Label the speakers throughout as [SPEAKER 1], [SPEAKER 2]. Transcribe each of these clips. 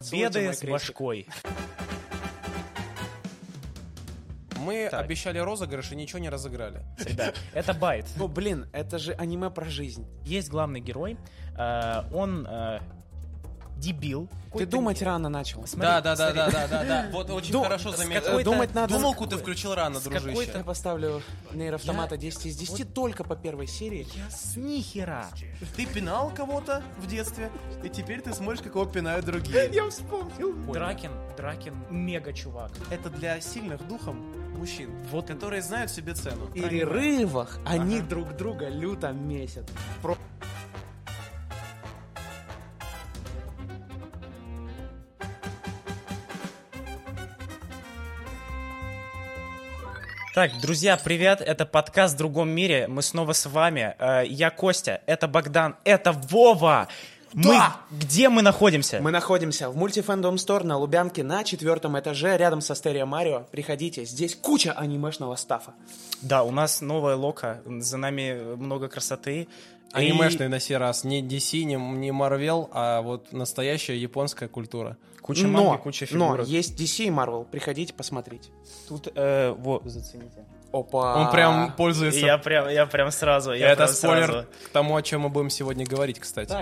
[SPEAKER 1] Целуйте
[SPEAKER 2] Беды
[SPEAKER 1] мой
[SPEAKER 2] с
[SPEAKER 1] крестик.
[SPEAKER 2] башкой.
[SPEAKER 1] Мы
[SPEAKER 2] Так.
[SPEAKER 1] обещали розыгрыш и ничего не разыграли.
[SPEAKER 2] Ребят, это байт.
[SPEAKER 3] Ну, блин, это же аниме про жизнь.
[SPEAKER 2] Есть главный герой. э, Он э, дебил.
[SPEAKER 3] Ты
[SPEAKER 2] Какой-то-
[SPEAKER 3] думать рано начал.
[SPEAKER 2] Смотри,
[SPEAKER 1] Да, э, да, да,
[SPEAKER 2] смотри.
[SPEAKER 1] да, да, да, да. Вот очень
[SPEAKER 3] Ду-
[SPEAKER 1] хорошо
[SPEAKER 3] с
[SPEAKER 1] заметил.
[SPEAKER 3] какой-то-
[SPEAKER 2] Э,
[SPEAKER 3] Думать надо с
[SPEAKER 1] Думалку ты включил рано,
[SPEAKER 2] с какой-то
[SPEAKER 3] Я
[SPEAKER 1] дружище.
[SPEAKER 3] поставлю нейроавтомата
[SPEAKER 2] Я-
[SPEAKER 3] 10 из 10 только по первой серии.
[SPEAKER 2] Я с нихера.
[SPEAKER 4] Ты пинал кого-то в детстве, и теперь ты смотришь, как его пинают другие.
[SPEAKER 3] вспомнил.
[SPEAKER 2] Дракин, Дракин, мега чувак.
[SPEAKER 4] Это для сильных духом мужчин,
[SPEAKER 2] Вот
[SPEAKER 4] которые знают себе цену.
[SPEAKER 3] В перерывах они друг друга люто месят.
[SPEAKER 2] Так, друзья, привет, это подкаст «В другом мире», мы снова с вами, Э, я Костя, это Богдан, это Вова! Мы, где мы находимся?
[SPEAKER 3] Мы находимся в мультифэндом стор на Лубянке на четвертом этаже рядом со Стерео Марио. Приходите, здесь куча анимешного стафа.
[SPEAKER 2] Да, у нас новая лока, за нами много красоты.
[SPEAKER 1] Анимешный на сей раз. Не DC, не, не Marvel, а вот настоящая японская культура.
[SPEAKER 2] И Куча
[SPEAKER 3] но,
[SPEAKER 2] манги, куча
[SPEAKER 3] но
[SPEAKER 2] фигурок.
[SPEAKER 3] есть DC и Marvel, приходите посмотреть.
[SPEAKER 2] Тут, э, во, зацените.
[SPEAKER 3] Опа.
[SPEAKER 1] Он прям пользуется.
[SPEAKER 2] А, Я прям, я прям сразу, я
[SPEAKER 1] Это
[SPEAKER 2] прям
[SPEAKER 1] спойлер
[SPEAKER 2] сразу.
[SPEAKER 1] к тому, о чем мы будем сегодня говорить, кстати.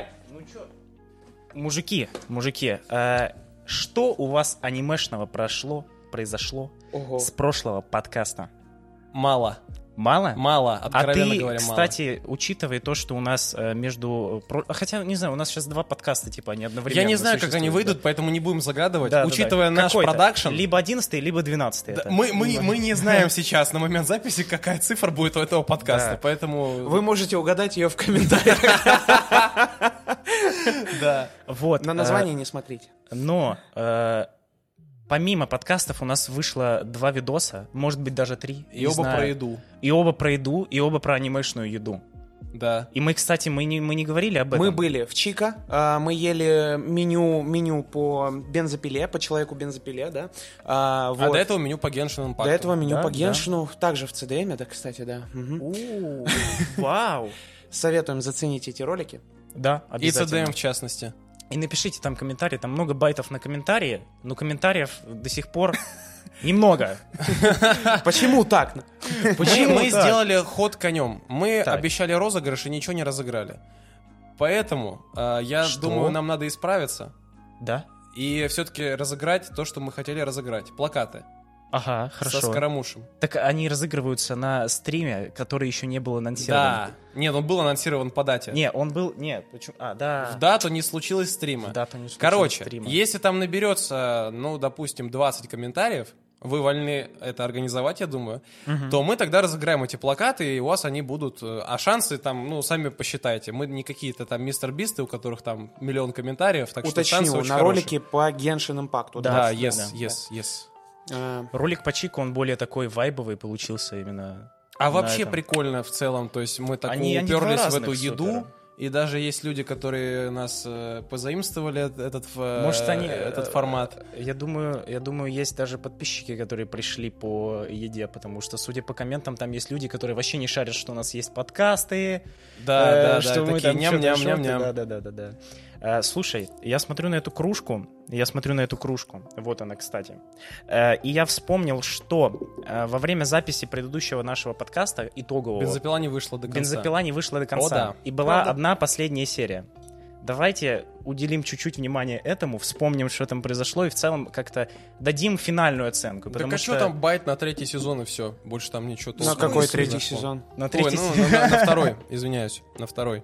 [SPEAKER 2] Мужики, мужики, э, что у вас анимешного прошло, произошло
[SPEAKER 3] Ого.
[SPEAKER 2] с прошлого подкаста?
[SPEAKER 1] Мало.
[SPEAKER 2] Мало?
[SPEAKER 1] Мало,
[SPEAKER 2] А
[SPEAKER 1] откровенно
[SPEAKER 2] ты,
[SPEAKER 1] говоря,
[SPEAKER 2] кстати, учитывая то, что у нас э, между... э, про- Хотя, не знаю, у нас сейчас два подкаста, типа, они
[SPEAKER 1] мало.
[SPEAKER 2] одновременно
[SPEAKER 1] Я не знаю, как
[SPEAKER 2] существуют,
[SPEAKER 1] они
[SPEAKER 2] да.
[SPEAKER 1] выйдут, поэтому не будем загадывать.
[SPEAKER 2] Да, да, да.
[SPEAKER 1] Учитывая наш
[SPEAKER 2] Какой-то.
[SPEAKER 1] продакшн,
[SPEAKER 2] Либо 11 либо 12
[SPEAKER 1] да, мы, мы, мы не знаем сейчас на момент записи, какая цифра будет у этого подкаста.
[SPEAKER 2] Да.
[SPEAKER 1] Поэтому
[SPEAKER 3] Вы можете угадать ее в комментариях.
[SPEAKER 1] да.
[SPEAKER 2] Вот.
[SPEAKER 3] На
[SPEAKER 2] э,
[SPEAKER 3] название не смотрите.
[SPEAKER 2] но э, помимо подкастов у нас вышло два видоса, может быть, даже три.
[SPEAKER 1] И
[SPEAKER 2] не
[SPEAKER 1] оба
[SPEAKER 2] знаю.
[SPEAKER 1] про еду.
[SPEAKER 2] И оба про еду, и оба про анимешную еду.
[SPEAKER 1] Да.
[SPEAKER 2] И мы, кстати, мы не, мы не говорили об этом.
[SPEAKER 3] Мы были в Чика, а, мы ели меню, меню по бензопиле, по человеку бензопиле, да. А,
[SPEAKER 1] А
[SPEAKER 3] вот.
[SPEAKER 1] до этого меню по Геншин
[SPEAKER 3] До этого меню
[SPEAKER 2] да,
[SPEAKER 3] по
[SPEAKER 2] да.
[SPEAKER 3] Геншину, также в ЦДМе, да, кстати, да. Мгм.
[SPEAKER 2] У, Вау.
[SPEAKER 3] Советуем заценить эти ролики.
[SPEAKER 2] Да,
[SPEAKER 1] И
[SPEAKER 2] обязательно.
[SPEAKER 1] CDM в частности.
[SPEAKER 2] И напишите там комментарии, там много байтов на комментарии, но комментариев до сих пор немного.
[SPEAKER 3] Почему так?
[SPEAKER 1] Мы,
[SPEAKER 2] Почему
[SPEAKER 1] мы
[SPEAKER 2] Ну, так?
[SPEAKER 1] сделали ход конем. Мы
[SPEAKER 2] Так.
[SPEAKER 1] обещали розыгрыш и ничего не разыграли. Поэтому э, я
[SPEAKER 2] Что?
[SPEAKER 1] думаю, нам надо исправиться
[SPEAKER 2] Да?
[SPEAKER 1] и все-таки разыграть то, что мы хотели разыграть. Плакаты
[SPEAKER 2] Ага, хорошо.
[SPEAKER 1] со Скоромушем.
[SPEAKER 2] Так они разыгрываются на стриме, который еще не был анонсирован.
[SPEAKER 1] Да. Нет, он был анонсирован по дате.
[SPEAKER 2] Не, он был... Нет, почему... А, да.
[SPEAKER 1] В дату не случилось стрима.
[SPEAKER 2] В дату не случилось
[SPEAKER 1] Короче,
[SPEAKER 2] стрима.
[SPEAKER 1] если там наберется, ну, допустим, 20 комментариев, вы вольны это организовать, я думаю, то мы тогда разыграем эти плакаты, и у вас они будут... э, А шансы там, ну, сами посчитайте. Мы не какие-то там мистер Бисты, у которых там миллион комментариев, так что шансы
[SPEAKER 3] Уточню,
[SPEAKER 1] очень
[SPEAKER 3] на
[SPEAKER 1] хорошие.
[SPEAKER 3] ролике по Геншин Импакту.
[SPEAKER 1] Да,
[SPEAKER 2] Да,
[SPEAKER 1] yes,
[SPEAKER 2] да,
[SPEAKER 1] yes, yes.
[SPEAKER 3] А,
[SPEAKER 2] Ролик по Чику, он более такой вайбовый получился именно...
[SPEAKER 1] А
[SPEAKER 2] на
[SPEAKER 1] вообще
[SPEAKER 2] этом.
[SPEAKER 1] прикольно в целом, то есть мы так
[SPEAKER 2] Они- они два
[SPEAKER 1] уперлись в
[SPEAKER 2] разных
[SPEAKER 1] эту еду,
[SPEAKER 2] супера.
[SPEAKER 1] и даже есть люди, которые нас э, позаимствовали э- этот, э,
[SPEAKER 2] Может, они...
[SPEAKER 1] этот
[SPEAKER 2] э,
[SPEAKER 1] формат.
[SPEAKER 2] Я думаю, я думаю, есть даже подписчики, которые пришли по еде, потому что, судя по комментам, там есть люди, которые вообще не шарят, что у нас есть подкасты,
[SPEAKER 1] Да,
[SPEAKER 2] э,
[SPEAKER 1] да, да,
[SPEAKER 2] что мы
[SPEAKER 1] такие
[SPEAKER 2] там чё-то,
[SPEAKER 1] ням-ням-ням-ням.
[SPEAKER 2] шо-то, да-да-да-да-да. Э, Слушай, я смотрю на эту кружку, я смотрю на эту кружку, вот она, кстати, Э, и я вспомнил, что э, во время записи предыдущего нашего подкаста, итогового,
[SPEAKER 1] Бензопила не вышла до конца.
[SPEAKER 2] «Бензопила» не вышла до конца,
[SPEAKER 1] да.
[SPEAKER 2] и была
[SPEAKER 1] Правда.
[SPEAKER 2] одна последняя серия. Давайте уделим чуть-чуть внимания этому, вспомним, что там произошло, и в целом как-то дадим финальную оценку,
[SPEAKER 1] Так
[SPEAKER 2] потому
[SPEAKER 1] а
[SPEAKER 2] что...
[SPEAKER 1] что там байт на третий сезон и все? Больше там ничего
[SPEAKER 3] На
[SPEAKER 1] толком
[SPEAKER 3] какой
[SPEAKER 1] не
[SPEAKER 3] третий
[SPEAKER 1] произошло.
[SPEAKER 3] сезон?
[SPEAKER 2] На
[SPEAKER 1] Ой,
[SPEAKER 2] третий
[SPEAKER 1] ну,
[SPEAKER 2] сезон-
[SPEAKER 1] на, на второй, извиняюсь, на второй.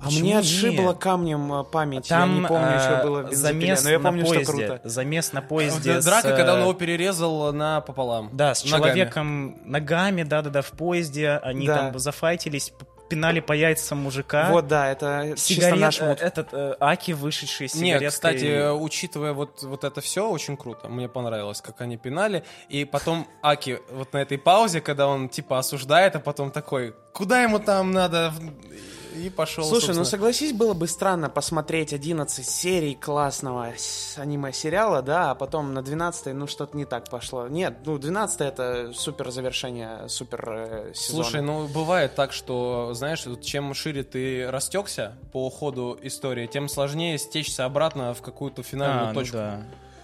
[SPEAKER 3] А
[SPEAKER 2] Почему
[SPEAKER 3] мне отшибло
[SPEAKER 2] нет?
[SPEAKER 3] камнем э, память. Я
[SPEAKER 2] Там
[SPEAKER 3] не помню,
[SPEAKER 2] э,
[SPEAKER 3] что было в бензопиле,
[SPEAKER 2] замес
[SPEAKER 3] но я
[SPEAKER 2] на
[SPEAKER 3] помню,
[SPEAKER 2] поезде,
[SPEAKER 3] что круто.
[SPEAKER 2] замес на поезде
[SPEAKER 1] Вот Драка,
[SPEAKER 2] с, э,
[SPEAKER 1] когда он его перерезал напополам.
[SPEAKER 2] Да, с
[SPEAKER 1] Ногами.
[SPEAKER 2] человеком ногами, да-да-да, в поезде, они
[SPEAKER 3] Да.
[SPEAKER 2] там зафайтились, п- пинали по яйцам мужика.
[SPEAKER 3] Вот, да, это чисто
[SPEAKER 2] Сигарет,
[SPEAKER 3] наш
[SPEAKER 2] э,
[SPEAKER 3] муд.
[SPEAKER 2] этот э, Аки, вышедший с
[SPEAKER 1] Нет,
[SPEAKER 2] сигареткой.
[SPEAKER 1] кстати, э, учитывая вот, вот это все, очень круто. Мне понравилось, как они пинали. И потом Аки вот на этой паузе, когда он типа осуждает, а потом такой, куда ему там надо? В- и пошел.
[SPEAKER 3] Слушай, ну
[SPEAKER 1] собственно.
[SPEAKER 3] согласись, было бы странно посмотреть 11 серий классного с- аниме-сериала, да, а потом на 12 ну что-то не так пошло. Нет, ну 12 это супер завершение, супер э, сезона.
[SPEAKER 1] Слушай, ну бывает так, что, знаешь, вот чем шире ты растекся по ходу истории, тем сложнее стечься обратно в какую-то финальную
[SPEAKER 2] А, ну
[SPEAKER 1] точку.
[SPEAKER 2] да.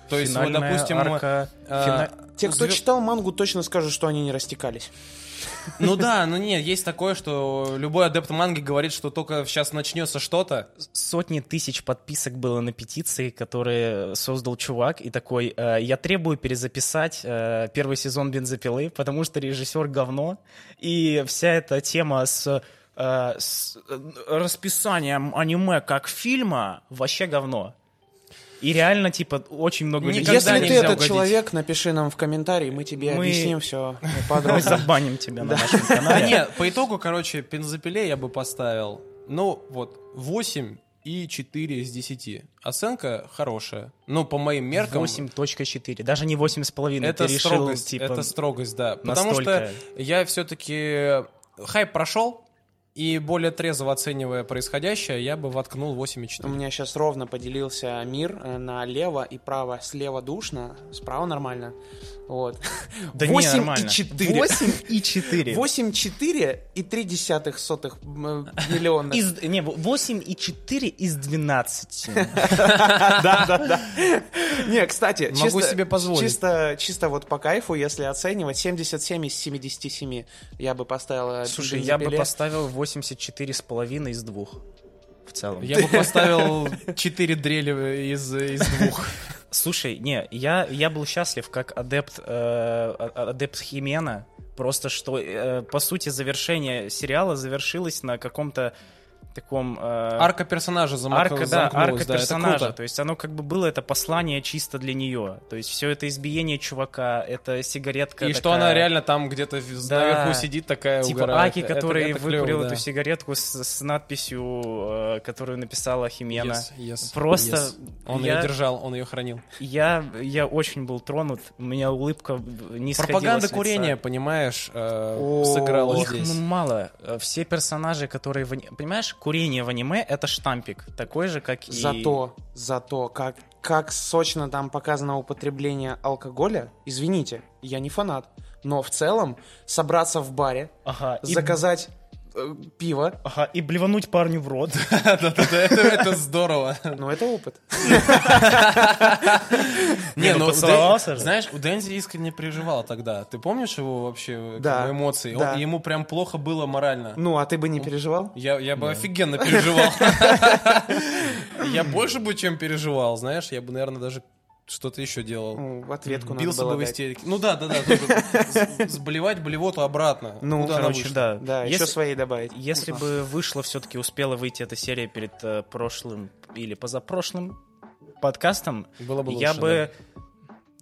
[SPEAKER 1] То есть, вот,
[SPEAKER 2] Финальная
[SPEAKER 1] допустим,
[SPEAKER 2] арка,
[SPEAKER 1] э,
[SPEAKER 2] фина-
[SPEAKER 3] Те, кто
[SPEAKER 1] звё-
[SPEAKER 3] читал мангу, точно скажут, что они не растекались.
[SPEAKER 1] Ну да, ну нет, есть такое, что любой адепт манги говорит, что только сейчас начнется что-то.
[SPEAKER 2] сотни тысяч подписок было на петиции, которые э, создал чувак, и такой, э, я требую перезаписать э, первый сезон «Бензопилы», потому что режиссер говно, и вся эта тема с, э, с, э, расписанием аниме как фильма вообще говно. И реально, типа, очень много
[SPEAKER 1] Никогда
[SPEAKER 2] людей-
[SPEAKER 3] Если ты
[SPEAKER 1] нельзя
[SPEAKER 3] этот
[SPEAKER 1] угодить.
[SPEAKER 3] человек, напиши нам в комментарии, мы тебе
[SPEAKER 2] Мы-
[SPEAKER 3] объясним все
[SPEAKER 2] Мы
[SPEAKER 3] подробно.
[SPEAKER 2] забаним тебя на нашем
[SPEAKER 1] Да
[SPEAKER 2] канале.
[SPEAKER 1] А нет, по итогу, короче, бензопиле я бы поставил, ну вот, 8 и 4 из 10. Оценка хорошая. Ну, по моим меркам...
[SPEAKER 2] 8.4, даже не 8,5,
[SPEAKER 1] это
[SPEAKER 2] ты решил,
[SPEAKER 1] строгость,
[SPEAKER 2] типа,
[SPEAKER 1] это строгость, да. Потому
[SPEAKER 2] настолько.
[SPEAKER 1] что я все-таки хайп прошел, и более трезво оценивая происходящее, я бы воткнул
[SPEAKER 3] У
[SPEAKER 1] 8,4.
[SPEAKER 3] меня сейчас ровно поделился мир э, на лево и право. Слева душно, справа нормально. Вот.
[SPEAKER 2] Да не,
[SPEAKER 3] Восемь
[SPEAKER 2] нормально.
[SPEAKER 3] и четыре.
[SPEAKER 2] 8,4.
[SPEAKER 3] 8,4,3 э, миллиона.
[SPEAKER 2] Из, не, 8,4 из 12.
[SPEAKER 3] Да, да, да. Не, кстати,
[SPEAKER 1] Могу
[SPEAKER 3] чисто-
[SPEAKER 1] себе позволить.
[SPEAKER 3] Чисто, чисто вот по кайфу, если оценивать, 77 из 77 я бы поставил.
[SPEAKER 2] Слушай, я бы поставил 84,5 из двух. В целом.
[SPEAKER 1] Я бы поставил 4 дрели из, из двух.
[SPEAKER 2] Слушай, не, я, я был счастлив как адепт, э, а- а- адепт Химена. Просто что, э, по сути, завершение сериала завершилось на каком-то таком... э,
[SPEAKER 1] Арка персонажа замок...
[SPEAKER 2] Арка, да,
[SPEAKER 1] замкнулась,
[SPEAKER 2] арка
[SPEAKER 1] да, это
[SPEAKER 2] персонажа.
[SPEAKER 1] круто.
[SPEAKER 2] То есть оно как бы было это послание чисто для нее. То есть все это избиение чувака, это сигаретка.
[SPEAKER 1] И что
[SPEAKER 2] такая-
[SPEAKER 1] она реально там где-то в-
[SPEAKER 2] Да.
[SPEAKER 1] наверху сидит такая
[SPEAKER 2] Типа
[SPEAKER 1] угорает.
[SPEAKER 2] Аки,
[SPEAKER 1] Это-
[SPEAKER 2] который
[SPEAKER 1] это клево,
[SPEAKER 2] выкурил
[SPEAKER 1] да.
[SPEAKER 2] эту сигаретку с, с надписью, э, которую написала Химена.
[SPEAKER 1] Yes, yes,
[SPEAKER 2] Просто
[SPEAKER 1] yes. Он
[SPEAKER 2] я-
[SPEAKER 1] ее держал, он ее хранил.
[SPEAKER 2] Я, я очень был тронут, у меня улыбка не сходила
[SPEAKER 1] Пропаганда
[SPEAKER 2] с лица.
[SPEAKER 1] курения, понимаешь, э,
[SPEAKER 3] О,
[SPEAKER 1] сыграла
[SPEAKER 2] Их
[SPEAKER 1] здесь.
[SPEAKER 2] м- мало. Э, Все персонажи, которые... в ани- Понимаешь, курение в аниме — это штампик. Такой же, как и...
[SPEAKER 3] Зато, зато, как, как сочно там показано употребление алкоголя, извините, я не фанат, но в целом собраться в баре,
[SPEAKER 2] Ага, и...
[SPEAKER 3] заказать э, пиво,
[SPEAKER 2] Ага, и блевануть парню в рот.
[SPEAKER 1] Да-да-да, это- Это здорово.
[SPEAKER 3] ну это опыт.
[SPEAKER 1] Не,
[SPEAKER 2] ну
[SPEAKER 1] ну,
[SPEAKER 2] поцеловался
[SPEAKER 1] Дэн-
[SPEAKER 2] же.
[SPEAKER 1] знаешь, у Дэнзи искренне переживал тогда. Ты помнишь его вообще э,
[SPEAKER 3] Да,
[SPEAKER 1] как бы эмоции? Он-
[SPEAKER 3] да.
[SPEAKER 1] Ему прям плохо было морально.
[SPEAKER 3] Ну, а ты бы не переживал?
[SPEAKER 1] Я, я бы офигенно переживал. Я больше бы, чем переживал, знаешь, я бы, наверное, даже что-то еще делал.
[SPEAKER 3] Ну, в ответку надо
[SPEAKER 1] Бился
[SPEAKER 3] было
[SPEAKER 1] бы в
[SPEAKER 3] дать.
[SPEAKER 1] истерике. Ну да, да, да. тоже. С- Сблевать блевоту обратно.
[SPEAKER 3] Ну,
[SPEAKER 1] Куда она
[SPEAKER 2] Короче,
[SPEAKER 1] вышла.
[SPEAKER 2] да.
[SPEAKER 3] Да,
[SPEAKER 2] Если-
[SPEAKER 3] еще свои добавить.
[SPEAKER 2] Если
[SPEAKER 3] Ага.
[SPEAKER 2] бы вышла, все-таки успела выйти эта серия перед э, прошлым или позапрошлым подкастом,
[SPEAKER 1] Было бы
[SPEAKER 2] я
[SPEAKER 1] лучше,
[SPEAKER 2] бы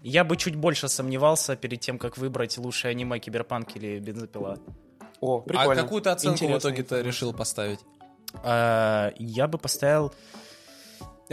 [SPEAKER 2] я бы чуть больше сомневался перед тем, как выбрать лучшее аниме Киберпанк или Бензопила.
[SPEAKER 3] О,
[SPEAKER 1] да. А
[SPEAKER 3] прикольно.
[SPEAKER 1] какую ты оценку в
[SPEAKER 3] Интересная
[SPEAKER 1] итоге ты
[SPEAKER 3] информация.
[SPEAKER 1] решил поставить?
[SPEAKER 2] А, я бы поставил.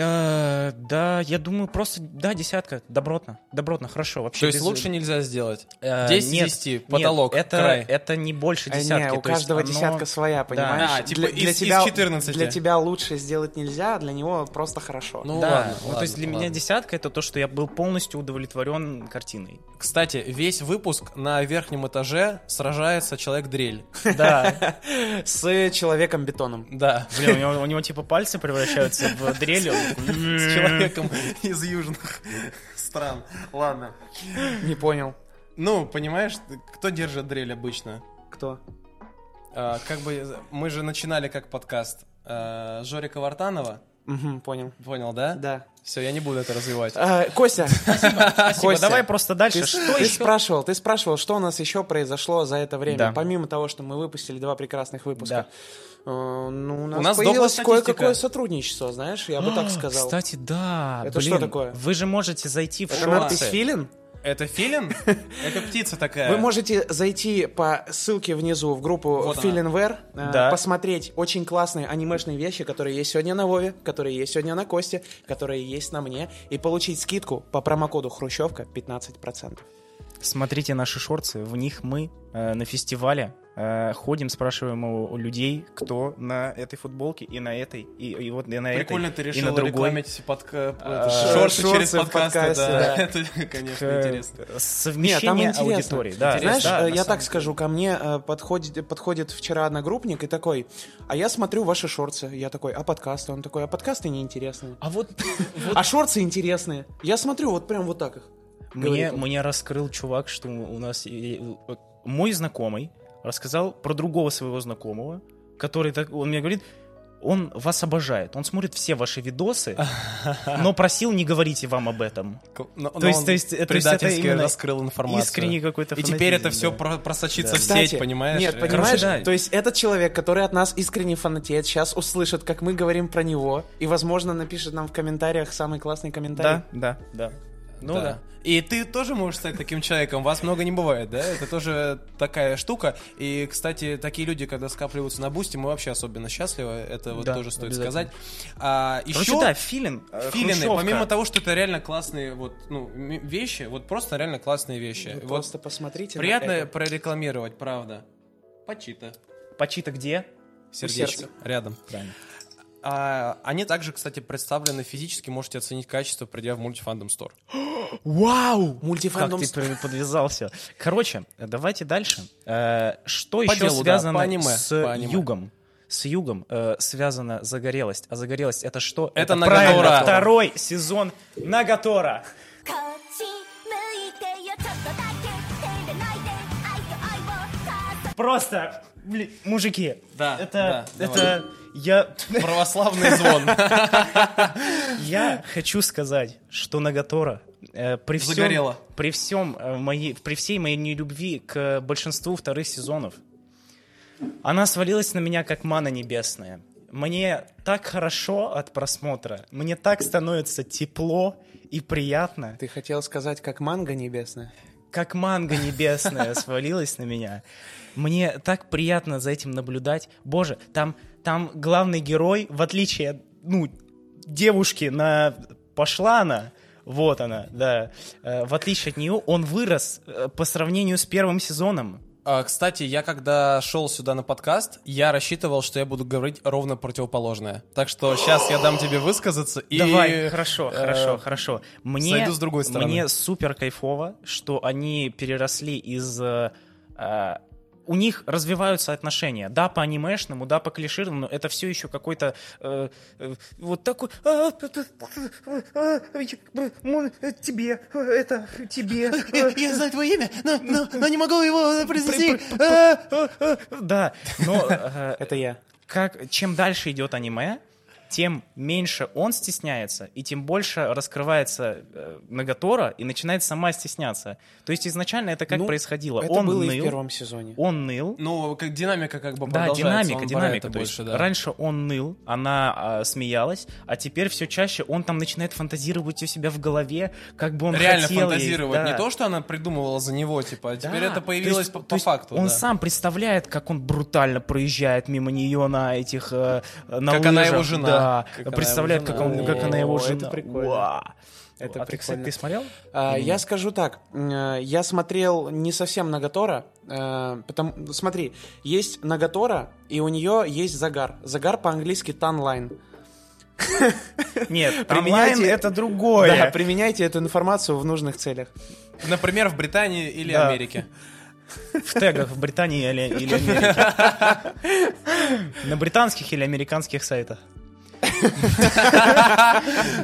[SPEAKER 2] э, да, я думаю, просто да, десятка, добротно, добротно, хорошо, вообще.
[SPEAKER 1] То есть
[SPEAKER 2] без-
[SPEAKER 1] лучше нельзя сделать?
[SPEAKER 2] э,
[SPEAKER 1] 10
[SPEAKER 2] нет,
[SPEAKER 1] из 10,
[SPEAKER 2] нет,
[SPEAKER 1] потолок,
[SPEAKER 2] это
[SPEAKER 1] край.
[SPEAKER 2] это не больше
[SPEAKER 3] А, не,
[SPEAKER 2] десятки.
[SPEAKER 3] у
[SPEAKER 2] то есть
[SPEAKER 3] каждого
[SPEAKER 2] оно-
[SPEAKER 3] десятка своя, понимаешь?
[SPEAKER 1] А, типа из- из 14.
[SPEAKER 3] Для тебя лучше сделать нельзя, а для него просто хорошо.
[SPEAKER 1] Ну
[SPEAKER 2] да,
[SPEAKER 1] ладно.
[SPEAKER 2] ну,
[SPEAKER 1] ладно,
[SPEAKER 2] то есть для меня
[SPEAKER 1] ладно.
[SPEAKER 2] десятка это то, что я был полностью удовлетворен картиной.
[SPEAKER 1] Кстати, весь выпуск на верхнем этаже сражается человек-дрель.
[SPEAKER 2] Да,
[SPEAKER 3] С человеком-бетоном.
[SPEAKER 1] Да.
[SPEAKER 2] блин, у него, у него, типа пальцы превращаются в дрель. он такой,
[SPEAKER 1] С человеком из южных стран. Ладно.
[SPEAKER 3] Не понял.
[SPEAKER 1] Ну, понимаешь, ты- кто держит дрель обычно?
[SPEAKER 3] Кто?
[SPEAKER 1] А, как бы мы же начинали как подкаст а, Жорика Вартанова.
[SPEAKER 3] Мгм, понял.
[SPEAKER 1] Понял, да?
[SPEAKER 3] Да.
[SPEAKER 1] Все, я не буду это развивать.
[SPEAKER 3] А, Костя,
[SPEAKER 2] Спасибо,
[SPEAKER 3] Костя,
[SPEAKER 2] Типа, давай просто дальше.
[SPEAKER 3] ты,
[SPEAKER 2] Что
[SPEAKER 3] ты
[SPEAKER 2] еще?
[SPEAKER 3] спрашивал, ты спрашивал, что у нас еще произошло за это время,
[SPEAKER 2] Да.
[SPEAKER 3] помимо того, что мы выпустили два прекрасных выпуска. Э, ну, у нас,
[SPEAKER 1] нас дохла
[SPEAKER 3] появилось
[SPEAKER 1] статистика.
[SPEAKER 3] кое-какое сотрудничество, знаешь, я бы так сказал.
[SPEAKER 2] А, Кстати, да.
[SPEAKER 3] Это
[SPEAKER 2] блин,
[SPEAKER 3] что такое?
[SPEAKER 2] Вы же можете зайти в
[SPEAKER 3] Это
[SPEAKER 2] шоу.
[SPEAKER 3] надпись «Филин»?
[SPEAKER 1] Это филин? Это птица такая.
[SPEAKER 2] Э.
[SPEAKER 3] Вы можете зайти по ссылке внизу в группу
[SPEAKER 1] Вот она.
[SPEAKER 3] Филинвер, э,
[SPEAKER 2] Да.
[SPEAKER 3] посмотреть очень классные анимешные вещи, которые есть сегодня на Вове, которые есть сегодня на Косте, которые есть на мне, и получить скидку по промокоду Хрущевка 15%.
[SPEAKER 2] Смотрите наши шорты, в них мы э, на фестивале э, э, ходим, спрашиваем у, у людей, кто на этой футболке и на этой, и, и вот и на
[SPEAKER 1] Прикольно,
[SPEAKER 2] этой,
[SPEAKER 1] ты
[SPEAKER 2] и на
[SPEAKER 1] решил
[SPEAKER 2] другой.
[SPEAKER 1] рекламить подка...
[SPEAKER 2] А,
[SPEAKER 1] это, шорты
[SPEAKER 3] шорты
[SPEAKER 1] через
[SPEAKER 3] в
[SPEAKER 1] подкасты.
[SPEAKER 3] подкасте,
[SPEAKER 1] Да.
[SPEAKER 3] да.
[SPEAKER 1] Это, конечно,
[SPEAKER 2] Э,
[SPEAKER 1] интересно.
[SPEAKER 3] Нет, там
[SPEAKER 2] Совмещение
[SPEAKER 3] интересно.
[SPEAKER 2] аудитории, да.
[SPEAKER 3] Знаешь,
[SPEAKER 2] да,
[SPEAKER 3] э,
[SPEAKER 2] на
[SPEAKER 3] я
[SPEAKER 2] самом
[SPEAKER 3] так скажу, ко мне э, подходит, подходит вчера одногруппник и такой, а я смотрю ваши шорты. Я такой, а подкасты? Он такой, а подкасты неинтересные.
[SPEAKER 2] А вот
[SPEAKER 3] А шорты интересные. Я смотрю вот прям вот так их.
[SPEAKER 2] мне,
[SPEAKER 3] говорит он.
[SPEAKER 2] мне раскрыл чувак, что у нас... и- и- Мой знакомый рассказал про другого своего знакомого, который так... Он мне говорит, он вас обожает, он смотрит все ваши видосы, но просил не говорите вам об этом.
[SPEAKER 1] Но-
[SPEAKER 2] То
[SPEAKER 1] но
[SPEAKER 2] есть-
[SPEAKER 1] он
[SPEAKER 2] то есть- э, то есть это
[SPEAKER 1] предательски
[SPEAKER 2] именно
[SPEAKER 1] раскрыл информацию.
[SPEAKER 2] Искренне какой-то
[SPEAKER 1] И теперь
[SPEAKER 2] фанатизм,
[SPEAKER 1] это все
[SPEAKER 2] да.
[SPEAKER 1] просочится
[SPEAKER 2] Да.
[SPEAKER 1] в
[SPEAKER 3] Кстати,
[SPEAKER 1] сеть, понимаешь?
[SPEAKER 3] Нет,
[SPEAKER 1] Э,
[SPEAKER 3] понимаешь?
[SPEAKER 2] Короче, да.
[SPEAKER 3] То есть этот человек, который от нас искренне фанатеет, сейчас услышит, как мы говорим про него, и, возможно, напишет нам в комментариях самый классный комментарий.
[SPEAKER 2] Да, да, да. Ну да.
[SPEAKER 1] И ты тоже можешь стать таким человеком. Вас много не бывает, да? Это тоже такая штука. И, кстати, такие люди, когда скапливаются на бусте, мы вообще особенно счастливы. Это вот
[SPEAKER 2] Да,
[SPEAKER 1] тоже стоит
[SPEAKER 2] обязательно.
[SPEAKER 1] сказать. А, еще
[SPEAKER 2] Короче, да, филин. э,
[SPEAKER 1] филины,
[SPEAKER 2] хрущевка.
[SPEAKER 1] помимо того, что это реально классные вот, ну, м- вещи, вот просто реально классные вещи.
[SPEAKER 2] Ну,
[SPEAKER 3] Вы
[SPEAKER 1] Вот
[SPEAKER 3] Просто посмотрите. на
[SPEAKER 1] приятно
[SPEAKER 3] это.
[SPEAKER 1] прорекламировать, правда. Почита.
[SPEAKER 2] Почита где?
[SPEAKER 1] Сердечко.
[SPEAKER 3] сердца.
[SPEAKER 1] Рядом.
[SPEAKER 2] Правильно.
[SPEAKER 1] А, они также, кстати, представлены физически. Можете оценить качество, придя в мультифандом стор.
[SPEAKER 2] Вау! Как
[SPEAKER 3] Мультифандом
[SPEAKER 2] ты
[SPEAKER 3] с-
[SPEAKER 2] при- подвязался. Короче, давайте дальше. Э, Что еще
[SPEAKER 1] делу, да,
[SPEAKER 2] связано
[SPEAKER 1] по аниме, по
[SPEAKER 2] с
[SPEAKER 1] аниме.
[SPEAKER 2] югом? С югом э, связана загорелость. А загорелость это что?
[SPEAKER 1] Это
[SPEAKER 2] правильно,
[SPEAKER 1] Нагатора.
[SPEAKER 2] второй сезон Нагатора.
[SPEAKER 5] こっち向いてよちょっとだけ手で泣いて愛と愛を重ね
[SPEAKER 2] Просто, блин, мужики.
[SPEAKER 1] Да,
[SPEAKER 2] Это,
[SPEAKER 1] да,
[SPEAKER 2] это, я,
[SPEAKER 1] Православный звон.
[SPEAKER 2] я хочу сказать, что Нагатора э, при всем,
[SPEAKER 1] Загорела.
[SPEAKER 2] при всем э, моей, при всей моей нелюбви к большинству вторых сезонов, она свалилась на меня как мана небесная. Мне так хорошо от просмотра, мне так становится тепло и приятно.
[SPEAKER 3] Ты хотел сказать, как манга небесная?
[SPEAKER 2] как манга небесная свалилась на меня. Мне так приятно за этим наблюдать. Боже, там, там главный герой, в отличие от, ну, девушки на... Пошла она, вот она, да. Э, В отличие от нее, он вырос э, по сравнению с первым сезоном.
[SPEAKER 1] А, Кстати, я когда шел сюда на подкаст, я рассчитывал, что я буду говорить ровно противоположное. Так что сейчас я дам тебе высказаться и...
[SPEAKER 2] Давай, хорошо,
[SPEAKER 1] э,
[SPEAKER 2] хорошо, хорошо. Мне,
[SPEAKER 1] сойду с другой стороны.
[SPEAKER 2] Мне супер кайфово, что они переросли из... э, э, у них развиваются отношения. Да, по анимешному, да, по клиширному, но это все еще какой-то э, э, вот такой... «А, это, а, м, э, Тебе, это тебе. э,
[SPEAKER 4] Я знаю твое имя, но, но, но не могу его произнести.
[SPEAKER 1] А.
[SPEAKER 2] э, э, э». Да, но э,
[SPEAKER 3] Это я.
[SPEAKER 2] как, чем дальше идет аниме, тем меньше он стесняется, и тем больше раскрывается э, Нагатора и начинает сама стесняться. То есть изначально это как
[SPEAKER 3] Ну,
[SPEAKER 2] происходило?
[SPEAKER 3] Это
[SPEAKER 2] он
[SPEAKER 3] было
[SPEAKER 2] ныл,
[SPEAKER 3] и в первом сезоне.
[SPEAKER 2] он ныл,
[SPEAKER 1] Ну, как динамика как бы
[SPEAKER 2] да,
[SPEAKER 1] продолжается.
[SPEAKER 2] динамика,
[SPEAKER 1] он
[SPEAKER 2] динамика.
[SPEAKER 1] барает
[SPEAKER 2] То есть
[SPEAKER 1] больше, да.
[SPEAKER 2] Раньше он ныл, она а, смеялась, а теперь все чаще он там начинает фантазировать у себя в голове, как бы он
[SPEAKER 1] Реально
[SPEAKER 2] хотел ей,
[SPEAKER 1] фантазировать.
[SPEAKER 2] да.
[SPEAKER 1] Не то, что она придумывала за него, типа, а теперь
[SPEAKER 2] Да,
[SPEAKER 1] это
[SPEAKER 2] то
[SPEAKER 1] появилось
[SPEAKER 2] есть-
[SPEAKER 1] по,
[SPEAKER 2] то
[SPEAKER 1] по
[SPEAKER 2] есть
[SPEAKER 1] факту.
[SPEAKER 2] Он
[SPEAKER 1] да.
[SPEAKER 2] сам представляет, как он брутально проезжает мимо нее на этих э, э, на
[SPEAKER 1] Как она
[SPEAKER 2] лыжах,
[SPEAKER 1] его жена.
[SPEAKER 2] Да,
[SPEAKER 1] Как она
[SPEAKER 2] представляет,
[SPEAKER 1] его
[SPEAKER 2] как,
[SPEAKER 1] жена.
[SPEAKER 2] он, как она его
[SPEAKER 3] О,
[SPEAKER 2] жена.
[SPEAKER 3] это прикольно.
[SPEAKER 2] Уа.
[SPEAKER 3] Это
[SPEAKER 2] а ты, кстати,
[SPEAKER 3] прикольно.
[SPEAKER 2] ты смотрел?
[SPEAKER 3] А,
[SPEAKER 2] Или
[SPEAKER 3] Я
[SPEAKER 2] нет?
[SPEAKER 3] скажу так, м, э, я смотрел не совсем Нагатора, э, потому, смотри, есть Нагатора, и у нее есть загар. Загар по-английски танлайн.
[SPEAKER 2] Нет,
[SPEAKER 3] Применяйте-
[SPEAKER 2] онлайн это другое.
[SPEAKER 3] Да, применяйте эту информацию в нужных целях.
[SPEAKER 1] Например, в Британии или
[SPEAKER 2] Да.
[SPEAKER 1] Америке.
[SPEAKER 2] В тегах в Британии или, или Америке. На британских или американских сайтах.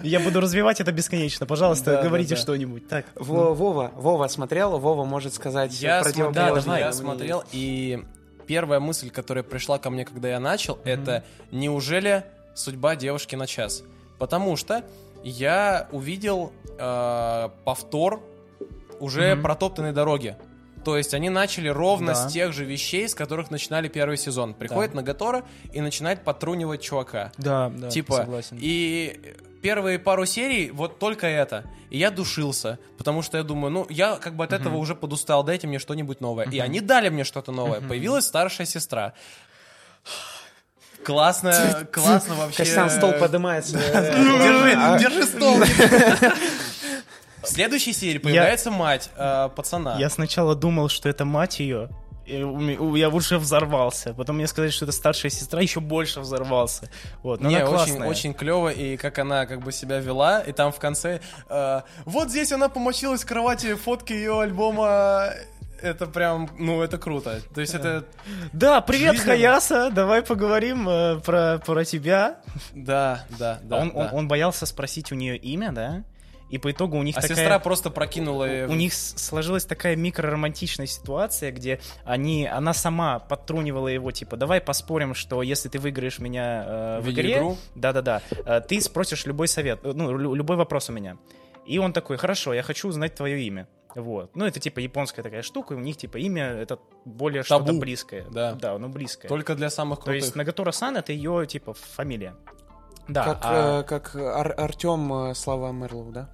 [SPEAKER 2] Я буду развивать это бесконечно. Пожалуйста,
[SPEAKER 3] Да,
[SPEAKER 2] говорите
[SPEAKER 3] да, да.
[SPEAKER 2] что-нибудь. Так.
[SPEAKER 3] Во- Вова, Вова смотрел, Вова может сказать
[SPEAKER 1] Я смотрел,
[SPEAKER 3] противоположное
[SPEAKER 2] давай.
[SPEAKER 1] я
[SPEAKER 3] мнение.
[SPEAKER 1] смотрел, и первая мысль, которая пришла ко мне, когда я начал, это неужели судьба девушки на час? Потому что я увидел э, повтор уже
[SPEAKER 2] Мгм.
[SPEAKER 1] протоптанной дороги. То есть они начали
[SPEAKER 2] Да.
[SPEAKER 1] ровно с тех же вещей, с которых начинали первый сезон. Приходит Нагатора и начинает потрунивать чувака.
[SPEAKER 2] Да, да,
[SPEAKER 1] типа,
[SPEAKER 2] согласен.
[SPEAKER 1] и первые пару серий вот только это. И я душился, потому что я думаю, ну, я как бы от этого уже подустал, дайте мне что-нибудь новое. И они дали мне что-то новое. Появилась старшая сестра. Классно, классно вообще. э, Ну,
[SPEAKER 3] Костян стол поднимается. Э, а,
[SPEAKER 2] А.
[SPEAKER 1] Держи, держи стол. В следующей серии появляется мать э, пацана.
[SPEAKER 2] Я сначала думал, что это мать ее, И у ме- у- я уже взорвался. Потом мне сказали, что это старшая сестра, еще больше взорвался. Вот, но
[SPEAKER 1] Не,
[SPEAKER 2] Ну, она
[SPEAKER 1] очень,
[SPEAKER 2] классная.
[SPEAKER 1] очень клево, и как она как бы себя вела, и там в конце... э, вот здесь она помочилась в кровати, фотки ее альбома... Это прям, ну, это круто. То есть это,
[SPEAKER 2] Да, привет,
[SPEAKER 1] жизненно.
[SPEAKER 2] Хаяса, давай поговорим э, про, про тебя.
[SPEAKER 1] да, да, да.
[SPEAKER 2] А он, он-
[SPEAKER 1] да.
[SPEAKER 2] он боялся спросить у нее имя, да? И по итогу у них
[SPEAKER 1] А
[SPEAKER 2] такая...
[SPEAKER 1] сестра просто прокинула...
[SPEAKER 2] У них с- сложилась такая микроромантичная ситуация, где они, она сама подтрунивала его, типа, давай поспорим, что если ты выиграешь меня э, в игре,
[SPEAKER 1] Видеоигру?
[SPEAKER 2] да-да-да, э, ты спросишь любой совет, э, ну, лю- любой вопрос у меня. И он такой, хорошо, я хочу узнать твое имя. Вот. Ну, это типа японская такая штука, и у них типа имя это более что-то
[SPEAKER 1] Табу.
[SPEAKER 2] близкое.
[SPEAKER 1] Да.
[SPEAKER 2] Да, ну близкое.
[SPEAKER 1] Только для самых
[SPEAKER 2] То есть
[SPEAKER 1] крутых.
[SPEAKER 2] Нагатора-сан это ее типа фамилия. Да.
[SPEAKER 3] Как,
[SPEAKER 2] а-
[SPEAKER 3] э, как Ар- Артем э, Слава Мерлоу, да?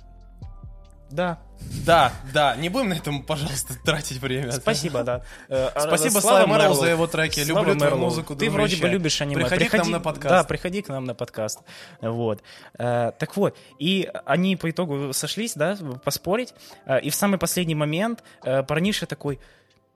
[SPEAKER 2] Да.
[SPEAKER 1] Да, да, не будем на этом, пожалуйста, тратить время.
[SPEAKER 2] Спасибо, да. Э, а-
[SPEAKER 1] Спасибо Слава Мэрлоу
[SPEAKER 2] Мэрлоу.
[SPEAKER 1] за его треки.
[SPEAKER 2] Слава
[SPEAKER 1] Люблю твою
[SPEAKER 2] Мэрлоу.
[SPEAKER 1] музыку.
[SPEAKER 2] Ты
[SPEAKER 1] дружище.
[SPEAKER 2] вроде бы любишь аниме.
[SPEAKER 1] Приходи к нам на подкаст.
[SPEAKER 2] Да, приходи к нам на подкаст. Вот. Э, так вот, и они по итогу сошлись, да, поспорить. Э, и в самый последний момент э, парниша такой...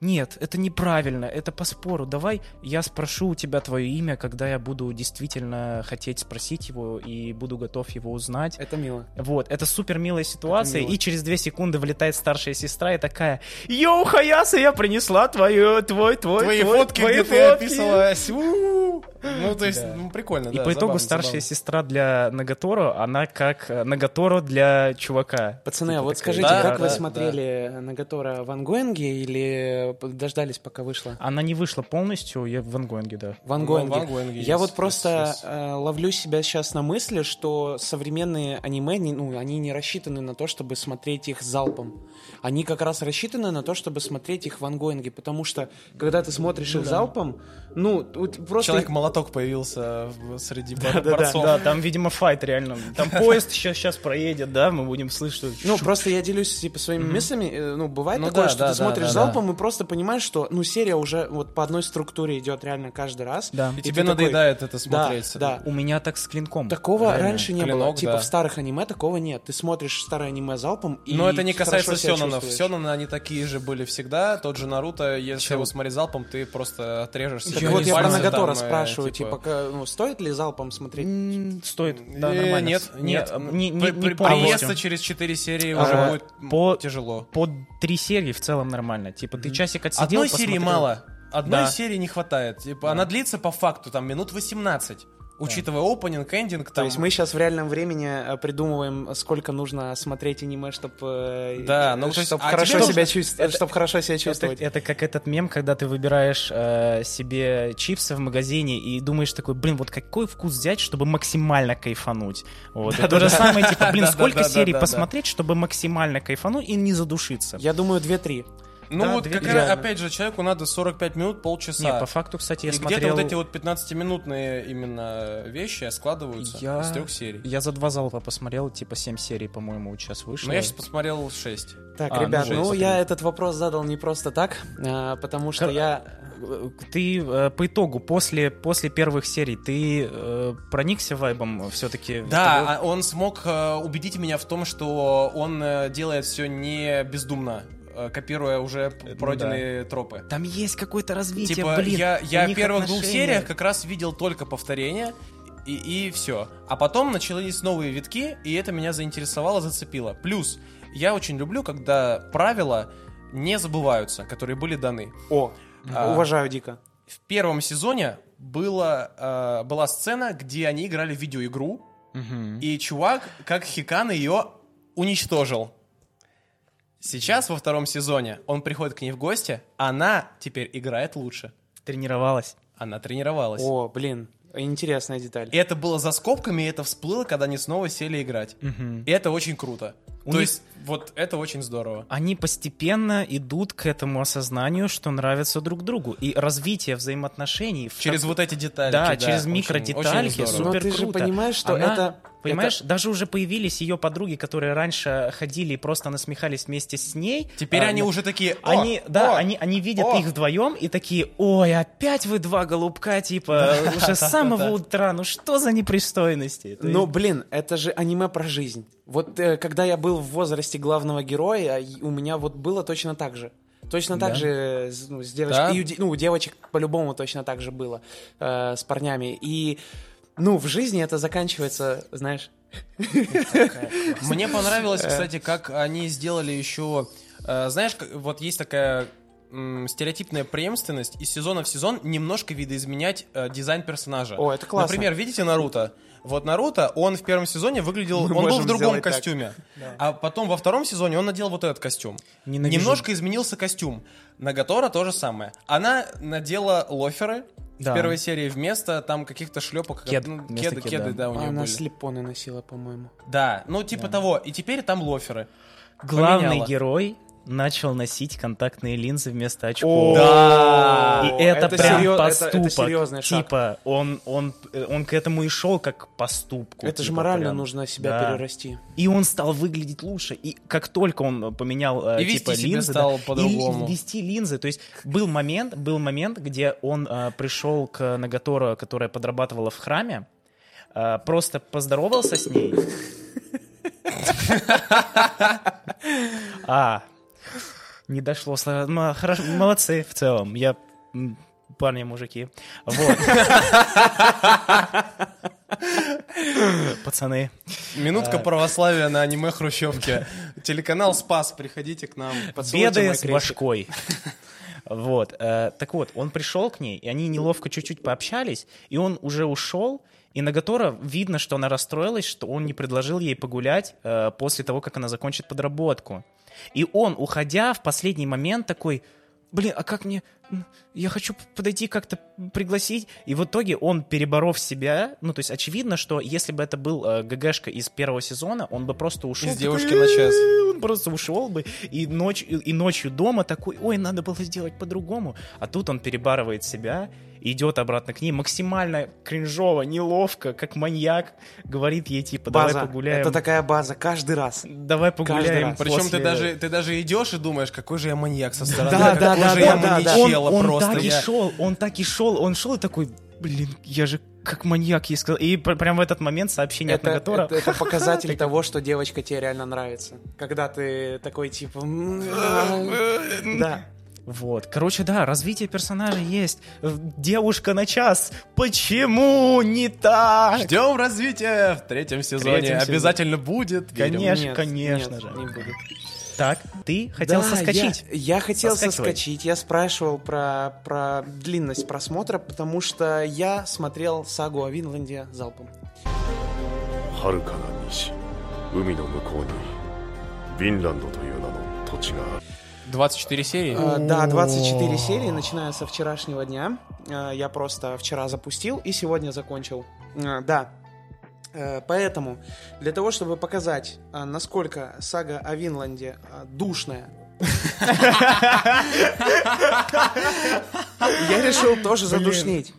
[SPEAKER 2] Нет, это неправильно, это по спору. Давай я спрошу у тебя твое имя, когда я буду действительно хотеть спросить его и буду готов его узнать.
[SPEAKER 3] Это мило.
[SPEAKER 2] Вот, это супер милая ситуация,
[SPEAKER 3] мило.
[SPEAKER 2] и через две секунды влетает старшая сестра и такая, йоу, Хаяса, я принесла твою, твой, твой,
[SPEAKER 1] Твои
[SPEAKER 2] твой,
[SPEAKER 1] фотки,
[SPEAKER 2] твои
[SPEAKER 1] где ты
[SPEAKER 2] фотки».
[SPEAKER 1] описывалась. У-у-у. Ну, то есть,
[SPEAKER 2] Да.
[SPEAKER 1] ну, прикольно,
[SPEAKER 2] И
[SPEAKER 1] да,
[SPEAKER 2] по итогу
[SPEAKER 1] забавно,
[SPEAKER 2] старшая
[SPEAKER 1] забавно.
[SPEAKER 2] сестра для Нагаторо, она как э, Нагаторо для чувака.
[SPEAKER 3] Пацаны, а
[SPEAKER 2] Типа
[SPEAKER 3] вот
[SPEAKER 2] такая.
[SPEAKER 3] скажите,
[SPEAKER 1] Да,
[SPEAKER 3] как вы
[SPEAKER 1] да,
[SPEAKER 3] смотрели на Гатора в Ангоинге или э, дождались, пока вышло?
[SPEAKER 2] Она не вышла полностью, я в Ангоинге, да.
[SPEAKER 3] В
[SPEAKER 1] Ну,
[SPEAKER 3] Ангоинге.
[SPEAKER 1] в Ангоинге
[SPEAKER 3] Я
[SPEAKER 1] есть,
[SPEAKER 3] вот просто
[SPEAKER 1] есть, есть.
[SPEAKER 3] э, ловлю себя сейчас на мысли, что современные аниме, не- ну, они не рассчитаны на то, чтобы смотреть их залпом. Они как раз рассчитаны на то, чтобы смотреть их в ангоинге, потому что, когда ты смотришь их залпом, ну, вот просто...
[SPEAKER 1] Человек-молоток появился в- среди
[SPEAKER 2] Да,
[SPEAKER 1] бор- борцов.
[SPEAKER 2] да, там, видимо, файт реально. Там поезд сейчас проедет, да, мы будем слышать. что-
[SPEAKER 3] Ну, просто я делюсь, типа, своими мыслями. Э, Ну, бывает
[SPEAKER 1] Ну
[SPEAKER 3] такое,
[SPEAKER 1] да,
[SPEAKER 3] что
[SPEAKER 1] да,
[SPEAKER 3] ты
[SPEAKER 1] да,
[SPEAKER 3] смотришь
[SPEAKER 1] да,
[SPEAKER 3] залпом и просто понимаешь, что, ну, серия уже вот по одной структуре идет реально каждый раз.
[SPEAKER 2] Да.
[SPEAKER 3] ты
[SPEAKER 1] И тебе
[SPEAKER 3] такой,
[SPEAKER 1] надоедает это
[SPEAKER 3] Да,
[SPEAKER 1] смотреть.
[SPEAKER 3] да.
[SPEAKER 2] У меня так с клинком.
[SPEAKER 3] Такого
[SPEAKER 2] Реально.
[SPEAKER 3] раньше не было.
[SPEAKER 1] Клинок,
[SPEAKER 3] Типа
[SPEAKER 1] да.
[SPEAKER 3] в старых аниме такого нет. Ты смотришь старое аниме залпом и
[SPEAKER 1] Но это не
[SPEAKER 3] хорошо
[SPEAKER 1] касается
[SPEAKER 3] себя
[SPEAKER 1] Сёнонов.
[SPEAKER 3] чувствуешь.
[SPEAKER 1] Сёнаны, они такие же были всегда. Тот же Наруто, если
[SPEAKER 2] Чего?
[SPEAKER 1] его смотреть залпом, ты просто отрежешься.
[SPEAKER 3] Так
[SPEAKER 1] Через
[SPEAKER 3] вот, я про
[SPEAKER 1] пальцы
[SPEAKER 3] Нагатора
[SPEAKER 1] там, э,
[SPEAKER 3] спрашиваю, типа, ка- ну, стоит ли залпом смотреть?
[SPEAKER 2] М, Стоит, да,
[SPEAKER 1] э,
[SPEAKER 2] нормально.
[SPEAKER 1] Нет, нет.
[SPEAKER 2] не, не,
[SPEAKER 1] При-
[SPEAKER 2] не
[SPEAKER 1] при-
[SPEAKER 2] полностью.
[SPEAKER 1] приезд через 4 серии
[SPEAKER 2] А,
[SPEAKER 1] уже будет м,
[SPEAKER 2] по-
[SPEAKER 1] тяжело.
[SPEAKER 2] По три серии в целом нормально. Типа ты часик отсидел,
[SPEAKER 1] Одной серии
[SPEAKER 2] посмотрел.
[SPEAKER 1] мало. Одной
[SPEAKER 2] Да.
[SPEAKER 1] серии не хватает. Типа, Она длится по факту там минут 18. Учитывая опенинг, эндинг,
[SPEAKER 3] То
[SPEAKER 1] там...
[SPEAKER 3] есть мы сейчас в реальном времени э, придумываем, сколько нужно смотреть аниме, чтобы
[SPEAKER 1] Да, ну, то есть,
[SPEAKER 3] чтобы
[SPEAKER 1] а
[SPEAKER 3] хорошо себя
[SPEAKER 1] тебе
[SPEAKER 3] чувств- чтоб хорошо себя
[SPEAKER 2] Это,
[SPEAKER 3] чувствовать.
[SPEAKER 2] это как этот мем, когда ты выбираешь э, себе чипсы в магазине и думаешь такой, блин, вот какой вкус взять, чтобы максимально кайфануть. Вот. и то же самое, типа, блин,
[SPEAKER 1] Да, да,
[SPEAKER 2] сколько
[SPEAKER 1] да, да,
[SPEAKER 2] серий
[SPEAKER 1] да, да.
[SPEAKER 2] посмотреть, чтобы максимально кайфануть и не задушиться.
[SPEAKER 3] Я думаю, 2-3.
[SPEAKER 1] Ну
[SPEAKER 2] Да,
[SPEAKER 1] вот,
[SPEAKER 2] две-
[SPEAKER 1] как раз,
[SPEAKER 2] идеально.
[SPEAKER 1] опять же, человеку надо 45 минут, полчаса.
[SPEAKER 2] Не, по факту, кстати, я
[SPEAKER 1] и
[SPEAKER 2] смотрел...
[SPEAKER 1] где-то вот эти вот 15-минутные именно вещи складываются
[SPEAKER 2] Я-
[SPEAKER 1] из трех серий.
[SPEAKER 2] Я за два залпа посмотрел, типа, семь серий, по-моему, сейчас вышло.
[SPEAKER 1] Но Ну, я сейчас посмотрел 6.
[SPEAKER 3] Так,
[SPEAKER 2] А, ну,
[SPEAKER 3] ребят,
[SPEAKER 2] жесть,
[SPEAKER 3] ну я
[SPEAKER 2] блин.
[SPEAKER 3] этот вопрос задал не просто так, а, потому что
[SPEAKER 2] Кор-
[SPEAKER 3] я
[SPEAKER 2] Э, Ты э, по итогу, после, после первых серий, ты э, проникся вайбом все-таки?
[SPEAKER 1] Да, а он смог э, убедить меня в том, что он э, делает все не бездумно, э, копируя уже п-
[SPEAKER 2] ну да.
[SPEAKER 1] пройденные тропы.
[SPEAKER 2] Там есть какое-то развитие,
[SPEAKER 1] Типа,
[SPEAKER 2] блин.
[SPEAKER 1] я, я
[SPEAKER 2] у
[SPEAKER 1] в
[SPEAKER 2] них
[SPEAKER 1] первых двух
[SPEAKER 2] отношения.
[SPEAKER 1] сериях как раз видел только повторения, и, и все. А потом начались новые витки, и это меня заинтересовало, зацепило. Плюс, я очень люблю, когда правила не забываются, которые были даны.
[SPEAKER 3] О,
[SPEAKER 1] А.
[SPEAKER 3] уважаю дико.
[SPEAKER 1] В первом сезоне было, э, была сцена, где они играли в видеоигру,
[SPEAKER 2] Мгм.
[SPEAKER 1] и чувак, как Хикан, ее уничтожил. Сейчас, во втором сезоне, он приходит к ней в гости, она теперь играет лучше.
[SPEAKER 2] Тренировалась.
[SPEAKER 1] Она тренировалась.
[SPEAKER 3] О, блин, интересная деталь.
[SPEAKER 1] И это было за скобками, и это всплыло, когда они снова сели играть.
[SPEAKER 2] Мгм.
[SPEAKER 1] И это очень круто.
[SPEAKER 2] У
[SPEAKER 1] То
[SPEAKER 2] них-
[SPEAKER 1] есть, вот это очень здорово.
[SPEAKER 2] Они постепенно идут к этому осознанию, что нравятся друг другу. И развитие взаимоотношений в
[SPEAKER 1] Через вот эти детали.
[SPEAKER 2] Да, через микродетальки,
[SPEAKER 1] Очень здорово.
[SPEAKER 2] супер
[SPEAKER 3] Но Ну, ты же
[SPEAKER 2] круто.
[SPEAKER 3] понимаешь, что
[SPEAKER 2] Она-
[SPEAKER 3] это-
[SPEAKER 2] Понимаешь, даже уже появились ее подруги, которые раньше ходили и просто насмехались вместе с ней.
[SPEAKER 1] Теперь
[SPEAKER 2] А,
[SPEAKER 1] они
[SPEAKER 2] ну,
[SPEAKER 1] уже такие... «О,
[SPEAKER 2] Они, да,
[SPEAKER 1] о,
[SPEAKER 2] они, они видят
[SPEAKER 1] о!»
[SPEAKER 2] их вдвоем и такие, ой, опять вы два голубка, типа, уже с самого утра, ну что за непристойности? То есть-
[SPEAKER 3] Ну, блин, это же аниме про жизнь. Вот э, когда я был в возрасте главного героя, и у меня вот было точно так же. Точно
[SPEAKER 1] Да.
[SPEAKER 3] так же с- ну, с девочкой.
[SPEAKER 1] Да?
[SPEAKER 3] и у де- ну, у девочек по-любому точно так же было э, с парнями. И, ну, в жизни это заканчивается, знаешь...
[SPEAKER 1] Мне понравилось, кстати, как они сделали еще... э, Знаешь, как- вот есть такая м, стереотипная преемственность из сезона в сезон немножко видоизменять э, дизайн персонажа.
[SPEAKER 3] О, это классно.
[SPEAKER 1] Например, видите Наруто? Вот Наруто, он в первом сезоне выглядел,
[SPEAKER 3] Мы
[SPEAKER 1] он был
[SPEAKER 3] можем
[SPEAKER 1] в другом
[SPEAKER 3] сделать так.
[SPEAKER 1] костюме, а потом во втором сезоне он надел вот этот костюм.
[SPEAKER 2] Ненавижу.
[SPEAKER 1] Немножко изменился костюм. Нагатора то же самое. Она надела лоферы
[SPEAKER 2] Да.
[SPEAKER 1] в первой серии вместо там каких-то шлепок,
[SPEAKER 2] Кед.
[SPEAKER 1] ну,
[SPEAKER 2] Вместо
[SPEAKER 1] кеды,
[SPEAKER 2] кеда.
[SPEAKER 1] кеды, да, у нее
[SPEAKER 3] А Она
[SPEAKER 1] были.
[SPEAKER 3] слепоны носила, по-моему.
[SPEAKER 1] Да, ну типа того. И теперь там лоферы.
[SPEAKER 2] Главный
[SPEAKER 1] Поменяла.
[SPEAKER 2] герой начал носить контактные линзы вместо очков.
[SPEAKER 3] Да!
[SPEAKER 2] И это, прям
[SPEAKER 3] это,
[SPEAKER 2] поступок.
[SPEAKER 3] серьезный шаг.
[SPEAKER 2] типа, он, он, э, он к этому и шел как к поступку.
[SPEAKER 3] Это же
[SPEAKER 2] типа,
[SPEAKER 3] морально
[SPEAKER 2] прям.
[SPEAKER 3] нужно себя
[SPEAKER 2] Да.
[SPEAKER 3] перерасти.
[SPEAKER 2] И он стал выглядеть лучше. И как только он поменял э,
[SPEAKER 1] И вести
[SPEAKER 2] типа,
[SPEAKER 1] себя
[SPEAKER 2] линзы,
[SPEAKER 1] стал
[SPEAKER 2] да, и
[SPEAKER 1] по-другому.
[SPEAKER 2] ли- вести линзы. То есть был момент, был момент, где он э, пришел к Нагатора, которая подрабатывала в храме, э, просто поздоровался с ней. А, не дошло слово. Ну, хорошо, молодцы в целом. Я м, парни, мужики. Вот. Пацаны.
[SPEAKER 1] Минутка православия на аниме Хрущевке. Телеканал Спас, приходите к нам.
[SPEAKER 2] Беды
[SPEAKER 3] мой
[SPEAKER 2] с
[SPEAKER 3] крестик.
[SPEAKER 2] башкой. Вот. э, Так вот, он пришел к ней, и они неловко чуть-чуть пообщались, и он уже ушел, и Нагатора видно, что она расстроилась, что он не предложил ей погулять э, после того, как она закончит подработку. И он, уходя в последний момент, такой, блин, а как мне... м, Я хочу п- подойти как-то м, пригласить. И в итоге он, переборов себя, ну, то есть очевидно, что если бы это был э, ГГшка из первого сезона, он бы просто ушел.
[SPEAKER 1] Из
[SPEAKER 2] такой,
[SPEAKER 1] девушки на час.
[SPEAKER 2] «Э, Он просто ушел бы. И, ночь, и ночью дома такой, ой, надо было сделать по-другому. А тут он перебарывает себя, идет обратно к ней, максимально кринжово, неловко, как маньяк, говорит ей, типа, давай
[SPEAKER 3] База.
[SPEAKER 2] погуляем.
[SPEAKER 3] Это такая база каждый раз.
[SPEAKER 2] Давай погуляем.
[SPEAKER 3] раз.
[SPEAKER 1] Причем
[SPEAKER 2] после-
[SPEAKER 1] ты даже ты даже идешь и думаешь, какой же я маньяк со стороны,
[SPEAKER 3] Да,
[SPEAKER 1] какой
[SPEAKER 3] да, да,
[SPEAKER 1] же
[SPEAKER 3] да,
[SPEAKER 1] я
[SPEAKER 3] да, да.
[SPEAKER 1] маньячелло
[SPEAKER 2] он, он
[SPEAKER 1] просто.
[SPEAKER 2] так и
[SPEAKER 1] я-
[SPEAKER 2] шел, он так и шел, он шел и такой, блин, я же как маньяк ей сказал. И пр- прям в этот момент сообщение
[SPEAKER 3] Это,
[SPEAKER 2] от Нагатора.
[SPEAKER 3] это- это показатель того, что девочка тебе реально нравится. Когда ты такой типа... «М, а». Да.
[SPEAKER 2] Вот, короче, да, развитие персонажа есть. Э, Девушка на час. Почему не так?
[SPEAKER 1] Ждем развития в третьем сезоне.
[SPEAKER 2] Третьем сезоне.
[SPEAKER 1] Обязательно будет. верим.
[SPEAKER 2] Конечно.
[SPEAKER 3] Нет,
[SPEAKER 2] конечно
[SPEAKER 3] нет,
[SPEAKER 2] же.
[SPEAKER 3] не буду.
[SPEAKER 2] Так, ты хотел
[SPEAKER 3] Да,
[SPEAKER 2] соскочить?
[SPEAKER 3] Я, я хотел
[SPEAKER 2] Соскакивай.
[SPEAKER 3] соскочить. Я спрашивал про, про длинность просмотра, потому что я смотрел сагу о Винланде залпом.
[SPEAKER 6] 遥かな西海の向こうにフィンランドという名の土地がある
[SPEAKER 1] 24 серии.
[SPEAKER 3] Э, Да, 24 серии, начиная со вчерашнего дня. Э, Я просто вчера запустил и сегодня закончил. Э, Да. Э, Поэтому, для того, чтобы показать, э, насколько сага о Винланде э, душная, я решил тоже задушнить.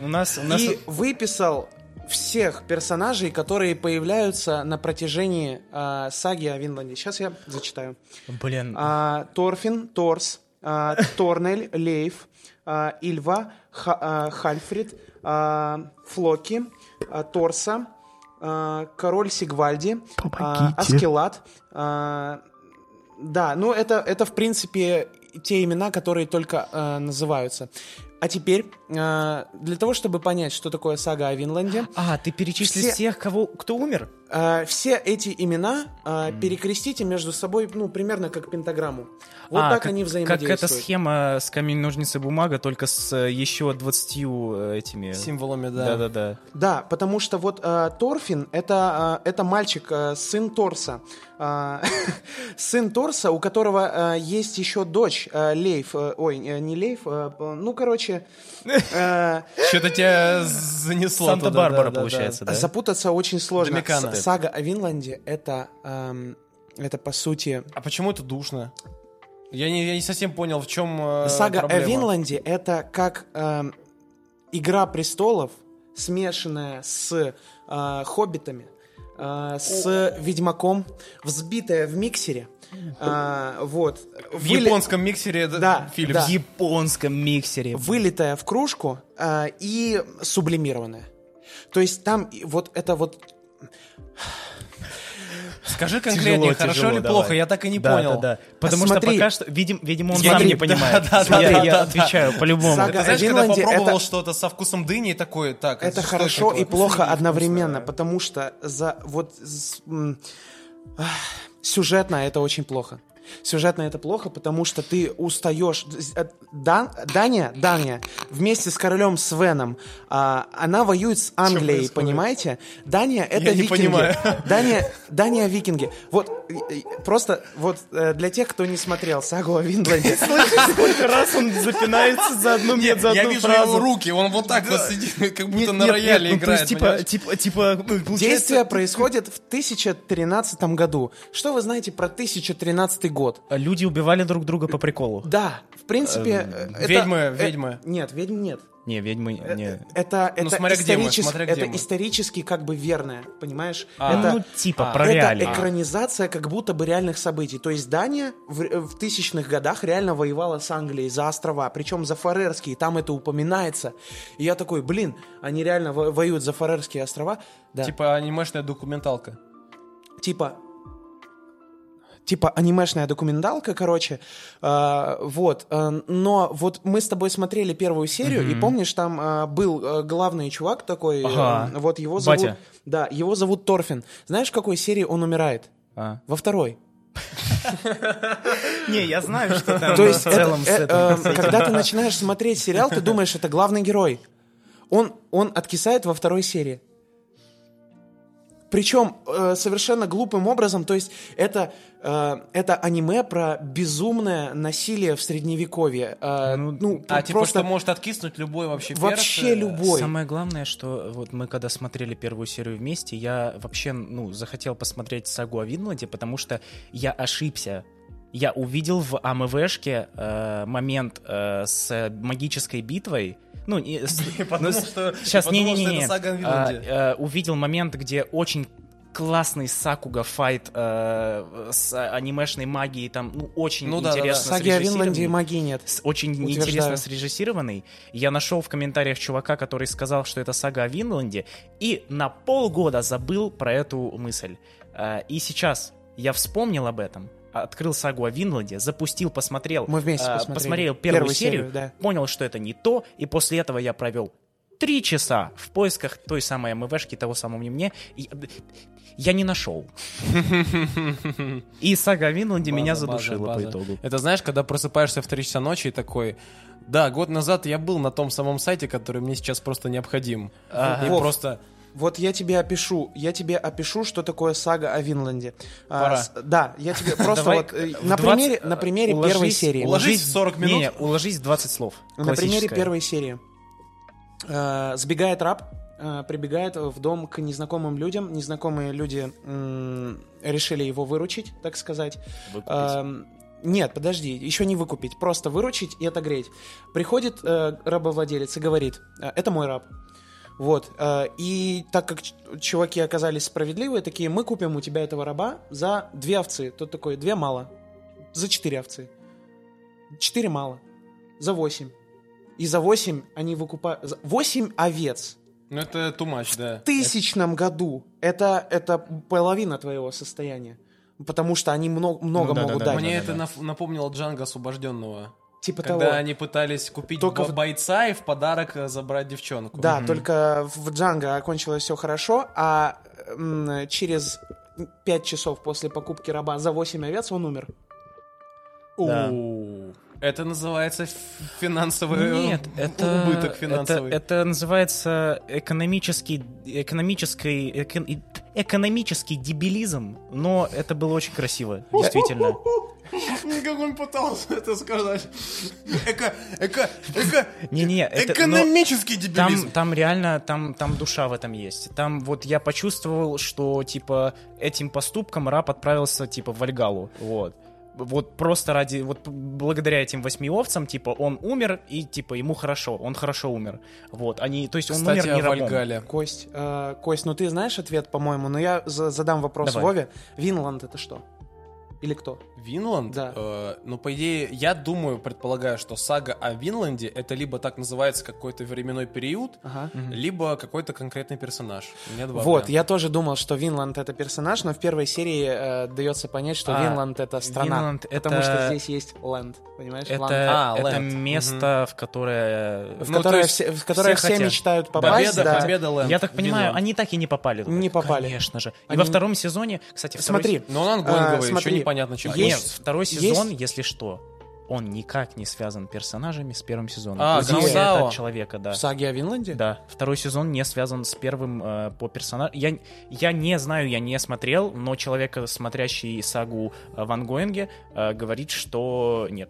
[SPEAKER 2] У нас, у нас...
[SPEAKER 3] И выписал всех персонажей, которые появляются на протяжении э, саги о Винланде. Сейчас я зачитаю.
[SPEAKER 2] Блин,
[SPEAKER 3] А, Торфин, Торс, а, Торнель, Лейф, а, Ильва, Ха- а, Хальфрид, а, Флоки, а, Торса, а, Король Сигвальди, а, Аскелад. а, Да, ну это, это в принципе те имена, которые только а, называются. А теперь, а, для того, чтобы понять, что такое сага о Винланде,
[SPEAKER 2] А, ты перечислил
[SPEAKER 3] все-
[SPEAKER 2] всех, кого, кто умер?
[SPEAKER 3] а, все эти имена а, перекрестите между собой, ну, примерно как пентаграмму. Вот
[SPEAKER 2] А,
[SPEAKER 3] так
[SPEAKER 2] как-
[SPEAKER 3] они взаимодействуют.
[SPEAKER 2] Как эта схема с камень, ножницы, бумага, только с э, еще 20 э, этими...
[SPEAKER 1] Символами, да.
[SPEAKER 2] Да-да-да.
[SPEAKER 3] Да, потому что вот э, Торфин это, э, это мальчик, э, сын Торса. Э, сын Торса, у которого э, есть еще дочь э, Лейф. э, ой, э, не Лейф, э, п- ну, короче, э,
[SPEAKER 1] Что-то тебя занесло туда,
[SPEAKER 2] Санта-Барбара,
[SPEAKER 1] да, да, да.
[SPEAKER 2] получается,
[SPEAKER 3] А
[SPEAKER 2] да?
[SPEAKER 3] запутаться очень сложно.
[SPEAKER 1] Домикана.
[SPEAKER 3] С- Сага о Винланде это, эм, это по сути...
[SPEAKER 1] А почему это душно? Я не, я не совсем понял, в э, чем
[SPEAKER 3] Сага о Винланде это как эм, Игра престолов, смешанная с э, хоббитами, э, с ведьмаком, взбитая в миксере. э, вот.
[SPEAKER 1] В
[SPEAKER 3] Выли-
[SPEAKER 1] японском миксере
[SPEAKER 3] Да,
[SPEAKER 1] фильм.
[SPEAKER 3] да.
[SPEAKER 2] В японском миксере.
[SPEAKER 3] Вылитая в кружку э, и сублимированная. То есть там и вот это вот
[SPEAKER 1] Скажи
[SPEAKER 2] Тяжело,
[SPEAKER 1] конкретнее, хорошо
[SPEAKER 2] тяжело,
[SPEAKER 1] ли
[SPEAKER 2] давай.
[SPEAKER 1] плохо, я так и не
[SPEAKER 2] Да,
[SPEAKER 1] понял. А
[SPEAKER 2] да, да. Потому что
[SPEAKER 3] смотри.
[SPEAKER 2] пока что, видим- видимо, он
[SPEAKER 1] Я
[SPEAKER 2] сам
[SPEAKER 1] не-
[SPEAKER 2] не понимает.
[SPEAKER 1] Да, да,
[SPEAKER 2] Я
[SPEAKER 1] да,
[SPEAKER 2] я
[SPEAKER 1] да,
[SPEAKER 2] отвечаю, по-любому.
[SPEAKER 1] Ты
[SPEAKER 3] Сага-
[SPEAKER 1] Знаешь, когда
[SPEAKER 3] Винландия
[SPEAKER 1] попробовал
[SPEAKER 3] это-
[SPEAKER 1] что-то со вкусом дыни, и такой, так,
[SPEAKER 3] Это
[SPEAKER 1] что
[SPEAKER 3] хорошо
[SPEAKER 1] такое?
[SPEAKER 3] и плохо одновременно, потому что за вот с- м, ах, сюжетно это очень плохо. Сюжетно это плохо, потому что ты устаешь. З- э, Дан- Дания, Дания вместе с королем Свеном, а, она воюет с Англией,
[SPEAKER 1] происходит?
[SPEAKER 3] понимаете? Дания это
[SPEAKER 1] Я не
[SPEAKER 3] викинги.
[SPEAKER 1] понимаю.
[SPEAKER 3] Дания, Дания викинги. Вот э, э, просто вот э, для тех, кто не смотрел сагу о Винланде.
[SPEAKER 2] Сколько раз он запинается за одну, нет, за
[SPEAKER 1] Я
[SPEAKER 2] одну
[SPEAKER 1] вижу
[SPEAKER 2] фразу.
[SPEAKER 1] его руки, он вот так вот сидит, как
[SPEAKER 2] Нет,
[SPEAKER 1] будто на
[SPEAKER 2] нет,
[SPEAKER 1] рояле
[SPEAKER 2] нет, ну, то
[SPEAKER 1] играет.
[SPEAKER 2] есть,
[SPEAKER 1] понимаешь?
[SPEAKER 2] типа, типа, типа, ну, получается-
[SPEAKER 3] Действие происходит в 1013 году. Что вы знаете про 1013 год?
[SPEAKER 2] Люди убивали друг друга по приколу.
[SPEAKER 3] Да, в принципе... э, это-
[SPEAKER 1] Эм, ведьмы,
[SPEAKER 3] э,
[SPEAKER 1] ведьмы.
[SPEAKER 3] Нет, ведьм нет.
[SPEAKER 2] Не, ведьмы,
[SPEAKER 3] Э,
[SPEAKER 2] не.
[SPEAKER 3] Это, это,
[SPEAKER 1] Ну, смотря где мы,
[SPEAKER 3] историчес-
[SPEAKER 1] смотря где
[SPEAKER 3] это
[SPEAKER 1] мы.
[SPEAKER 3] исторически как бы верное, понимаешь?
[SPEAKER 1] А.
[SPEAKER 3] это,
[SPEAKER 2] Ну, типа,
[SPEAKER 1] а,
[SPEAKER 2] про
[SPEAKER 3] это
[SPEAKER 2] реалии.
[SPEAKER 3] экранизация как будто бы реальных событий. То есть Дания в, э, в тысячных годах реально воевала с Англией за острова, причем за Фарерские, там это упоминается. И я такой, блин, они реально во- воюют за Фарерские острова? Да.
[SPEAKER 1] Типа анимешная документалка.
[SPEAKER 3] типа типа анимешная документалка, короче, А, вот. э, но вот мы с тобой смотрели первую серию и помнишь там а, был э, главный чувак такой, э,
[SPEAKER 2] Ага.
[SPEAKER 3] вот его зовут,
[SPEAKER 2] Батя.
[SPEAKER 3] да, его зовут Торфин. Знаешь, в какой серии он умирает?
[SPEAKER 2] А.
[SPEAKER 3] Во второй.
[SPEAKER 2] Не, я знаю, что там
[SPEAKER 3] То есть
[SPEAKER 2] в целом с
[SPEAKER 3] это- э, э,
[SPEAKER 2] этим.
[SPEAKER 3] когда ты начинаешь смотреть сериал, ты думаешь, это главный герой. Он, он откисает во второй серии. Причем э, совершенно глупым образом, то есть это, э, это аниме про безумное насилие в средневековье. Э, ну,
[SPEAKER 1] А
[SPEAKER 3] про-
[SPEAKER 1] типа,
[SPEAKER 3] просто
[SPEAKER 1] что может откиснуть любой вообще
[SPEAKER 3] вообще
[SPEAKER 1] перс, э,
[SPEAKER 3] любой.
[SPEAKER 2] Самое главное, что э, вот мы когда смотрели первую серию вместе, я вообще, ну, захотел посмотреть сагу о Винланде, потому что я ошибся. Я увидел в АМВшке э, момент э, с магической битвой. Ну, не, с-
[SPEAKER 1] Потому
[SPEAKER 2] ну, с- А,
[SPEAKER 1] что-
[SPEAKER 2] сейчас,
[SPEAKER 1] потому
[SPEAKER 2] не, не,
[SPEAKER 1] что
[SPEAKER 2] не,
[SPEAKER 1] это сага о Винланде.
[SPEAKER 2] э, увидел момент, где очень классный Сакуга файт э, с анимешной магией, там, ну, очень
[SPEAKER 1] Ну да, да, да.
[SPEAKER 2] интересно
[SPEAKER 3] Саги о Винланде
[SPEAKER 2] срежиссированный
[SPEAKER 3] и магии нет.
[SPEAKER 2] с- очень
[SPEAKER 3] Утверждаю.
[SPEAKER 2] интересно срежиссированный. Я нашел в комментариях чувака, который сказал, что это сага о Винланде, и на полгода забыл про эту мысль. А, И сейчас я вспомнил об этом, открыл сагу о Винланде, запустил, посмотрел.
[SPEAKER 3] Мы вместе
[SPEAKER 2] а,
[SPEAKER 3] посмотрели.
[SPEAKER 2] Посмотрел первую,
[SPEAKER 3] Первую серию,
[SPEAKER 2] серию,
[SPEAKER 3] да.
[SPEAKER 2] понял, что это не то, и после этого я провел три часа в поисках той самой МВшки, того самого не мне. И- э, Я не нашел. И сага о Винланде
[SPEAKER 1] База,
[SPEAKER 2] меня
[SPEAKER 1] база,
[SPEAKER 2] задушила
[SPEAKER 1] база.
[SPEAKER 2] по итогу.
[SPEAKER 1] Это знаешь, когда просыпаешься в 3 часа ночи и такой... Да, год назад я был на том самом сайте, который мне сейчас просто необходим. И
[SPEAKER 3] Вов,
[SPEAKER 1] просто...
[SPEAKER 3] Вот я тебе опишу, я тебе опишу, что такое сага о Винланде. А,
[SPEAKER 1] Пора.
[SPEAKER 3] с- да, я тебе просто
[SPEAKER 2] Давай
[SPEAKER 3] вот э,
[SPEAKER 2] к- в
[SPEAKER 3] на
[SPEAKER 2] 20,
[SPEAKER 3] примере, на
[SPEAKER 2] э,
[SPEAKER 3] примере
[SPEAKER 2] уложись,
[SPEAKER 3] первой серии.
[SPEAKER 1] уложись в 40 минут.
[SPEAKER 2] Не, не, уложись в 20 слов.
[SPEAKER 3] На примере
[SPEAKER 2] Классическое.
[SPEAKER 3] первой серии. Э, Сбегает раб, э, прибегает в дом к незнакомым людям. Незнакомые люди м, решили его выручить, так сказать. Эм, Нет, подожди, еще не выкупить, просто выручить и отогреть. Приходит э, рабовладелец и говорит, «Э, это мой раб. Вот, э, и так как ч- чуваки оказались справедливые, такие, мы купим у тебя этого раба за две овцы. Тот такой, две мало, за четыре овцы. Четыре мало, за восемь. И за восемь они выкупают... за- Восемь овец
[SPEAKER 1] Ну это тумач, да.
[SPEAKER 3] в тысячном году. Это, это половина твоего состояния. Потому что они много, много
[SPEAKER 2] Ну да, да,
[SPEAKER 3] могут
[SPEAKER 2] да,
[SPEAKER 3] дать.
[SPEAKER 1] Мне это наф- напомнило Джанго освобожденного.
[SPEAKER 3] Типа
[SPEAKER 1] Когда
[SPEAKER 3] того.
[SPEAKER 1] они пытались купить
[SPEAKER 3] Только
[SPEAKER 1] бо-
[SPEAKER 3] в-
[SPEAKER 1] бойца и в подарок э, забрать девчонку.
[SPEAKER 3] Да, только в Джанго окончилось все хорошо, а м, через 5 часов после покупки раба за 8 овец он умер.
[SPEAKER 2] Да.
[SPEAKER 1] Оу. Это называется ф- финансовый
[SPEAKER 2] Нет,
[SPEAKER 1] э,
[SPEAKER 2] это,
[SPEAKER 1] убыток финансовый.
[SPEAKER 2] это, это называется экономический, экономический, эко- и- экономический дебилизм, но это было очень красиво, действительно.
[SPEAKER 4] Как он пытался это сказать. Эко, эко, эко,
[SPEAKER 2] Не-не, это-
[SPEAKER 4] экономический
[SPEAKER 2] Там,
[SPEAKER 4] дебилизм.
[SPEAKER 2] там реально, там, там душа в этом есть. Там вот я почувствовал, что, типа, этим поступком раб отправился, типа, в Вальгалу, вот. Вот просто ради, вот благодаря этим восьми овцам, типа, он умер, и, типа, ему хорошо, он хорошо умер. Вот, они, то есть он
[SPEAKER 1] Кстати, а
[SPEAKER 2] умер ну, не
[SPEAKER 1] о
[SPEAKER 2] рабом.
[SPEAKER 1] Вальгале.
[SPEAKER 3] Кость, э, Кость, ну ты знаешь ответ, по-моему, но я за- Ну задам вопрос
[SPEAKER 2] Давай.
[SPEAKER 3] Вове. Винланд это что? Или кто?
[SPEAKER 1] Винланд?
[SPEAKER 3] Да.
[SPEAKER 1] Э, ну, по идее, я думаю, предполагаю, что сага о Винланде это либо так называется какой-то временной период,
[SPEAKER 3] Ага.
[SPEAKER 1] либо какой-то конкретный персонаж. У меня два
[SPEAKER 3] Вот,
[SPEAKER 1] варианта.
[SPEAKER 3] я тоже думал, что Винланд это персонаж, но в первой серии э, дается понять, что
[SPEAKER 2] А,
[SPEAKER 3] Винланд это страна.
[SPEAKER 2] Винланд
[SPEAKER 3] потому
[SPEAKER 2] это-
[SPEAKER 3] что здесь есть ленд, понимаешь?
[SPEAKER 2] Это,
[SPEAKER 3] Land.
[SPEAKER 1] А,
[SPEAKER 2] это
[SPEAKER 1] Лэнд.
[SPEAKER 2] место, в которое...
[SPEAKER 3] в
[SPEAKER 1] ну, то
[SPEAKER 3] которое,
[SPEAKER 1] есть
[SPEAKER 3] все, в которое
[SPEAKER 2] все
[SPEAKER 3] все,
[SPEAKER 2] хотят.
[SPEAKER 3] мечтают попасть.
[SPEAKER 1] Победа,
[SPEAKER 3] да.
[SPEAKER 1] победа Лэнд.
[SPEAKER 2] Я так понимаю,
[SPEAKER 1] Винланд.
[SPEAKER 2] они так и не попали. туда.
[SPEAKER 3] Не попали.
[SPEAKER 2] Конечно же. И
[SPEAKER 3] Они-
[SPEAKER 2] во втором сезоне, кстати, второй
[SPEAKER 3] Смотри,
[SPEAKER 2] се-
[SPEAKER 1] Но он ангоинговый,
[SPEAKER 3] А,
[SPEAKER 1] еще
[SPEAKER 3] смотри,
[SPEAKER 1] непонятно, чем.
[SPEAKER 2] А,
[SPEAKER 3] Есть-
[SPEAKER 2] Нет, второй сезон,
[SPEAKER 3] есть-
[SPEAKER 2] если что, он никак не связан персонажами с первым сезоном.
[SPEAKER 1] А,
[SPEAKER 2] Удивляет
[SPEAKER 1] Гринсао.
[SPEAKER 2] от человека, да.
[SPEAKER 3] В саге о Винланде?
[SPEAKER 2] Да, второй сезон не связан с первым э, по персонажу. Я, я не знаю, я не смотрел, но человек, э, смотрящий сагу э, Ван Гоинге, э, говорит, что нет,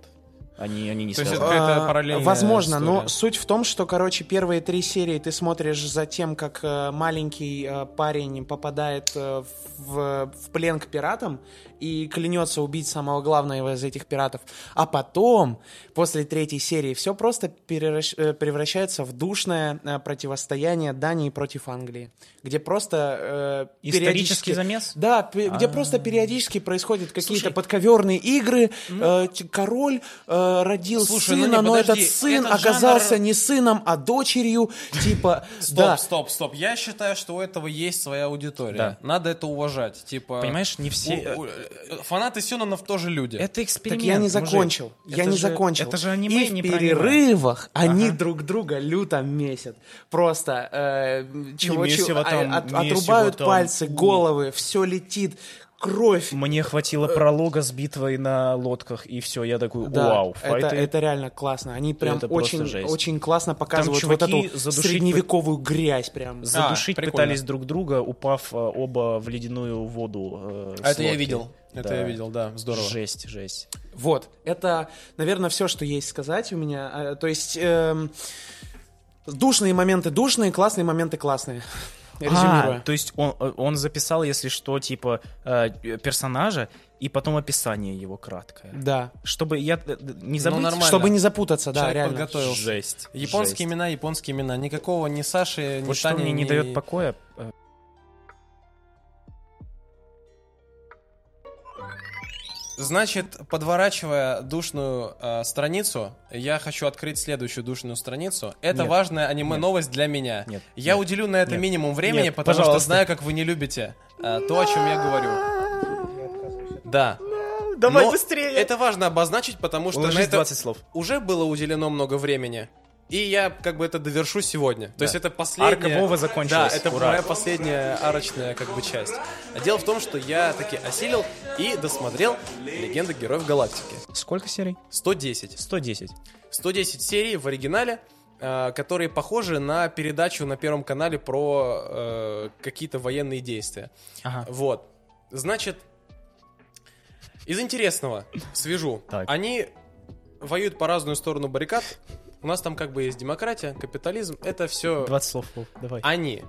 [SPEAKER 2] они, они не
[SPEAKER 1] То есть
[SPEAKER 2] связаны.
[SPEAKER 1] это какая-то
[SPEAKER 3] А,
[SPEAKER 1] параллельная
[SPEAKER 3] Возможно, но
[SPEAKER 1] история.
[SPEAKER 3] суть в том, что, короче, первые три серии ты смотришь за тем, как э, маленький э, парень попадает э, в, в плен к пиратам и клянется убить самого главного из этих пиратов. А потом, после третьей серии, все просто переращ- э, превращается в душное э, противостояние Дании против Англии, где просто э, периодически-
[SPEAKER 2] Исторический замес?
[SPEAKER 3] да, пе-
[SPEAKER 1] А.
[SPEAKER 3] где просто периодически происходят какие-то подковерные игры. э, т- Король э, родил
[SPEAKER 1] Слушай, ну
[SPEAKER 3] сына,
[SPEAKER 1] не,
[SPEAKER 3] но этот
[SPEAKER 1] подожди,
[SPEAKER 3] сын
[SPEAKER 1] это жанр-
[SPEAKER 3] оказался не сыном, а дочерью. Типа,
[SPEAKER 1] Стоп,
[SPEAKER 3] да.
[SPEAKER 1] стоп, стоп. Я считаю, что у этого есть своя аудитория.
[SPEAKER 2] Да.
[SPEAKER 1] Надо это уважать. Типа.
[SPEAKER 2] Понимаешь, не
[SPEAKER 1] у-
[SPEAKER 2] все...
[SPEAKER 1] у- э, фанаты Сюнонов тоже люди.
[SPEAKER 2] Это эксперимент.
[SPEAKER 3] Так я не
[SPEAKER 2] мужик.
[SPEAKER 3] закончил. я
[SPEAKER 2] Это
[SPEAKER 3] не
[SPEAKER 2] же-
[SPEAKER 3] закончил.
[SPEAKER 2] Это же аниме,
[SPEAKER 3] И в
[SPEAKER 2] не про аниме.
[SPEAKER 3] перерывах они друг друга люто месят. Просто э, чего-
[SPEAKER 2] месиво
[SPEAKER 3] чего- а-
[SPEAKER 2] там,
[SPEAKER 3] от-
[SPEAKER 2] месиво
[SPEAKER 3] отрубают
[SPEAKER 2] там.
[SPEAKER 3] пальцы, головы, все летит, кровь.
[SPEAKER 2] Мне хватило пролога с битвой на лодках, и все, я такой,
[SPEAKER 3] Да,
[SPEAKER 2] вау,
[SPEAKER 3] это,
[SPEAKER 2] файты».
[SPEAKER 3] это реально классно. Они прям
[SPEAKER 2] Это просто
[SPEAKER 3] очень,
[SPEAKER 2] жесть.
[SPEAKER 3] очень классно показывают вот
[SPEAKER 2] чуваки
[SPEAKER 3] эту
[SPEAKER 2] задушить
[SPEAKER 3] средневековую грязь прям.
[SPEAKER 1] За-
[SPEAKER 2] Задушить
[SPEAKER 1] А, прикольно.
[SPEAKER 2] пытались друг друга, упав э, оба в ледяную воду. э, с
[SPEAKER 1] А это я
[SPEAKER 2] лодки.
[SPEAKER 1] видел. Это
[SPEAKER 2] Да.
[SPEAKER 1] я видел, да. Здорово.
[SPEAKER 2] Жесть, жесть.
[SPEAKER 3] Вот, это, наверное, все, что есть сказать у меня. А, То есть эм, душные моменты душные, классные моменты классные.
[SPEAKER 2] А,
[SPEAKER 3] Резюмируя.
[SPEAKER 2] то есть он, он записал, если что, типа э, персонажа и потом описание его краткое.
[SPEAKER 3] Да.
[SPEAKER 2] Чтобы я э, не забыть,
[SPEAKER 1] Ну, нормально.
[SPEAKER 3] Чтобы не запутаться, да,
[SPEAKER 1] Человек
[SPEAKER 3] реально.
[SPEAKER 1] подготовился.
[SPEAKER 2] Жесть.
[SPEAKER 1] Японские
[SPEAKER 2] жесть.
[SPEAKER 1] имена, японские имена. Никакого ни Саши, ни
[SPEAKER 2] Вот что
[SPEAKER 1] Тани,
[SPEAKER 2] мне не
[SPEAKER 1] ни-
[SPEAKER 2] дает покоя. э,
[SPEAKER 1] Значит, подворачивая душную э, страницу, я хочу открыть следующую душную страницу. Это
[SPEAKER 2] Нет.
[SPEAKER 1] важная аниме-новость для меня.
[SPEAKER 2] Нет.
[SPEAKER 1] Я
[SPEAKER 2] Нет.
[SPEAKER 1] уделю на это
[SPEAKER 2] Нет.
[SPEAKER 1] минимум времени,
[SPEAKER 2] Нет,
[SPEAKER 1] потому
[SPEAKER 2] пожалуйста.
[SPEAKER 1] что знаю, как вы не любите э, то, о чем я говорю. Да.
[SPEAKER 2] Давай
[SPEAKER 1] Но
[SPEAKER 2] быстрее!
[SPEAKER 1] Это важно обозначить, потому что Ну, на
[SPEAKER 2] Уложись в
[SPEAKER 1] это
[SPEAKER 2] 20 слов.
[SPEAKER 1] уже было уделено много времени. И я как бы это довершу сегодня. То есть это
[SPEAKER 2] Арка
[SPEAKER 1] последняя...
[SPEAKER 2] Вова
[SPEAKER 1] Да,
[SPEAKER 2] закончилась.
[SPEAKER 1] это
[SPEAKER 2] Ура.
[SPEAKER 1] моя последняя арочная как бы часть. Дело в том, что я таки осилил и досмотрел «Легенда Героев Галактики».
[SPEAKER 2] Сколько серий?
[SPEAKER 1] 110.
[SPEAKER 2] 110.
[SPEAKER 1] 110 серий в оригинале, э, которые похожи на передачу на Первом канале про э, какие-то военные действия.
[SPEAKER 2] Ага.
[SPEAKER 1] Вот. Значит, из интересного свяжу.
[SPEAKER 2] Так.
[SPEAKER 1] Они воюют по разную сторону баррикад. У нас там как бы есть демократия, капитализм. Это все
[SPEAKER 2] 20 слов, Вов, давай.
[SPEAKER 1] они,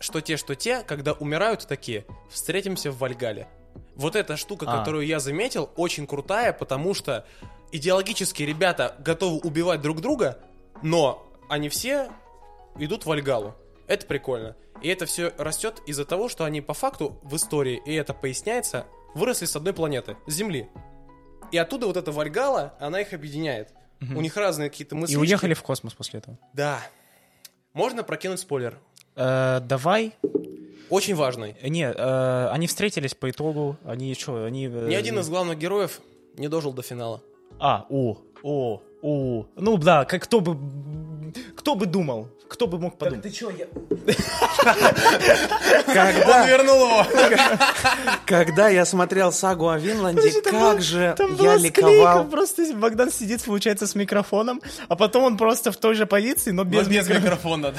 [SPEAKER 1] что те, что те, когда умирают такие, встретимся в Вальгале. Вот эта штука,
[SPEAKER 2] А.
[SPEAKER 1] которую я заметил, очень крутая, потому что идеологически ребята готовы убивать друг друга, но они все идут в Вальгалу. Это прикольно. И это все растет из-за того, что они по факту в истории, и это поясняется, выросли с одной планеты, с Земли. И оттуда вот эта Вальгала, она их объединяет. У них разные какие-то мысли.
[SPEAKER 2] И уехали в космос после этого.
[SPEAKER 1] Да. Можно прокинуть спойлер.
[SPEAKER 2] Э, давай.
[SPEAKER 1] Очень важный.
[SPEAKER 2] Не, э, они встретились по итогу. Они что, они... э,
[SPEAKER 1] Ни один из главных героев не дожил до финала.
[SPEAKER 2] А, о, о, о. Ну да, как кто бы... Кто бы думал? Кто бы мог подумать?
[SPEAKER 1] Он вернул его.
[SPEAKER 3] Когда я смотрел сагу о Винланде, как же я ликовал.
[SPEAKER 2] просто Богдан сидит, получается, с микрофоном, а потом он просто в той же позиции, но без,
[SPEAKER 1] Без, без микрофона. да.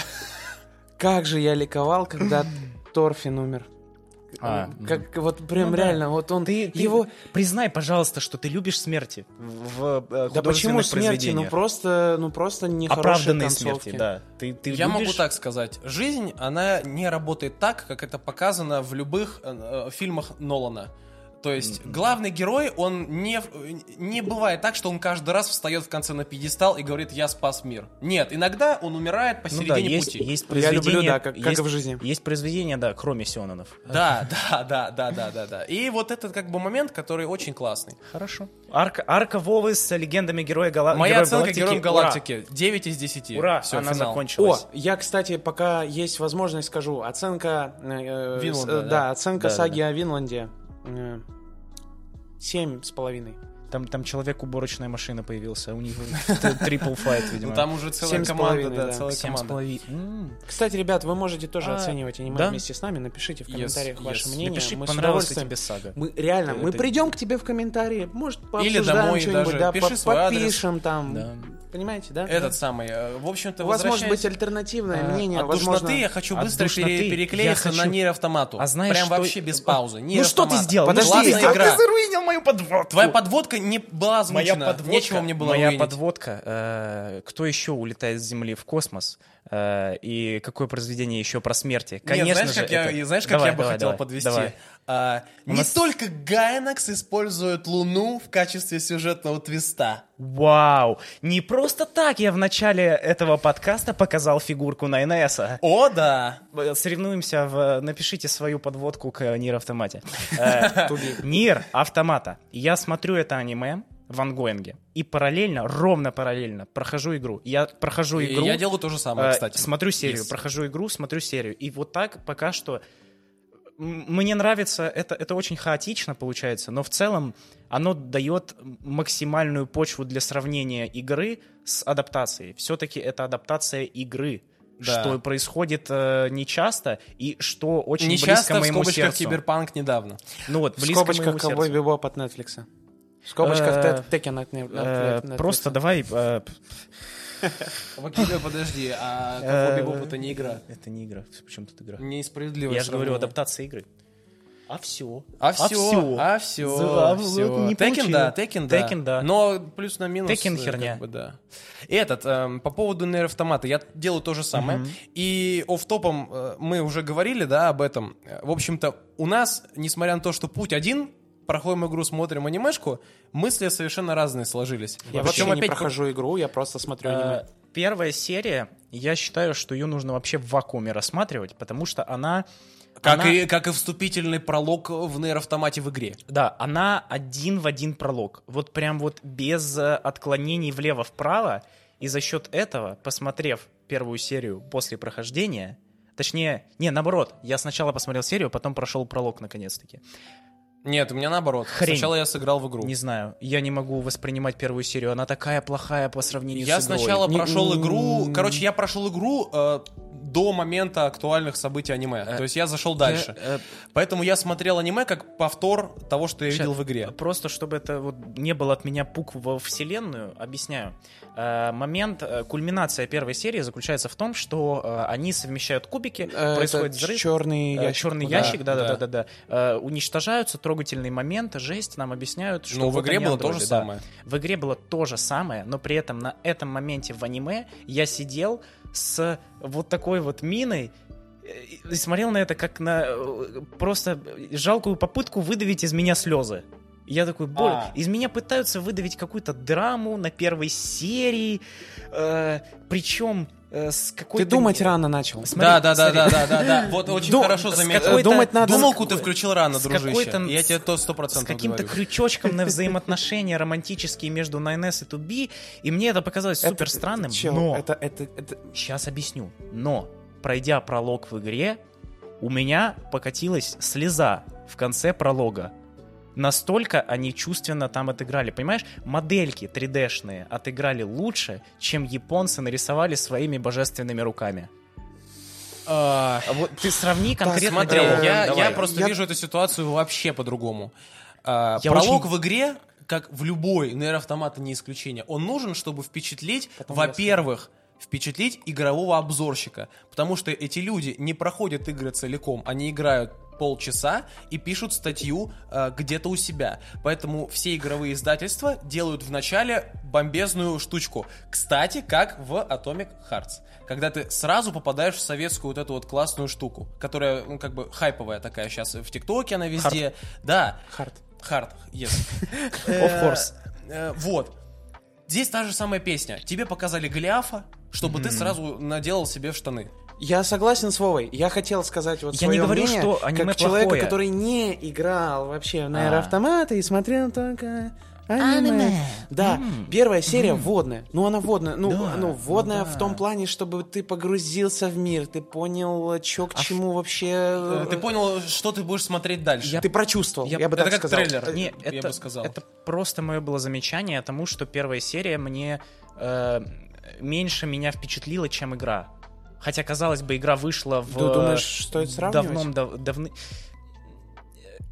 [SPEAKER 3] Как же я ликовал, когда Торфин умер.
[SPEAKER 2] А,
[SPEAKER 3] Как вот прям
[SPEAKER 1] Ну
[SPEAKER 3] реально, вот он
[SPEAKER 2] Ты, ты
[SPEAKER 3] его.
[SPEAKER 2] признай, пожалуйста, что ты любишь смерти в, в, э,
[SPEAKER 3] Да почему
[SPEAKER 2] художественных
[SPEAKER 3] смерти? Ну
[SPEAKER 2] произведениях.
[SPEAKER 3] просто, ну просто нехорошие
[SPEAKER 2] Оправданные
[SPEAKER 3] концовки.
[SPEAKER 2] смерти, да. Ты, ты
[SPEAKER 1] Я могу
[SPEAKER 2] любишь?
[SPEAKER 1] так сказать. Жизнь, она не работает так, как это показано в любых э, э, фильмах Нолана. То есть главный герой, он не, в- не бывает так, что он каждый раз встает в конце на пьедестал и говорит «я спас мир». Нет, иногда он умирает
[SPEAKER 2] Ну да,
[SPEAKER 1] посередине
[SPEAKER 2] есть,
[SPEAKER 1] пути.
[SPEAKER 2] есть
[SPEAKER 3] Я люблю,
[SPEAKER 2] произведения...
[SPEAKER 3] да, как- как
[SPEAKER 2] есть-
[SPEAKER 3] и в жизни.
[SPEAKER 2] Есть произведения, да, кроме Сионанов.
[SPEAKER 1] Да, да, да, да, да, да, да. И вот этот как бы момент, который очень классный.
[SPEAKER 2] Хорошо. Арка, арка Вовы с легендами героя Гала...
[SPEAKER 1] Моя
[SPEAKER 2] Героев
[SPEAKER 1] оценка
[SPEAKER 2] А, Галактики.
[SPEAKER 1] героям галактики 9 из 10.
[SPEAKER 2] Ура, Ура,
[SPEAKER 1] Все,
[SPEAKER 2] она
[SPEAKER 1] финал.
[SPEAKER 3] О,
[SPEAKER 2] закончилась.
[SPEAKER 3] я, кстати, пока есть возможность, скажу. Оценка... э,
[SPEAKER 1] Винланда,
[SPEAKER 3] с- э,
[SPEAKER 1] да?
[SPEAKER 3] да. оценка
[SPEAKER 2] Да, да,
[SPEAKER 3] саги о Винланде. э, Семь с половиной.
[SPEAKER 2] Там, там человек-уборочная машина появился, у них трипл файт, видимо.
[SPEAKER 1] Ну, там уже целая
[SPEAKER 3] Семь с
[SPEAKER 1] команда,
[SPEAKER 3] половиной,
[SPEAKER 1] да,
[SPEAKER 3] да.
[SPEAKER 1] целая
[SPEAKER 2] Семь с
[SPEAKER 1] команда.
[SPEAKER 2] половиной. М.
[SPEAKER 3] Кстати, ребят, вы можете тоже
[SPEAKER 2] А,
[SPEAKER 3] оценивать аниме
[SPEAKER 2] да?
[SPEAKER 3] вместе с нами. Напишите в комментариях
[SPEAKER 1] yes.
[SPEAKER 3] ваше мнение.
[SPEAKER 2] Напиши,
[SPEAKER 3] Мы с
[SPEAKER 2] понравилась ли
[SPEAKER 3] удовольствием...
[SPEAKER 2] тебе сага.
[SPEAKER 3] Мы реально,
[SPEAKER 2] Это-
[SPEAKER 3] мы придем к тебе в комментарии, может, пообсуждаем
[SPEAKER 1] домой
[SPEAKER 3] что-нибудь,
[SPEAKER 1] даже.
[SPEAKER 3] да,
[SPEAKER 1] Пиши
[SPEAKER 3] по-
[SPEAKER 1] свой адрес.
[SPEAKER 3] подпишем там,
[SPEAKER 2] Да.
[SPEAKER 3] понимаете, да?
[SPEAKER 1] Этот самый. э, В общем-то,
[SPEAKER 3] У вас может быть
[SPEAKER 1] возвращаясь-
[SPEAKER 3] альтернативное
[SPEAKER 2] э,
[SPEAKER 3] мнение,
[SPEAKER 1] От
[SPEAKER 3] возможно.
[SPEAKER 1] душноты я хочу
[SPEAKER 2] От
[SPEAKER 1] быстро
[SPEAKER 2] душноты
[SPEAKER 1] пере-
[SPEAKER 2] я
[SPEAKER 1] переклеиться
[SPEAKER 2] хочу-
[SPEAKER 1] на нейроавтомату.
[SPEAKER 2] А знаешь,
[SPEAKER 1] Прям
[SPEAKER 2] что-
[SPEAKER 1] вообще без паузы.
[SPEAKER 2] Ну что ты
[SPEAKER 1] Нейроавтомат.
[SPEAKER 2] сделал?
[SPEAKER 3] Подожди,
[SPEAKER 2] Подожди,
[SPEAKER 1] Классная
[SPEAKER 2] а
[SPEAKER 1] игра.
[SPEAKER 2] ты заруинил мою подводку.
[SPEAKER 1] Твоя подводка не была озвучена. Нечего мне было
[SPEAKER 2] моя
[SPEAKER 1] руинить.
[SPEAKER 2] подводка. э, кто еще улетает с Земли в космос? Э, и какое произведение еще про смерти?
[SPEAKER 1] Нет,
[SPEAKER 2] Конечно
[SPEAKER 1] знаешь,
[SPEAKER 2] же,
[SPEAKER 1] как я,
[SPEAKER 2] это-
[SPEAKER 1] и знаешь, как
[SPEAKER 2] Давай,
[SPEAKER 1] я бы
[SPEAKER 2] давай,
[SPEAKER 1] хотел
[SPEAKER 2] давай,
[SPEAKER 1] подвести?
[SPEAKER 2] давай.
[SPEAKER 1] А, не
[SPEAKER 2] нас-
[SPEAKER 1] только Гайнакс использует Луну в качестве сюжетного твиста.
[SPEAKER 2] Вау! Не просто так я в начале этого подкаста показал фигурку на NS.
[SPEAKER 1] О, да!
[SPEAKER 2] Соревнуемся в... Напишите свою подводку к Нир Автомате. Нир Автомата. Я смотрю это аниме в ангоинге и параллельно, ровно параллельно прохожу игру. Я прохожу
[SPEAKER 1] И
[SPEAKER 2] игру.
[SPEAKER 1] я делаю то же самое,
[SPEAKER 2] Э,
[SPEAKER 1] кстати.
[SPEAKER 2] Смотрю серию,
[SPEAKER 1] Yes.
[SPEAKER 2] прохожу игру, смотрю серию. И вот так пока что... м, Мне нравится, это, это очень хаотично получается, но в целом оно дает максимальную почву для сравнения игры с адаптацией. Все-таки это адаптация игры,
[SPEAKER 1] Да.
[SPEAKER 2] что происходит э, нечасто и что очень
[SPEAKER 1] Не
[SPEAKER 2] близко
[SPEAKER 1] часто в
[SPEAKER 2] моему
[SPEAKER 1] скобочках
[SPEAKER 2] сердцу.
[SPEAKER 1] Киберпанк недавно.
[SPEAKER 2] Ну вот,
[SPEAKER 3] В
[SPEAKER 2] близко
[SPEAKER 3] скобочках
[SPEAKER 2] моему
[SPEAKER 3] Ковбой
[SPEAKER 2] сердцу.
[SPEAKER 3] Бибоп от Netflix. В скобочках
[SPEAKER 2] Э,
[SPEAKER 3] Тед- Текен от Не- от
[SPEAKER 2] Э,
[SPEAKER 3] Netflix.
[SPEAKER 2] Просто давай... э, п-
[SPEAKER 1] Вакидо, подожди, а
[SPEAKER 2] э,
[SPEAKER 1] Ковбой Бибоп это не игра.
[SPEAKER 2] Это не игра. Почему тут игра?
[SPEAKER 1] Несправедливо.
[SPEAKER 2] Я же говорю,
[SPEAKER 1] сравнение.
[SPEAKER 2] адаптация игры. А все.
[SPEAKER 1] А все,
[SPEAKER 2] всё.
[SPEAKER 1] а
[SPEAKER 2] За- а
[SPEAKER 1] все,
[SPEAKER 2] вот не
[SPEAKER 1] Текен,
[SPEAKER 2] получила.
[SPEAKER 1] да, Текен, да.
[SPEAKER 2] Tekken, да.
[SPEAKER 1] Но плюс на минус.
[SPEAKER 2] Tekken
[SPEAKER 1] э, как
[SPEAKER 2] херня.
[SPEAKER 1] бы, да. И этот, эм, по поводу нейроавтомата, я делаю то же самое. И офф-топом э, мы уже говорили, да, об этом. Э, В общем-то, у нас, несмотря на то, что путь один, проходим игру, смотрим анимешку, мысли совершенно разные сложились.
[SPEAKER 3] Я
[SPEAKER 1] Причём
[SPEAKER 3] вообще не прохожу игру, я просто смотрю
[SPEAKER 2] Э,
[SPEAKER 3] аниме.
[SPEAKER 2] Первая серия, я считаю, что ее нужно вообще в вакууме рассматривать, потому что она...
[SPEAKER 1] Как,
[SPEAKER 2] она-
[SPEAKER 1] и, как и вступительный пролог в нейроавтомате в игре.
[SPEAKER 2] Да, она один в один пролог. Вот прям вот без э, отклонений влево-вправо. И за счет этого, посмотрев первую серию после прохождения, точнее, не, наоборот, я сначала посмотрел серию, потом прошел пролог наконец-таки.
[SPEAKER 1] Нет, у меня наоборот.
[SPEAKER 2] Хрень.
[SPEAKER 1] Сначала я сыграл в игру.
[SPEAKER 2] Не знаю, я не могу воспринимать первую серию, она такая плохая по сравнению
[SPEAKER 1] Я
[SPEAKER 2] с игрой.
[SPEAKER 1] сначала
[SPEAKER 2] Не-
[SPEAKER 1] прошел игру, короче, я прошел игру э, до момента актуальных событий аниме. То есть я зашел дальше.
[SPEAKER 2] Э, э,
[SPEAKER 1] Поэтому я смотрел аниме как повтор того, что я
[SPEAKER 2] Щас,
[SPEAKER 1] видел в игре.
[SPEAKER 2] Просто чтобы это вот не было от меня пук во вселенную, объясняю. Э, момент, э, кульминация первой серии заключается в том, что э, они совмещают кубики,
[SPEAKER 3] Э,
[SPEAKER 2] происходит
[SPEAKER 3] этот
[SPEAKER 2] взрыв.
[SPEAKER 3] черный
[SPEAKER 2] э,
[SPEAKER 3] ящик.
[SPEAKER 2] черный
[SPEAKER 1] да,
[SPEAKER 2] ящик, да, да,
[SPEAKER 1] да.
[SPEAKER 2] да, да, да. Э, уничтожаются трогательные моменты, жесть, нам объясняют, что
[SPEAKER 1] Ну, в
[SPEAKER 2] вот
[SPEAKER 1] игре
[SPEAKER 2] они
[SPEAKER 1] было то
[SPEAKER 2] андроиды,
[SPEAKER 1] же
[SPEAKER 2] да.
[SPEAKER 1] самое.
[SPEAKER 2] В игре было то же самое, но при этом на этом моменте в аниме я сидел с вот такой вот миной э, и смотрел на это как на э, просто жалкую попытку выдавить из меня слезы. Я такой, боль.
[SPEAKER 1] А.
[SPEAKER 2] Из меня пытаются выдавить какую-то драму на первой серии, причем с какой-то...
[SPEAKER 3] Ты думать рано начал.
[SPEAKER 2] Смотри,
[SPEAKER 1] Да, да, да,
[SPEAKER 2] смотри.
[SPEAKER 1] да, да, да, да. Вот очень
[SPEAKER 2] Ду-
[SPEAKER 1] хорошо
[SPEAKER 2] с
[SPEAKER 1] заметил.
[SPEAKER 2] какой-то-
[SPEAKER 3] Думать надо-
[SPEAKER 1] Думалку ты включил рано,
[SPEAKER 2] с
[SPEAKER 1] дружище.
[SPEAKER 2] какой-то-
[SPEAKER 1] Я тебе то сто
[SPEAKER 2] с
[SPEAKER 1] процентов
[SPEAKER 2] каким-то
[SPEAKER 1] говорю.
[SPEAKER 2] крючочком на взаимоотношения романтические между 9S и 2B, и мне это показалось супер странным,
[SPEAKER 3] Чел,
[SPEAKER 2] но...
[SPEAKER 3] Это, это, это...
[SPEAKER 2] Сейчас объясню. Но, пройдя пролог в игре, у меня покатилась слеза в конце пролога. Настолько они чувственно там отыграли. Понимаешь, модельки 3D-шные отыграли лучше, чем японцы нарисовали своими божественными руками.
[SPEAKER 1] А,
[SPEAKER 2] А Вот ты сравни конкретно.
[SPEAKER 1] Смотри,
[SPEAKER 2] диалог.
[SPEAKER 1] я,
[SPEAKER 2] Давай.
[SPEAKER 1] я просто
[SPEAKER 3] Я-
[SPEAKER 1] вижу эту ситуацию вообще по-другому. А,
[SPEAKER 2] Я
[SPEAKER 1] пролог
[SPEAKER 2] очень-
[SPEAKER 1] в игре, как в любой нейроавтомата не исключение, он нужен, чтобы впечатлить, во-первых, впечатлить игрового обзорщика. Потому что эти люди не проходят игры целиком, они играют полчаса и пишут статью э, где-то у себя. Поэтому все игровые издательства делают вначале бомбезную штучку. Кстати, как в Atomic Hearts. Когда ты сразу попадаешь в советскую вот эту вот классную штуку, которая, ну, как бы хайповая такая сейчас в ТикТоке она везде. Да.
[SPEAKER 3] Хард.
[SPEAKER 1] Hard, yes.
[SPEAKER 2] Of course.
[SPEAKER 1] Э, Вот. Здесь та же самая песня. Тебе показали Голиафа, чтобы ты сразу наделал себе в штаны.
[SPEAKER 3] Я согласен с Вовой. Я хотел сказать вот
[SPEAKER 2] Я
[SPEAKER 3] своё
[SPEAKER 2] не говорю,
[SPEAKER 3] мнение,
[SPEAKER 2] что аниме
[SPEAKER 3] как человека,
[SPEAKER 2] плохое.
[SPEAKER 3] который не играл вообще на
[SPEAKER 2] А.
[SPEAKER 3] аэроавтоматы и смотрел только аниме. Да, первая серия водная. Ну, она водная. Ну,
[SPEAKER 2] Да,
[SPEAKER 3] ну водная
[SPEAKER 2] ну да.
[SPEAKER 3] в том плане, чтобы ты погрузился в мир, ты понял, э, чё
[SPEAKER 2] А
[SPEAKER 3] к чему вообще...
[SPEAKER 1] Э, Ты понял, что ты будешь смотреть дальше.
[SPEAKER 3] Ты прочувствовал, я,
[SPEAKER 2] Я-
[SPEAKER 3] бы
[SPEAKER 1] это
[SPEAKER 3] так
[SPEAKER 1] как
[SPEAKER 3] сказал.
[SPEAKER 1] трейлер.
[SPEAKER 3] Э,
[SPEAKER 2] Не,
[SPEAKER 1] Я
[SPEAKER 2] это,
[SPEAKER 1] бы сказал.
[SPEAKER 2] это просто мое было замечание тому, что первая серия мне э, меньше меня впечатлила, чем игра. Хотя, казалось бы, игра вышла в...
[SPEAKER 3] Ты думаешь, что это сравнивать?
[SPEAKER 2] Давном, дав- давны...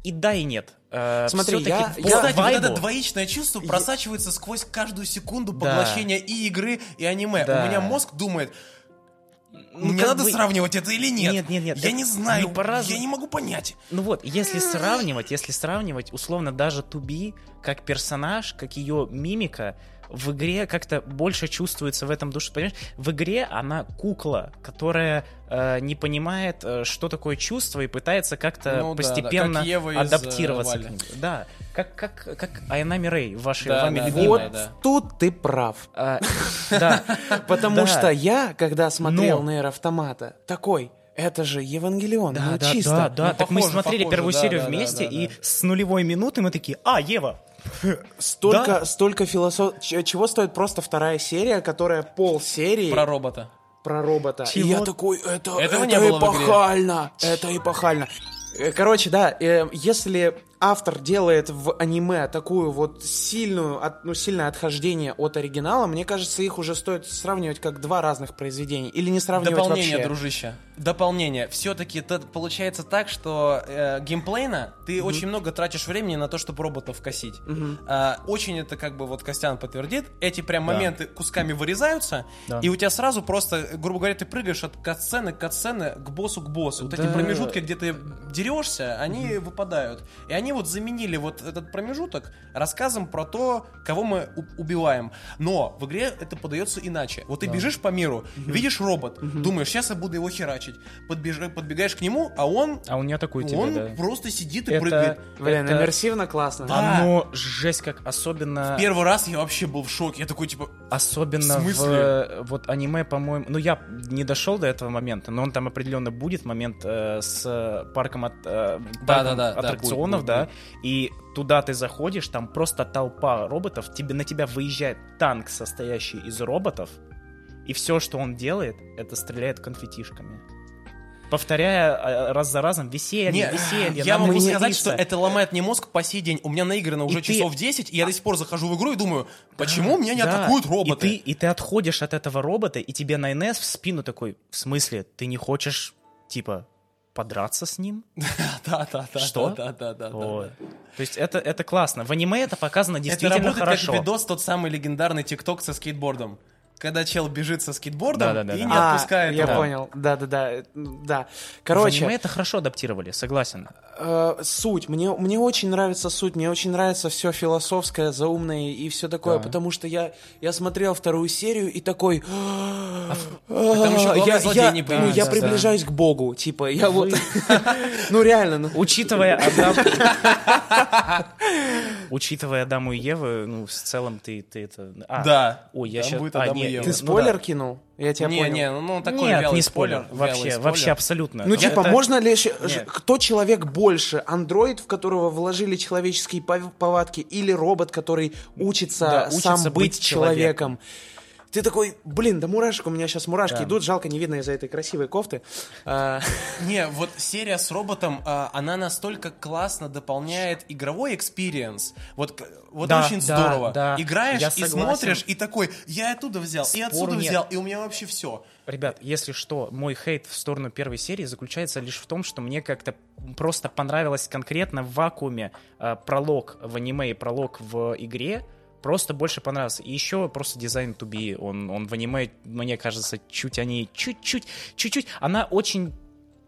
[SPEAKER 2] И да, и нет. Э,
[SPEAKER 3] Смотри,
[SPEAKER 2] всё-таки
[SPEAKER 3] я-
[SPEAKER 2] по
[SPEAKER 3] я-
[SPEAKER 1] Кстати, вот
[SPEAKER 2] вайбу-
[SPEAKER 1] это двоичное чувство просачивается сквозь каждую секунду поглощения и игры, и аниме.
[SPEAKER 2] Да.
[SPEAKER 1] У меня мозг думает,
[SPEAKER 2] Ну,
[SPEAKER 1] мне
[SPEAKER 2] как
[SPEAKER 1] надо
[SPEAKER 2] бы-
[SPEAKER 1] сравнивать это или нет.
[SPEAKER 2] Нет, нет, нет,
[SPEAKER 1] Я
[SPEAKER 2] это
[SPEAKER 1] не знаю,
[SPEAKER 2] не по-разному.
[SPEAKER 1] я не могу понять.
[SPEAKER 2] Ну вот, если сравнивать, если сравнивать, условно, даже Туби как персонаж, как ее мимика, в игре как-то больше чувствуется в этом душе. Понимаешь, в игре она кукла, которая э, не понимает, э, что такое чувство, и пытается как-то
[SPEAKER 1] Ну да, да,
[SPEAKER 2] постепенно
[SPEAKER 1] как Ева из, э,
[SPEAKER 2] адаптироваться
[SPEAKER 1] Вали.
[SPEAKER 2] к ним. Да, как, как, как Айана Мирей, вашей
[SPEAKER 1] Да,
[SPEAKER 2] вами
[SPEAKER 1] да,
[SPEAKER 2] любимой.
[SPEAKER 3] Вот
[SPEAKER 1] Водная, да.
[SPEAKER 3] тут ты прав.
[SPEAKER 2] А, да.
[SPEAKER 3] Потому
[SPEAKER 2] Да.
[SPEAKER 3] что я, когда смотрел
[SPEAKER 2] Но.
[SPEAKER 3] на аэроавтомата, такой, это же Евангелион,
[SPEAKER 2] Да,
[SPEAKER 3] ну
[SPEAKER 2] да,
[SPEAKER 3] чисто.
[SPEAKER 2] да, да.
[SPEAKER 1] Ну,
[SPEAKER 2] так
[SPEAKER 1] похоже,
[SPEAKER 2] мы смотрели
[SPEAKER 1] похоже,
[SPEAKER 2] первую
[SPEAKER 1] да,
[SPEAKER 2] серию
[SPEAKER 1] да, да,
[SPEAKER 2] вместе,
[SPEAKER 1] да,
[SPEAKER 2] и
[SPEAKER 1] да.
[SPEAKER 2] с нулевой минуты мы такие, а, Ева!
[SPEAKER 3] Столько,
[SPEAKER 2] Да.
[SPEAKER 3] столько философ... Ч- Чего стоит просто вторая серия, которая пол
[SPEAKER 2] Э,
[SPEAKER 3] серии
[SPEAKER 1] Про робота.
[SPEAKER 3] про робота. И
[SPEAKER 2] Чего?
[SPEAKER 3] я такой, это,
[SPEAKER 1] Этого
[SPEAKER 3] это
[SPEAKER 1] не было в игре.
[SPEAKER 3] эпохально, это эпохально. Э, Короче, да, э, если автор делает в аниме такую вот сильную, от- ну, сильное отхождение от оригинала, мне кажется, их уже стоит сравнивать как два разных произведения. Или не сравнивать
[SPEAKER 1] Дополнение,
[SPEAKER 3] вообще.
[SPEAKER 1] дружище. Дополнение. Все-таки получается так, что э, геймплейно ты очень много тратишь времени на то, чтобы роботов косить. А, очень это как бы вот Костян подтвердит. Эти прям
[SPEAKER 2] Да.
[SPEAKER 1] моменты кусками вырезаются,
[SPEAKER 2] Да.
[SPEAKER 1] и у тебя сразу просто, грубо говоря, ты прыгаешь от катсцены к катсцены к боссу к боссу. Вот эти
[SPEAKER 2] Да.
[SPEAKER 1] промежутки, где ты дерешься, они выпадают. И они вот заменили вот этот промежуток рассказом про то, кого мы у- убиваем. Но в игре это подается иначе. Вот ты бежишь по миру, видишь робот, думаешь, сейчас я буду его херачить. Подбежи- подбегаешь к нему, а он,
[SPEAKER 2] А у нее такой
[SPEAKER 1] он
[SPEAKER 2] да.
[SPEAKER 1] просто сидит и
[SPEAKER 2] Это-
[SPEAKER 1] прыгает.
[SPEAKER 3] Блин,
[SPEAKER 2] Это-
[SPEAKER 3] иммерсивно классно.
[SPEAKER 1] Да.
[SPEAKER 2] Оно жесть как особенно...
[SPEAKER 1] Первый раз я вообще был в шоке. Я такой, типа,
[SPEAKER 2] Особенно
[SPEAKER 1] В
[SPEAKER 2] в,
[SPEAKER 1] смысле?
[SPEAKER 2] э, вот аниме, по-моему, ну я не дошел до этого момента, но он там определенно будет момент э, с э, парком, от, э, парком
[SPEAKER 1] да, да,
[SPEAKER 2] аттракционов,
[SPEAKER 1] будет,
[SPEAKER 2] да,
[SPEAKER 1] будет,
[SPEAKER 2] и туда ты заходишь, там просто толпа роботов, тебе на тебя выезжает танк, состоящий из роботов, и все, что он делает, это стреляет конфетишками. Повторяя э, раз за разом веселье,
[SPEAKER 1] Не,
[SPEAKER 2] веселье.
[SPEAKER 1] я
[SPEAKER 2] нам
[SPEAKER 1] могу
[SPEAKER 2] нужно
[SPEAKER 1] сказать,
[SPEAKER 2] веселиться».
[SPEAKER 1] что это ломает мне мозг по сей день. У меня наиграно уже
[SPEAKER 2] И ты-
[SPEAKER 1] часов 10, и я до сих пор захожу в игру и думаю, почему меня не
[SPEAKER 2] А, Да,
[SPEAKER 1] атакуют роботы?
[SPEAKER 2] И ты, и ты отходишь от этого робота, и тебе на НС в спину такой, в смысле, ты не хочешь, типа, подраться с ним?
[SPEAKER 1] Да, да, да.
[SPEAKER 2] Что?
[SPEAKER 1] Да, да, да, да,
[SPEAKER 2] Вот.
[SPEAKER 1] да.
[SPEAKER 2] То есть это, это классно. В аниме это показано
[SPEAKER 1] Это
[SPEAKER 2] действительно
[SPEAKER 1] работает
[SPEAKER 2] хорошо.
[SPEAKER 1] как видос, тот самый легендарный ТикТок со скейтбордом. Когда чел бежит со
[SPEAKER 2] Да,
[SPEAKER 1] скейтбордом
[SPEAKER 2] да, да,
[SPEAKER 1] и
[SPEAKER 2] да.
[SPEAKER 1] не
[SPEAKER 3] А,
[SPEAKER 1] отпускает
[SPEAKER 3] Я
[SPEAKER 1] его.
[SPEAKER 3] понял. Да, да, да, э, да.
[SPEAKER 2] В аниме
[SPEAKER 3] Короче,
[SPEAKER 2] это хорошо адаптировали, согласен.
[SPEAKER 3] э, суть. Мне, мне очень нравится суть, мне очень нравится все философское, заумное и все такое, потому что я, я смотрел вторую серию и такой. «А,
[SPEAKER 1] там еще главный
[SPEAKER 3] я-
[SPEAKER 1] злодей
[SPEAKER 3] я-
[SPEAKER 1] не
[SPEAKER 3] ну, я
[SPEAKER 1] появился,
[SPEAKER 3] приближаюсь к Богу. Типа, я вот. Ну реально, ну.
[SPEAKER 2] Учитывая Адам... Учитывая Адаму и Еву, ну, в целом ты, ты это... а,
[SPEAKER 1] Да.
[SPEAKER 2] Ой, я
[SPEAKER 1] Там
[SPEAKER 2] щас-
[SPEAKER 1] будет
[SPEAKER 2] а,
[SPEAKER 1] Адам и
[SPEAKER 2] нет,
[SPEAKER 1] Ева.
[SPEAKER 2] ну
[SPEAKER 3] Ты
[SPEAKER 2] да.
[SPEAKER 3] спойлер кинул? Я тебя
[SPEAKER 1] Не,
[SPEAKER 3] понял.
[SPEAKER 1] не, ну он такой
[SPEAKER 2] Нет,
[SPEAKER 1] вялый
[SPEAKER 2] не
[SPEAKER 1] спойлер.
[SPEAKER 2] спойлер. Вообще,
[SPEAKER 1] вялый спойлер.
[SPEAKER 2] вообще абсолютно.
[SPEAKER 3] Ну,
[SPEAKER 2] Я-
[SPEAKER 3] типа,
[SPEAKER 2] это-
[SPEAKER 3] можно ли... щ-
[SPEAKER 2] Нет.
[SPEAKER 3] ж- Кто человек больше? Андроид, в которого вложили человеческие пов- повадки, или робот, который учится
[SPEAKER 2] Да, учится
[SPEAKER 3] сам быть,
[SPEAKER 2] быть
[SPEAKER 3] человеком? Ты такой, блин, да мурашек, у меня сейчас мурашки
[SPEAKER 2] Да.
[SPEAKER 3] идут, жалко, не видно из-за этой красивой кофты. А,
[SPEAKER 1] Не, вот серия с роботом, а, она настолько классно дополняет игровой экспириенс. Вот, к- вот
[SPEAKER 2] Да,
[SPEAKER 1] очень
[SPEAKER 2] да,
[SPEAKER 1] здорово.
[SPEAKER 2] да.
[SPEAKER 1] Играешь
[SPEAKER 2] Я
[SPEAKER 1] и
[SPEAKER 2] согласен.
[SPEAKER 1] смотришь, и такой, я и оттуда взял, и
[SPEAKER 2] Спору
[SPEAKER 1] отсюда
[SPEAKER 2] нет.
[SPEAKER 1] взял, и у меня вообще все.
[SPEAKER 2] Ребят, если что, мой хейт в сторону первой серии заключается лишь в том, что мне как-то просто понравилось конкретно в вакууме э, пролог в аниме и пролог в игре. Просто больше понравился. И еще просто дизайн Туби, он, он в аниме, мне кажется, чуть они, чуть-чуть, чуть-чуть. Она очень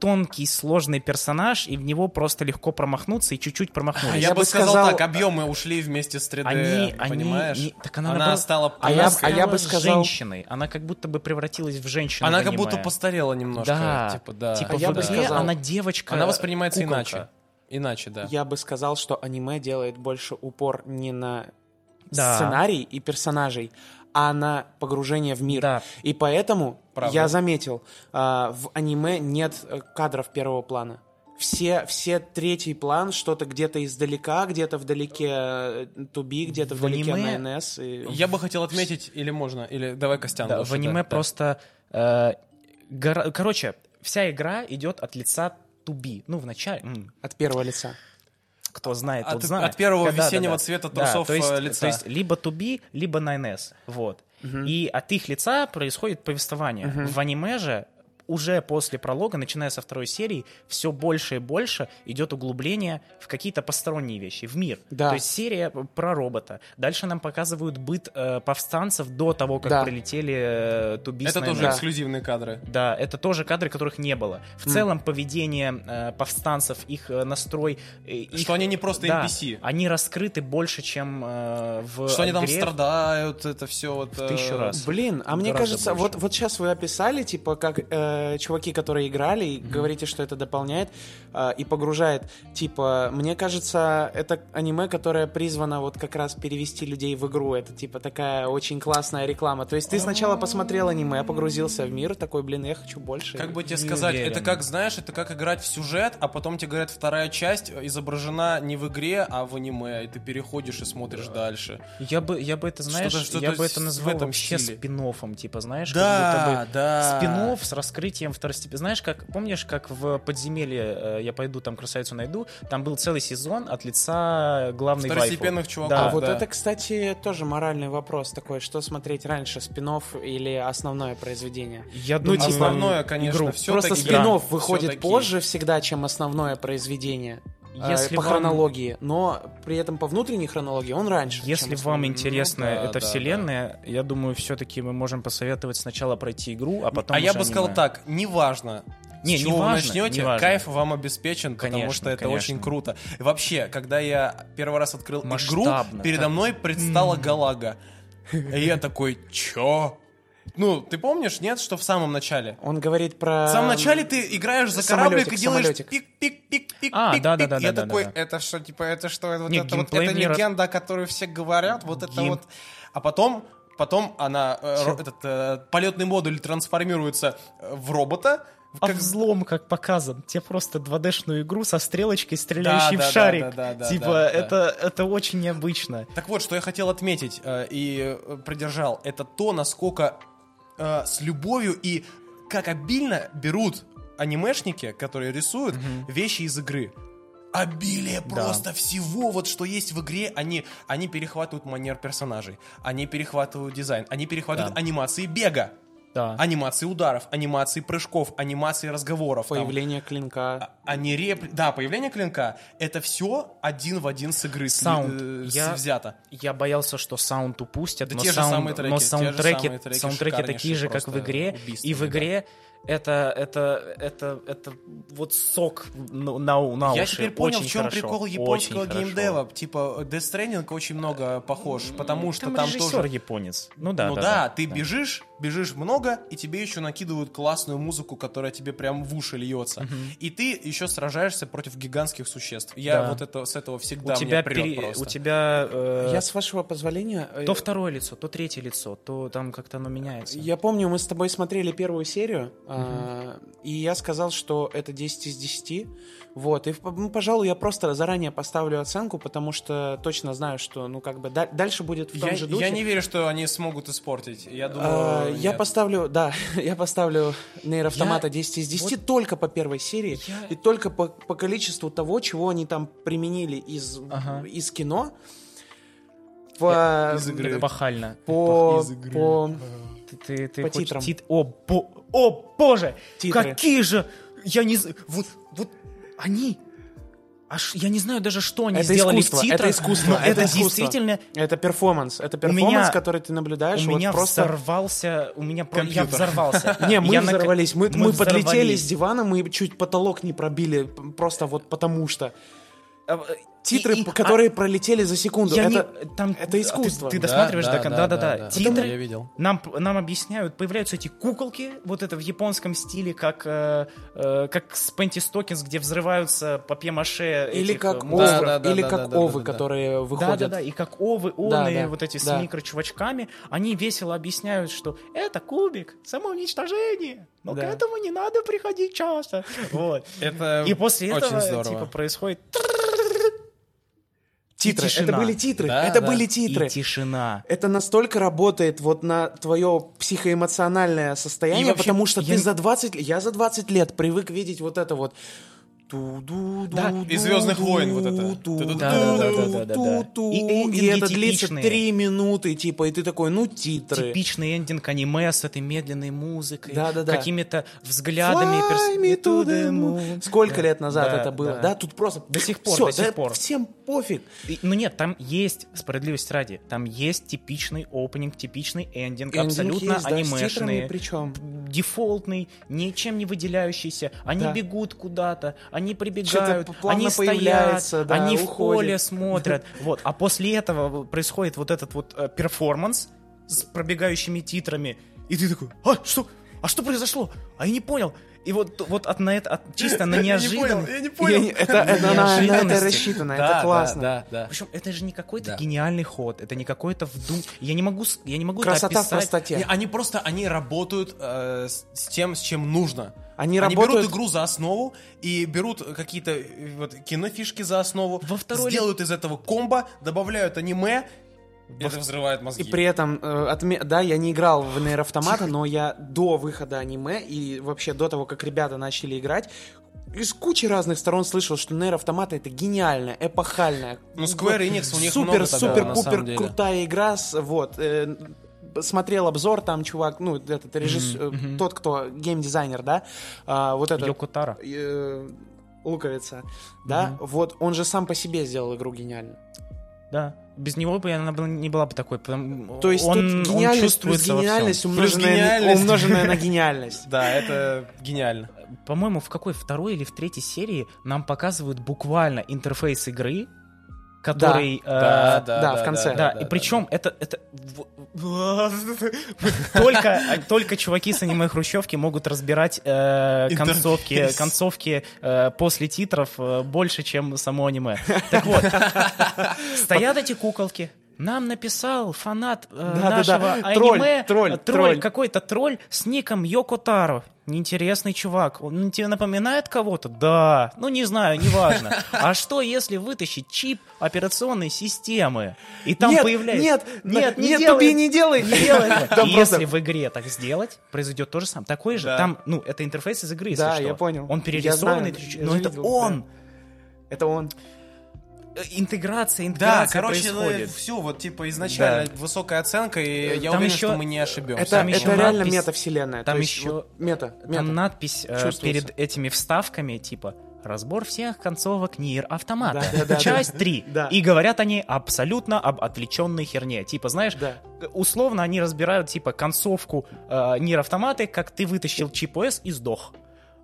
[SPEAKER 2] тонкий, сложный персонаж, и в него просто легко промахнуться и чуть-чуть
[SPEAKER 1] А
[SPEAKER 2] промахнуться.
[SPEAKER 1] я,
[SPEAKER 3] Я
[SPEAKER 1] бы
[SPEAKER 3] бы
[SPEAKER 1] сказал,
[SPEAKER 3] сказал-
[SPEAKER 1] так, объемы ушли вместе с 3D,
[SPEAKER 2] а Они, они,
[SPEAKER 1] понимаешь?
[SPEAKER 2] не- так она,
[SPEAKER 1] она
[SPEAKER 2] наоборот-
[SPEAKER 1] стала
[SPEAKER 3] А я-
[SPEAKER 1] плоская.
[SPEAKER 3] а я бы
[SPEAKER 2] стала
[SPEAKER 3] сказал-
[SPEAKER 2] женщиной. Она как будто бы превратилась в женщину.
[SPEAKER 1] Она
[SPEAKER 2] в
[SPEAKER 1] как будто
[SPEAKER 2] аниме.
[SPEAKER 1] постарела немножко.
[SPEAKER 2] Да,
[SPEAKER 1] Типа, да.
[SPEAKER 2] Типа
[SPEAKER 3] А
[SPEAKER 2] в
[SPEAKER 3] я бы
[SPEAKER 2] игре
[SPEAKER 3] сказал-
[SPEAKER 2] она девочка.
[SPEAKER 1] Она воспринимается
[SPEAKER 2] куколка.
[SPEAKER 1] иначе. Иначе, да.
[SPEAKER 3] Я бы сказал, что аниме делает больше упор не на
[SPEAKER 2] Да.
[SPEAKER 3] сценарий и персонажей, а на погружение в мир.
[SPEAKER 2] Да.
[SPEAKER 3] И поэтому
[SPEAKER 1] Правда.
[SPEAKER 3] я заметил, а, в аниме нет э, кадров первого плана. Все, все третий план, что-то где-то издалека, где-то вдалеке Туби, где-то
[SPEAKER 2] В
[SPEAKER 3] вдалеке
[SPEAKER 2] аниме-
[SPEAKER 3] НС. и-
[SPEAKER 1] Я бы хотел отметить, или можно, или давай Костян.
[SPEAKER 2] Да,
[SPEAKER 1] лучше,
[SPEAKER 2] в аниме
[SPEAKER 1] да, да.
[SPEAKER 2] просто... э, гора- Короче, вся игра идет от лица Туби. Ну, в начале... м,
[SPEAKER 3] От первого лица.
[SPEAKER 2] Кто знает, тот
[SPEAKER 1] От-
[SPEAKER 2] знает.
[SPEAKER 1] от первого
[SPEAKER 2] Когда-
[SPEAKER 1] весеннего цвета
[SPEAKER 2] Да,
[SPEAKER 1] трусов,
[SPEAKER 2] то есть,
[SPEAKER 1] э, лица.
[SPEAKER 2] То есть либо to be, либо 9S. Вот. И от их лица происходит повествование. В аниме же уже после пролога, начиная со второй серии, все больше и больше идет углубление в какие-то посторонние вещи, в мир.
[SPEAKER 3] Да.
[SPEAKER 2] То есть серия про робота. Дальше нам показывают быт э, повстанцев до того, как
[SPEAKER 3] Да.
[SPEAKER 2] прилетели э, to be с
[SPEAKER 1] Это
[SPEAKER 2] 9S.
[SPEAKER 1] тоже
[SPEAKER 3] Да.
[SPEAKER 1] эксклюзивные кадры.
[SPEAKER 2] Да, это тоже кадры, которых не было. В целом поведение э, повстанцев, их э, настрой, э, их-
[SPEAKER 1] Что они не просто
[SPEAKER 2] да,
[SPEAKER 1] NPC.
[SPEAKER 2] Они раскрыты больше, чем э, в
[SPEAKER 1] Что они там
[SPEAKER 2] игре.
[SPEAKER 1] страдают, это все вот... э,
[SPEAKER 2] тысячу раз.
[SPEAKER 3] Блин, а мне
[SPEAKER 2] Гораздо
[SPEAKER 3] кажется,
[SPEAKER 2] больше.
[SPEAKER 3] вот, вот сейчас вы описали, типа, как э, чуваки, которые играли, и говорите, что это дополняет э, и погружает. Типа, мне кажется, это аниме, которое призвано вот как раз перевести людей в игру. Это, типа, такая очень классная реклама. То есть ты сначала посмотрел аниме, а погрузился в мир, такой, блин, я хочу больше.
[SPEAKER 1] Как бы тебе
[SPEAKER 2] Не
[SPEAKER 1] сказать,
[SPEAKER 2] уверен.
[SPEAKER 1] это как, знаешь, это как играть в сюжет, а потом тебе говорят, вторая часть изображена не в игре, а в аниме, и ты переходишь и смотришь дальше.
[SPEAKER 2] Я бы, я бы это, знаешь,
[SPEAKER 1] Что-то- что-то
[SPEAKER 2] я бы
[SPEAKER 1] с-
[SPEAKER 2] это
[SPEAKER 1] в
[SPEAKER 2] назвал
[SPEAKER 1] этом
[SPEAKER 2] вообще
[SPEAKER 1] стиле.
[SPEAKER 2] спин типа, знаешь,
[SPEAKER 1] Да,
[SPEAKER 2] как будто бы
[SPEAKER 1] да. А
[SPEAKER 2] спин с раскрытием второстепенного. Знаешь, как помнишь, как в подземелье э, я пойду там красавицу найду, там был целый сезон от лица главной вайфу.
[SPEAKER 1] Второстепенных чуваков,
[SPEAKER 2] Да,
[SPEAKER 3] а вот
[SPEAKER 1] да.
[SPEAKER 3] это, кстати, тоже моральный вопрос такой, что смотреть раньше, спин или основное произведение?
[SPEAKER 2] Я
[SPEAKER 3] Ну,
[SPEAKER 2] думаю,
[SPEAKER 3] типа,
[SPEAKER 1] Основное, конечно,
[SPEAKER 2] игру.
[SPEAKER 1] все
[SPEAKER 3] Просто
[SPEAKER 1] таки
[SPEAKER 3] спин выходит позже всегда, чем основное произведение. э,
[SPEAKER 2] Если
[SPEAKER 3] по
[SPEAKER 2] вам-
[SPEAKER 3] хронологии, но при этом по внутренней хронологии он раньше. чем
[SPEAKER 2] Если
[SPEAKER 3] основной.
[SPEAKER 2] вам интересна
[SPEAKER 1] Ну да,
[SPEAKER 2] эта
[SPEAKER 1] да,
[SPEAKER 2] вселенная, я думаю, все-таки мы можем посоветовать сначала пройти игру, а потом.
[SPEAKER 1] А я
[SPEAKER 2] уже
[SPEAKER 1] бы сказал
[SPEAKER 2] аниме.
[SPEAKER 1] так, неважно,
[SPEAKER 2] Не,
[SPEAKER 1] с чего
[SPEAKER 2] неважно,
[SPEAKER 1] вы начнете,
[SPEAKER 2] неважно.
[SPEAKER 1] кайф вам обеспечен, потому
[SPEAKER 2] Конечно,
[SPEAKER 1] что это
[SPEAKER 2] конечно.
[SPEAKER 1] очень круто. И вообще, когда я первый раз открыл игру,
[SPEAKER 2] Масштабно,
[SPEAKER 1] передо
[SPEAKER 2] так.
[SPEAKER 1] мной предстала Галага. И я такой, чё? Ну, ты помнишь, нет, что в самом начале?
[SPEAKER 3] Он говорит про...
[SPEAKER 1] В самом начале ты играешь за
[SPEAKER 3] самолетик,
[SPEAKER 1] кораблик и делаешь
[SPEAKER 3] самолетик.
[SPEAKER 1] пик-пик-пик-пик.
[SPEAKER 2] А, да-да-да-да-да-да.
[SPEAKER 1] Я такой, это что, типа, это что, это вот
[SPEAKER 2] Не,
[SPEAKER 1] это вот,
[SPEAKER 2] геймплей
[SPEAKER 1] это
[SPEAKER 2] мне раз-
[SPEAKER 1] легенда, о которой все говорят, вот это
[SPEAKER 2] Гейм-
[SPEAKER 1] вот. А потом, потом она, э, ро- этот э, полетный модуль трансформируется э, в робота.
[SPEAKER 2] А
[SPEAKER 1] Как-
[SPEAKER 2] взлом, как показан, тебе просто 2D-шную игру со стрелочкой, стреляющей
[SPEAKER 1] да,
[SPEAKER 2] в шарик.
[SPEAKER 1] да, да, да,
[SPEAKER 2] типа,
[SPEAKER 1] да, да.
[SPEAKER 2] это, это очень необычно.
[SPEAKER 1] Так вот, что я хотел отметить э, и э, придержал, это то, насколько э, с любовью и как обильно берут анимешники, которые рисуют, вещи из игры. Обилие просто всего, вот что есть в игре, они, они перехватывают манер персонажей, они перехватывают дизайн, они перехватывают
[SPEAKER 2] Да.
[SPEAKER 1] анимации бега,
[SPEAKER 2] Да.
[SPEAKER 1] анимации ударов, анимации прыжков, анимации разговоров. там.
[SPEAKER 3] Появление клинка.
[SPEAKER 1] А- Они реп... Да, появление клинка, это все один в один с игры с-
[SPEAKER 2] Саунд.
[SPEAKER 1] э, с-
[SPEAKER 2] Я-
[SPEAKER 1] взято.
[SPEAKER 2] Я боялся, что саунд упустят,
[SPEAKER 1] Да
[SPEAKER 2] но,
[SPEAKER 1] те же
[SPEAKER 2] саунд-
[SPEAKER 1] самые треки,
[SPEAKER 2] но
[SPEAKER 1] те же
[SPEAKER 2] саундтреки,
[SPEAKER 1] самые треки,
[SPEAKER 2] саундтреки такие же,
[SPEAKER 1] шикарнейшие,
[SPEAKER 2] как в
[SPEAKER 1] просто
[SPEAKER 2] игре, и в
[SPEAKER 1] убийственные, да.
[SPEAKER 2] игре это, это, это, это вот сок ну, на, у- на
[SPEAKER 1] Я
[SPEAKER 2] уши.
[SPEAKER 1] теперь понял,
[SPEAKER 2] Очень
[SPEAKER 1] в чем
[SPEAKER 2] хорошо,
[SPEAKER 1] прикол
[SPEAKER 2] очень
[SPEAKER 1] японского
[SPEAKER 2] хорошо.
[SPEAKER 1] геймдева. Типа, Death Stranding очень много похож, потому что
[SPEAKER 2] Там,
[SPEAKER 1] там
[SPEAKER 2] режиссер
[SPEAKER 1] тоже...
[SPEAKER 2] японец. Ну да,
[SPEAKER 1] ну да,
[SPEAKER 2] да,
[SPEAKER 1] ты
[SPEAKER 2] да.
[SPEAKER 1] бежишь, бежишь много, и тебе еще накидывают классную музыку, которая тебе прям в уши льется. И ты еще сражаешься против гигантских существ. Я
[SPEAKER 2] Да.
[SPEAKER 1] вот это, с этого
[SPEAKER 2] У
[SPEAKER 1] всегда меня
[SPEAKER 2] тебя,
[SPEAKER 1] прет
[SPEAKER 2] пере-
[SPEAKER 1] просто.
[SPEAKER 2] у тебя э,
[SPEAKER 3] Я, с вашего позволения... э,
[SPEAKER 2] то второе лицо, то третье лицо, то там как-то оно меняется.
[SPEAKER 3] Я помню, мы с тобой смотрели первую серию, а, и я сказал, что это 10 из 10. Вот, и, в- ну, пожалуй, я просто заранее поставлю оценку, потому что точно знаю, что, ну, как бы, да- дальше будет в том
[SPEAKER 1] Я,
[SPEAKER 3] же
[SPEAKER 1] я
[SPEAKER 3] духе.
[SPEAKER 1] не верю, что они смогут испортить. Я думаю,
[SPEAKER 3] А, Я
[SPEAKER 1] нет.
[SPEAKER 3] поставлю, да, я поставлю нейроавтомата
[SPEAKER 2] Я-
[SPEAKER 3] 10 из 10 только по первой серии
[SPEAKER 2] Я-
[SPEAKER 3] и только по, по количеству того, чего они там применили из,
[SPEAKER 2] Ага. Э,
[SPEAKER 3] из кино. По,
[SPEAKER 1] из игры.
[SPEAKER 2] Это пахально.
[SPEAKER 3] По,
[SPEAKER 1] Из игры.
[SPEAKER 3] по-
[SPEAKER 2] Ты, ты, ты
[SPEAKER 3] По
[SPEAKER 2] хочешь
[SPEAKER 3] титрам.
[SPEAKER 2] тит- О, бо- О, боже!
[SPEAKER 3] Титры.
[SPEAKER 2] Какие же! Я не з- Вот, вот они... Аж я не знаю даже, что они
[SPEAKER 3] Это
[SPEAKER 2] сделали
[SPEAKER 3] искусство,
[SPEAKER 2] в титрах.
[SPEAKER 3] это искусство,
[SPEAKER 2] но
[SPEAKER 3] это
[SPEAKER 2] это,
[SPEAKER 3] искусство.
[SPEAKER 2] действительно...
[SPEAKER 3] Это перформанс. Это
[SPEAKER 2] меня-
[SPEAKER 3] перформанс, который ты наблюдаешь.
[SPEAKER 2] у
[SPEAKER 3] вот
[SPEAKER 2] меня
[SPEAKER 3] просто...
[SPEAKER 2] взорвался... У меня... про- Я
[SPEAKER 1] Компьютер.
[SPEAKER 2] взорвался.
[SPEAKER 3] Не, мы
[SPEAKER 2] Я нак-
[SPEAKER 3] взорвались. Мы, мы подлетели
[SPEAKER 2] взорвались.
[SPEAKER 3] с дивана, мы чуть потолок не пробили. Просто вот потому что.
[SPEAKER 2] э, э,
[SPEAKER 3] Титры,
[SPEAKER 2] и- и-
[SPEAKER 3] по-
[SPEAKER 2] а,
[SPEAKER 3] которые пролетели за секунду.
[SPEAKER 2] я
[SPEAKER 3] это...
[SPEAKER 2] не- там-
[SPEAKER 3] это
[SPEAKER 2] а ты-
[SPEAKER 3] искусство.
[SPEAKER 2] Ты,
[SPEAKER 3] Да,
[SPEAKER 2] досматриваешь
[SPEAKER 1] да,
[SPEAKER 2] до конца.
[SPEAKER 1] да,
[SPEAKER 2] Да-да-да.
[SPEAKER 1] да, да.
[SPEAKER 2] Титры.
[SPEAKER 1] Я видел.
[SPEAKER 2] Нам, нам объясняют, появляются эти куколки, вот это в японском стиле, как, э, э, как с Пенти Стокинс, где взрываются папье-маше.
[SPEAKER 3] Или
[SPEAKER 2] этих,
[SPEAKER 3] как
[SPEAKER 2] э,
[SPEAKER 3] овы,
[SPEAKER 2] монстров.
[SPEAKER 1] Да, да, да,
[SPEAKER 3] или
[SPEAKER 1] да,
[SPEAKER 3] как
[SPEAKER 1] да,
[SPEAKER 3] овы,
[SPEAKER 1] да, да.
[SPEAKER 3] которые
[SPEAKER 2] Да,
[SPEAKER 3] выходят.
[SPEAKER 2] да, да. И как овы, оные,
[SPEAKER 3] да,
[SPEAKER 2] вот эти с
[SPEAKER 3] да.
[SPEAKER 2] микрочувачками, они весело объясняют, что это кубик, самоуничтожение. Но к
[SPEAKER 3] Да.
[SPEAKER 2] этому не надо приходить часто. Вот.
[SPEAKER 1] Это
[SPEAKER 2] И после
[SPEAKER 1] очень
[SPEAKER 2] этого
[SPEAKER 1] здорово.
[SPEAKER 2] типа происходит
[SPEAKER 3] Титры.
[SPEAKER 2] И
[SPEAKER 3] Это
[SPEAKER 2] тишина.
[SPEAKER 3] были титры.
[SPEAKER 1] Да,
[SPEAKER 3] это
[SPEAKER 1] да.
[SPEAKER 3] были
[SPEAKER 2] и
[SPEAKER 3] титры.
[SPEAKER 2] тишина.
[SPEAKER 3] Это настолько работает вот на твое психоэмоциональное состояние,
[SPEAKER 2] И вообще,
[SPEAKER 3] потому что
[SPEAKER 2] я
[SPEAKER 3] ты
[SPEAKER 2] не-
[SPEAKER 3] за 20... л- Я за 20 лет привык видеть вот это вот...
[SPEAKER 2] Да,
[SPEAKER 4] из «Звездных войн» вот это.
[SPEAKER 2] Да-да-да-да-да-да. И
[SPEAKER 3] И,
[SPEAKER 2] эндинги
[SPEAKER 3] и это длится
[SPEAKER 2] типичные.
[SPEAKER 3] три минуты, типа, и ты такой, ну, титры.
[SPEAKER 2] Типичный эндинг аниме с этой медленной музыкой,
[SPEAKER 3] Да-да-да.
[SPEAKER 2] какими-то взглядами. перс-
[SPEAKER 3] Fly me to the moon. Сколько
[SPEAKER 2] Да,
[SPEAKER 3] лет назад
[SPEAKER 2] да,
[SPEAKER 3] это было? Да. тут просто
[SPEAKER 2] До сих пор,
[SPEAKER 3] всё,
[SPEAKER 2] до сих
[SPEAKER 3] да
[SPEAKER 2] пор.
[SPEAKER 3] Всем пофиг.
[SPEAKER 2] И- Ну нет, там есть, справедливость ради, там есть типичный опенинг, типичный эндинг,
[SPEAKER 3] Эндинг
[SPEAKER 2] абсолютно
[SPEAKER 3] есть, да, с
[SPEAKER 2] анимешные.
[SPEAKER 3] титрами причем.
[SPEAKER 2] дефолтный, ничем не выделяющийся. Они
[SPEAKER 3] Да,
[SPEAKER 2] бегут куда-то, они прибегают,
[SPEAKER 3] Что-то плавно
[SPEAKER 2] они стоят,
[SPEAKER 3] появляется, да,
[SPEAKER 2] они в
[SPEAKER 3] уходит.
[SPEAKER 2] поле смотрят. Вот. А после этого происходит вот этот вот э, перформанс с пробегающими титрами. И ты такой, а что? А что произошло? А я не понял. И вот, вот от, на это, от- чисто на
[SPEAKER 4] Я не понял,
[SPEAKER 2] неожиданность.
[SPEAKER 4] я не
[SPEAKER 3] Я
[SPEAKER 4] понял.
[SPEAKER 3] не- это, это на, на это
[SPEAKER 2] Неожиданности.
[SPEAKER 3] рассчитано,
[SPEAKER 1] Да,
[SPEAKER 3] это
[SPEAKER 1] да,
[SPEAKER 3] классно.
[SPEAKER 1] Да, да.
[SPEAKER 2] Причем это же не какой-то
[SPEAKER 1] Да.
[SPEAKER 2] гениальный ход, это не какой-то вдум... Я не могу, с- я не могу это
[SPEAKER 3] Красота в
[SPEAKER 2] описать.
[SPEAKER 3] простоте.
[SPEAKER 1] Не, Они просто, они работают э, с, с тем, с чем нужно.
[SPEAKER 3] Они
[SPEAKER 1] берут
[SPEAKER 3] работают-
[SPEAKER 1] игру за основу и берут какие-то э, вот, кинофишки за основу,
[SPEAKER 2] Во второй ли-
[SPEAKER 1] сделают из этого комбо, добавляют аниме, и это взрывает мозги.
[SPEAKER 3] И при этом, э, отме- да, я не играл в Нейр Автомата, но я до выхода аниме и вообще до того, как ребята начали играть, из кучи разных сторон слышал, что Нейр Автомата это гениальная, эпохальная.
[SPEAKER 1] Ну, Square Enix у них
[SPEAKER 3] супер,
[SPEAKER 1] много такого,
[SPEAKER 3] супер,
[SPEAKER 1] на
[SPEAKER 3] пупер,
[SPEAKER 1] самом деле.
[SPEAKER 3] крутая игра, с- вот. э, смотрел обзор, там чувак, ну, этот режисс... э, тот, кто геймдизайнер, да, а, вот этот...
[SPEAKER 2] Йоко Таро.
[SPEAKER 3] э, Луковица, да, вот он же сам по себе сделал игру гениально.
[SPEAKER 2] Да. Без него бы она бы не была бы такой. потому-
[SPEAKER 3] То есть
[SPEAKER 2] он,
[SPEAKER 3] тут
[SPEAKER 2] он
[SPEAKER 3] гениальность плюс
[SPEAKER 2] чувствуется во всем.
[SPEAKER 3] гениальность, умноженная,
[SPEAKER 1] гениальность.
[SPEAKER 3] умноженная на гениальность.
[SPEAKER 1] Да, это гениально.
[SPEAKER 2] По-моему, в какой второй или в третьей серии нам показывают буквально интерфейс игры, который. э,
[SPEAKER 1] Да, да,
[SPEAKER 2] да.
[SPEAKER 1] да.
[SPEAKER 3] да, в конце. да,
[SPEAKER 2] и причем это, это в- только, только чуваки с аниме Хрущевки могут разбирать э, концовки,
[SPEAKER 4] Интерфейс.
[SPEAKER 2] концовки э, после титров э, больше, чем само аниме. Так вот, стоят эти куколки. Нам написал фанат э,
[SPEAKER 3] да,
[SPEAKER 2] нашего
[SPEAKER 3] да. Тролль,
[SPEAKER 2] аниме,
[SPEAKER 3] тролль,
[SPEAKER 2] э,
[SPEAKER 3] тролль.
[SPEAKER 2] какой-то тролль с ником Йоко Таро. Неинтересный чувак. Он ну, тебе напоминает кого-то? Да. Ну, не знаю, неважно. А что, если вытащить чип операционной системы? И там
[SPEAKER 3] Нет,
[SPEAKER 2] появляется...
[SPEAKER 3] нет,
[SPEAKER 2] нет,
[SPEAKER 3] да,
[SPEAKER 2] не
[SPEAKER 3] нет,
[SPEAKER 2] делай.
[SPEAKER 3] тупи, не делай.
[SPEAKER 2] Не делай.
[SPEAKER 3] Там
[SPEAKER 2] И
[SPEAKER 3] просто-
[SPEAKER 2] Если в игре так сделать, произойдет то же самое. Такой же.
[SPEAKER 1] Да.
[SPEAKER 2] Там, ну, это интерфейс из игры, если
[SPEAKER 3] Да,
[SPEAKER 2] что.
[SPEAKER 3] я понял.
[SPEAKER 2] Он
[SPEAKER 3] Я
[SPEAKER 2] перерисованный,
[SPEAKER 3] знаю,
[SPEAKER 2] чуть-чуть,
[SPEAKER 3] я
[SPEAKER 2] но
[SPEAKER 3] же
[SPEAKER 2] это
[SPEAKER 3] видел,
[SPEAKER 2] он.
[SPEAKER 3] Это он.
[SPEAKER 2] Э, Интеграция,
[SPEAKER 1] Да,
[SPEAKER 2] интеграция
[SPEAKER 1] короче, ну,
[SPEAKER 2] происходит.
[SPEAKER 1] все, вот типа изначально высокая оценка, и я
[SPEAKER 2] Там
[SPEAKER 1] уверен,
[SPEAKER 2] еще-
[SPEAKER 1] что мы не ошибемся.
[SPEAKER 3] Э, Это,
[SPEAKER 2] Там
[SPEAKER 3] это
[SPEAKER 2] еще
[SPEAKER 3] реально
[SPEAKER 2] надпись.
[SPEAKER 3] метавселенная.
[SPEAKER 2] Там
[SPEAKER 3] то есть
[SPEAKER 2] еще-
[SPEAKER 3] вот мета, мета.
[SPEAKER 2] Там надпись э,
[SPEAKER 3] Чувствуется.
[SPEAKER 2] перед этими вставками, типа «Разбор всех концовок Нир Автомата.
[SPEAKER 3] Да, да, да,
[SPEAKER 2] часть
[SPEAKER 3] да.
[SPEAKER 2] 3».
[SPEAKER 3] Да.
[SPEAKER 2] И говорят они абсолютно об отвлеченной херне. Типа, знаешь,
[SPEAKER 3] Да.
[SPEAKER 2] условно они разбирают, типа, концовку э, Нир Автоматы, как ты вытащил чип ОС и сдох.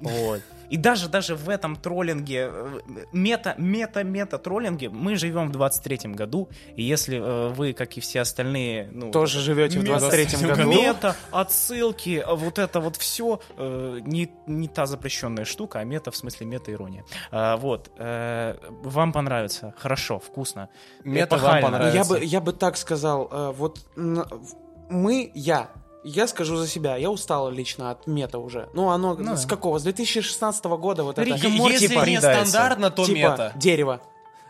[SPEAKER 2] Вот. И даже, даже в этом троллинге, э, мета, мета, мета троллинге, мы живем в 23-м году, и если э, вы, как и все остальные, ну,
[SPEAKER 3] Тоже живете в
[SPEAKER 2] Мета. типа,
[SPEAKER 3] 23-м году.
[SPEAKER 2] Мета, отсылки, а вот это вот все не, не та запрещенная штука, а мета в смысле мета-ирония. А, вот. э, вам понравится. Хорошо, вкусно.
[SPEAKER 1] Мета вам
[SPEAKER 2] Эпохально.
[SPEAKER 1] понравится.
[SPEAKER 3] Ну, Я
[SPEAKER 1] нравится.
[SPEAKER 3] бы, я бы так сказал, э, вот н- в- мы, я, я скажу за себя, я устала лично от мета уже. Ну, оно
[SPEAKER 2] Ну
[SPEAKER 3] с
[SPEAKER 2] да.
[SPEAKER 3] какого? С 2016 года вот
[SPEAKER 2] Рик
[SPEAKER 3] это.
[SPEAKER 2] и Морти
[SPEAKER 1] Если
[SPEAKER 2] типа
[SPEAKER 1] не
[SPEAKER 2] предается.
[SPEAKER 1] стандартно, то
[SPEAKER 3] типа
[SPEAKER 1] мета.
[SPEAKER 3] дерево.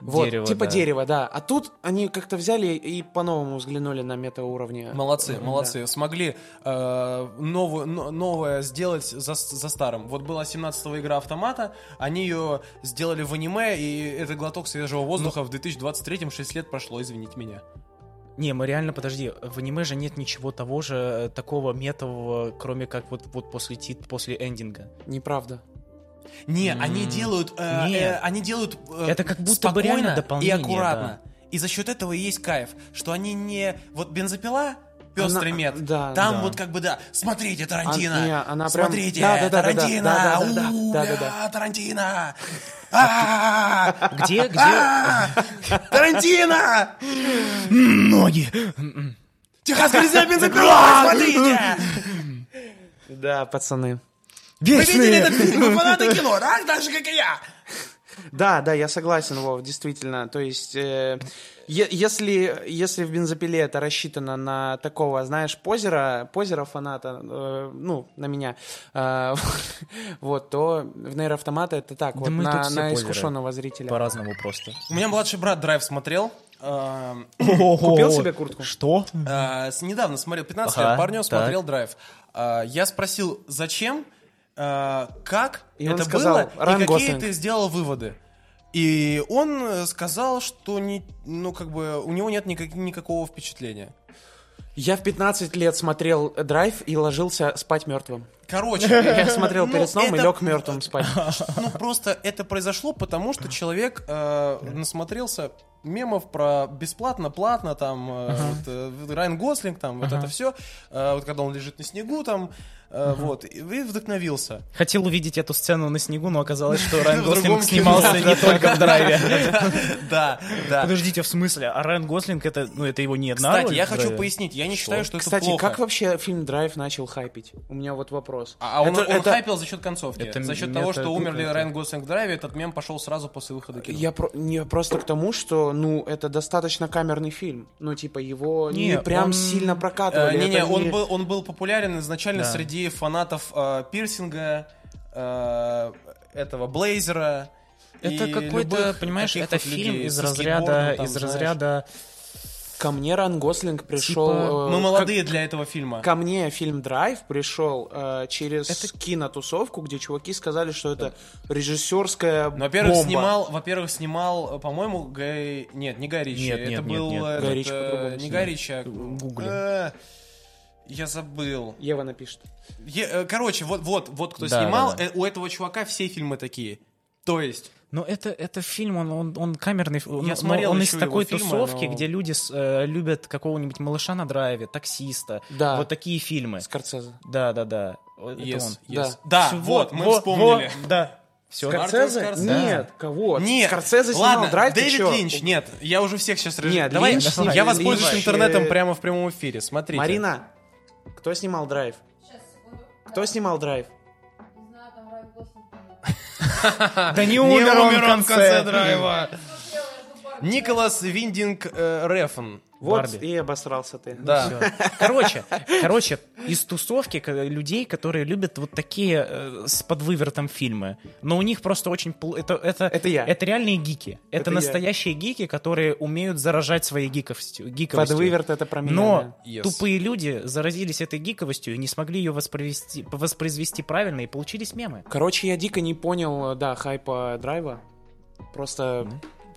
[SPEAKER 3] Вот,
[SPEAKER 2] Дерево,
[SPEAKER 3] типа
[SPEAKER 2] да.
[SPEAKER 3] дерево, да. А тут они как-то взяли и по-новому взглянули на метауровне.
[SPEAKER 1] Молодцы, молодцы. Смогли э, новую- но- новое сделать за, с- за старым. Вот была 17-го игра автомата, они ее сделали в аниме, и это глоток свежего
[SPEAKER 2] Ну.
[SPEAKER 1] воздуха в 2023-м 6 лет прошло, извините меня.
[SPEAKER 2] Не, мы реально, подожди, в аниме же нет ничего того же э, такого метового, кроме как вот, вот после тит, после эндинга.
[SPEAKER 3] Неправда.
[SPEAKER 1] Не,
[SPEAKER 2] М,
[SPEAKER 1] они делают, э,
[SPEAKER 2] нет.
[SPEAKER 1] э, они делают э,
[SPEAKER 2] Это как будто бы
[SPEAKER 1] спокойно
[SPEAKER 2] реально дополнение,
[SPEAKER 1] и аккуратно. И за счет этого и есть кайф, что они не вот бензопила
[SPEAKER 4] пестрый
[SPEAKER 3] Она-
[SPEAKER 4] мед.
[SPEAKER 3] да,
[SPEAKER 4] Там
[SPEAKER 3] да.
[SPEAKER 4] вот как бы, да, смотрите,
[SPEAKER 3] А, не,
[SPEAKER 4] Тарантино!
[SPEAKER 3] она прям-
[SPEAKER 4] смотрите,
[SPEAKER 3] да, да, да, да, да,
[SPEAKER 4] Тарантино!
[SPEAKER 3] да, да, да,
[SPEAKER 4] у,
[SPEAKER 3] да, да,
[SPEAKER 4] бля,
[SPEAKER 3] да. А
[SPEAKER 4] Тарантино! А-а-а!
[SPEAKER 2] Где, где?
[SPEAKER 4] А-а-а! Тарантино! Ноги! Техасская резня бензопила, смотрите!
[SPEAKER 3] Да, пацаны.
[SPEAKER 4] Вы видели этот фильм? Вы фанаты кино, так? Так же, как и я!
[SPEAKER 3] Да, да, я согласен, Вов, действительно. То есть, э, е- если, если в бензопиле это рассчитано на такого, знаешь, позера, позера фаната, э, ну, на меня, э, вот, то в нейроавтомата это так, вот,
[SPEAKER 2] мы тут
[SPEAKER 3] на,
[SPEAKER 2] все
[SPEAKER 3] на
[SPEAKER 2] позеры.
[SPEAKER 3] искушенного зрителя.
[SPEAKER 2] По-разному просто.
[SPEAKER 1] У меня младший брат драйв смотрел. эм,
[SPEAKER 2] Купил
[SPEAKER 3] себе куртку?
[SPEAKER 2] Что?
[SPEAKER 1] А, с- недавно смотрел, 15
[SPEAKER 2] Ага,
[SPEAKER 1] лет парню
[SPEAKER 2] так.
[SPEAKER 1] смотрел драйв. А, я спросил, зачем, а, как
[SPEAKER 3] И он
[SPEAKER 1] это
[SPEAKER 3] сказал,
[SPEAKER 1] было,
[SPEAKER 3] Райан
[SPEAKER 1] и какие
[SPEAKER 3] Гослинг.
[SPEAKER 1] ты сделал выводы. И он э, сказал, что не, ну, как бы, у него нет никак- никакого впечатления.
[SPEAKER 3] Я в 15 лет смотрел «Драйв» и ложился спать мертвым.
[SPEAKER 1] Короче,
[SPEAKER 3] Я смотрел
[SPEAKER 1] Ну,
[SPEAKER 3] перед сном и
[SPEAKER 1] это-
[SPEAKER 3] лег мертвым спать.
[SPEAKER 1] ну просто это произошло, потому что человек э, насмотрелся мемов про бесплатно, платно, там, э, вот, э, Райан Гослинг, там, вот это все, вот когда он лежит на снегу, там, э, вот, и и вдохновился.
[SPEAKER 2] Хотел увидеть эту сцену на снегу, но оказалось, что Райан
[SPEAKER 1] В другом
[SPEAKER 2] Гослинг
[SPEAKER 1] кино.
[SPEAKER 2] снимался не только в драйве.
[SPEAKER 1] Да, да.
[SPEAKER 2] Подождите, в смысле? А Райан Гослинг это, ну, это его не одна
[SPEAKER 1] Кстати,
[SPEAKER 2] роль
[SPEAKER 1] я
[SPEAKER 2] в
[SPEAKER 1] хочу
[SPEAKER 2] драйве?
[SPEAKER 1] пояснить, я не считаю, что это
[SPEAKER 3] Кстати,
[SPEAKER 1] плохо.
[SPEAKER 3] как вообще фильм «Драйв» начал хайпить? У меня вот вопрос.
[SPEAKER 1] А он,
[SPEAKER 3] Это-
[SPEAKER 1] он
[SPEAKER 3] это-
[SPEAKER 1] хайпил за счет концовки.
[SPEAKER 2] Это
[SPEAKER 1] за счет
[SPEAKER 2] мета
[SPEAKER 1] того, что умерли
[SPEAKER 2] какая-то.
[SPEAKER 1] Райан Гослинг в драйве, этот мем пошел сразу после выхода кино.
[SPEAKER 3] Я про- не, просто к тому, что, ну, это достаточно камерный фильм. Ну, типа, его не,
[SPEAKER 2] Не,
[SPEAKER 3] прям
[SPEAKER 2] он-
[SPEAKER 3] сильно
[SPEAKER 1] Э,
[SPEAKER 3] прокатывали.
[SPEAKER 1] Не-не,
[SPEAKER 3] Это
[SPEAKER 1] он,
[SPEAKER 3] не-
[SPEAKER 1] Был, он был популярен изначально
[SPEAKER 2] Да.
[SPEAKER 1] среди фанатов э, пирсинга, э, этого блейзера.
[SPEAKER 2] Это
[SPEAKER 1] и
[SPEAKER 2] какой-то,
[SPEAKER 1] любых
[SPEAKER 2] понимаешь,
[SPEAKER 1] таких
[SPEAKER 2] это
[SPEAKER 1] вот
[SPEAKER 2] фильм
[SPEAKER 1] людей
[SPEAKER 2] из
[SPEAKER 1] со
[SPEAKER 2] разряда,
[SPEAKER 1] скейтбордом там,
[SPEAKER 2] из
[SPEAKER 1] знаешь.
[SPEAKER 2] разряда.
[SPEAKER 3] Ко мне Ран Гослинг пришел...
[SPEAKER 2] Типа,
[SPEAKER 3] э,
[SPEAKER 1] Мы
[SPEAKER 3] к-
[SPEAKER 1] Ну, молодые для этого фильма.
[SPEAKER 3] Ко мне фильм «Драйв» пришел э, через кинотусовку, где чуваки сказали, что это режиссерская
[SPEAKER 1] Ну, Во-первых,
[SPEAKER 3] бомба.
[SPEAKER 1] снимал, во-первых, снимал, э, по-моему, Гай... Нет, не Гай Ричи.
[SPEAKER 2] Нет,
[SPEAKER 1] это
[SPEAKER 2] нет, нет,
[SPEAKER 1] был
[SPEAKER 2] нет.
[SPEAKER 1] этот,
[SPEAKER 3] Гай Ричи
[SPEAKER 1] э,
[SPEAKER 3] по-другому
[SPEAKER 1] не
[SPEAKER 3] снимал.
[SPEAKER 1] Гай Ричи, а...
[SPEAKER 2] Гугли.
[SPEAKER 1] э, Я забыл.
[SPEAKER 3] Ева напишет.
[SPEAKER 1] Е- э, короче, вот, вот, вот кто
[SPEAKER 2] Да,
[SPEAKER 1] снимал,
[SPEAKER 2] да, да.
[SPEAKER 1] э, у этого чувака все фильмы такие. То есть,
[SPEAKER 2] Но ну, это, это фильм, он, он, он камерный. ф- но- но
[SPEAKER 1] смотрел
[SPEAKER 2] он
[SPEAKER 1] еще
[SPEAKER 2] из
[SPEAKER 1] его
[SPEAKER 2] такой
[SPEAKER 1] фильмы,
[SPEAKER 2] тусовки,
[SPEAKER 1] но-
[SPEAKER 2] где люди с- э, любят какого-нибудь малыша на драйве, таксиста.
[SPEAKER 3] Да.
[SPEAKER 2] Вот такие фильмы.
[SPEAKER 3] Скорцезе.
[SPEAKER 2] Да, да, да. О, это
[SPEAKER 1] yes,
[SPEAKER 2] он.
[SPEAKER 1] yes.
[SPEAKER 3] Да.
[SPEAKER 1] Да,
[SPEAKER 2] Всё,
[SPEAKER 1] вот, мы
[SPEAKER 2] во-
[SPEAKER 1] вспомнили.
[SPEAKER 2] во, да. Все.
[SPEAKER 1] Скор- Скорсезе?
[SPEAKER 3] Нет, кого?
[SPEAKER 1] Нет,
[SPEAKER 3] Скорцезе снимал
[SPEAKER 1] ладно,
[SPEAKER 3] «Драйв», ты
[SPEAKER 1] Дэвид
[SPEAKER 3] чё?
[SPEAKER 1] Линч, нет, я уже всех сейчас режу.
[SPEAKER 3] Нет,
[SPEAKER 1] Давай,
[SPEAKER 3] Линч
[SPEAKER 1] я
[SPEAKER 3] снимал.
[SPEAKER 1] воспользуюсь
[SPEAKER 3] Линч,
[SPEAKER 1] интернетом
[SPEAKER 3] э,
[SPEAKER 1] прямо в прямом эфире, смотрите.
[SPEAKER 3] Марина, кто снимал «Драйв»? Кто снимал «Драйв»?
[SPEAKER 2] Да не
[SPEAKER 1] Не
[SPEAKER 2] умер он в конце.
[SPEAKER 1] драйва. Николас Виндинг э, Рефн.
[SPEAKER 3] Вот
[SPEAKER 2] Барби.
[SPEAKER 3] и обосрался ты.
[SPEAKER 1] Да.
[SPEAKER 2] Короче, короче, из тусовки к- людей, которые любят вот такие э, с подвывертом фильмы, но у них просто очень пл- это это
[SPEAKER 3] Это я.
[SPEAKER 2] это реальные гики, это,
[SPEAKER 3] Это я.
[SPEAKER 2] настоящие гики, которые умеют заражать своей гиковостью, гиковостью.
[SPEAKER 3] Подвыверт это про меня.
[SPEAKER 2] Но
[SPEAKER 1] да. Yes.
[SPEAKER 2] тупые люди заразились этой гиковостью и не смогли ее воспроизвести, воспроизвести правильно и получились мемы.
[SPEAKER 3] Короче, я дико не понял, да, хайпа драйва. Просто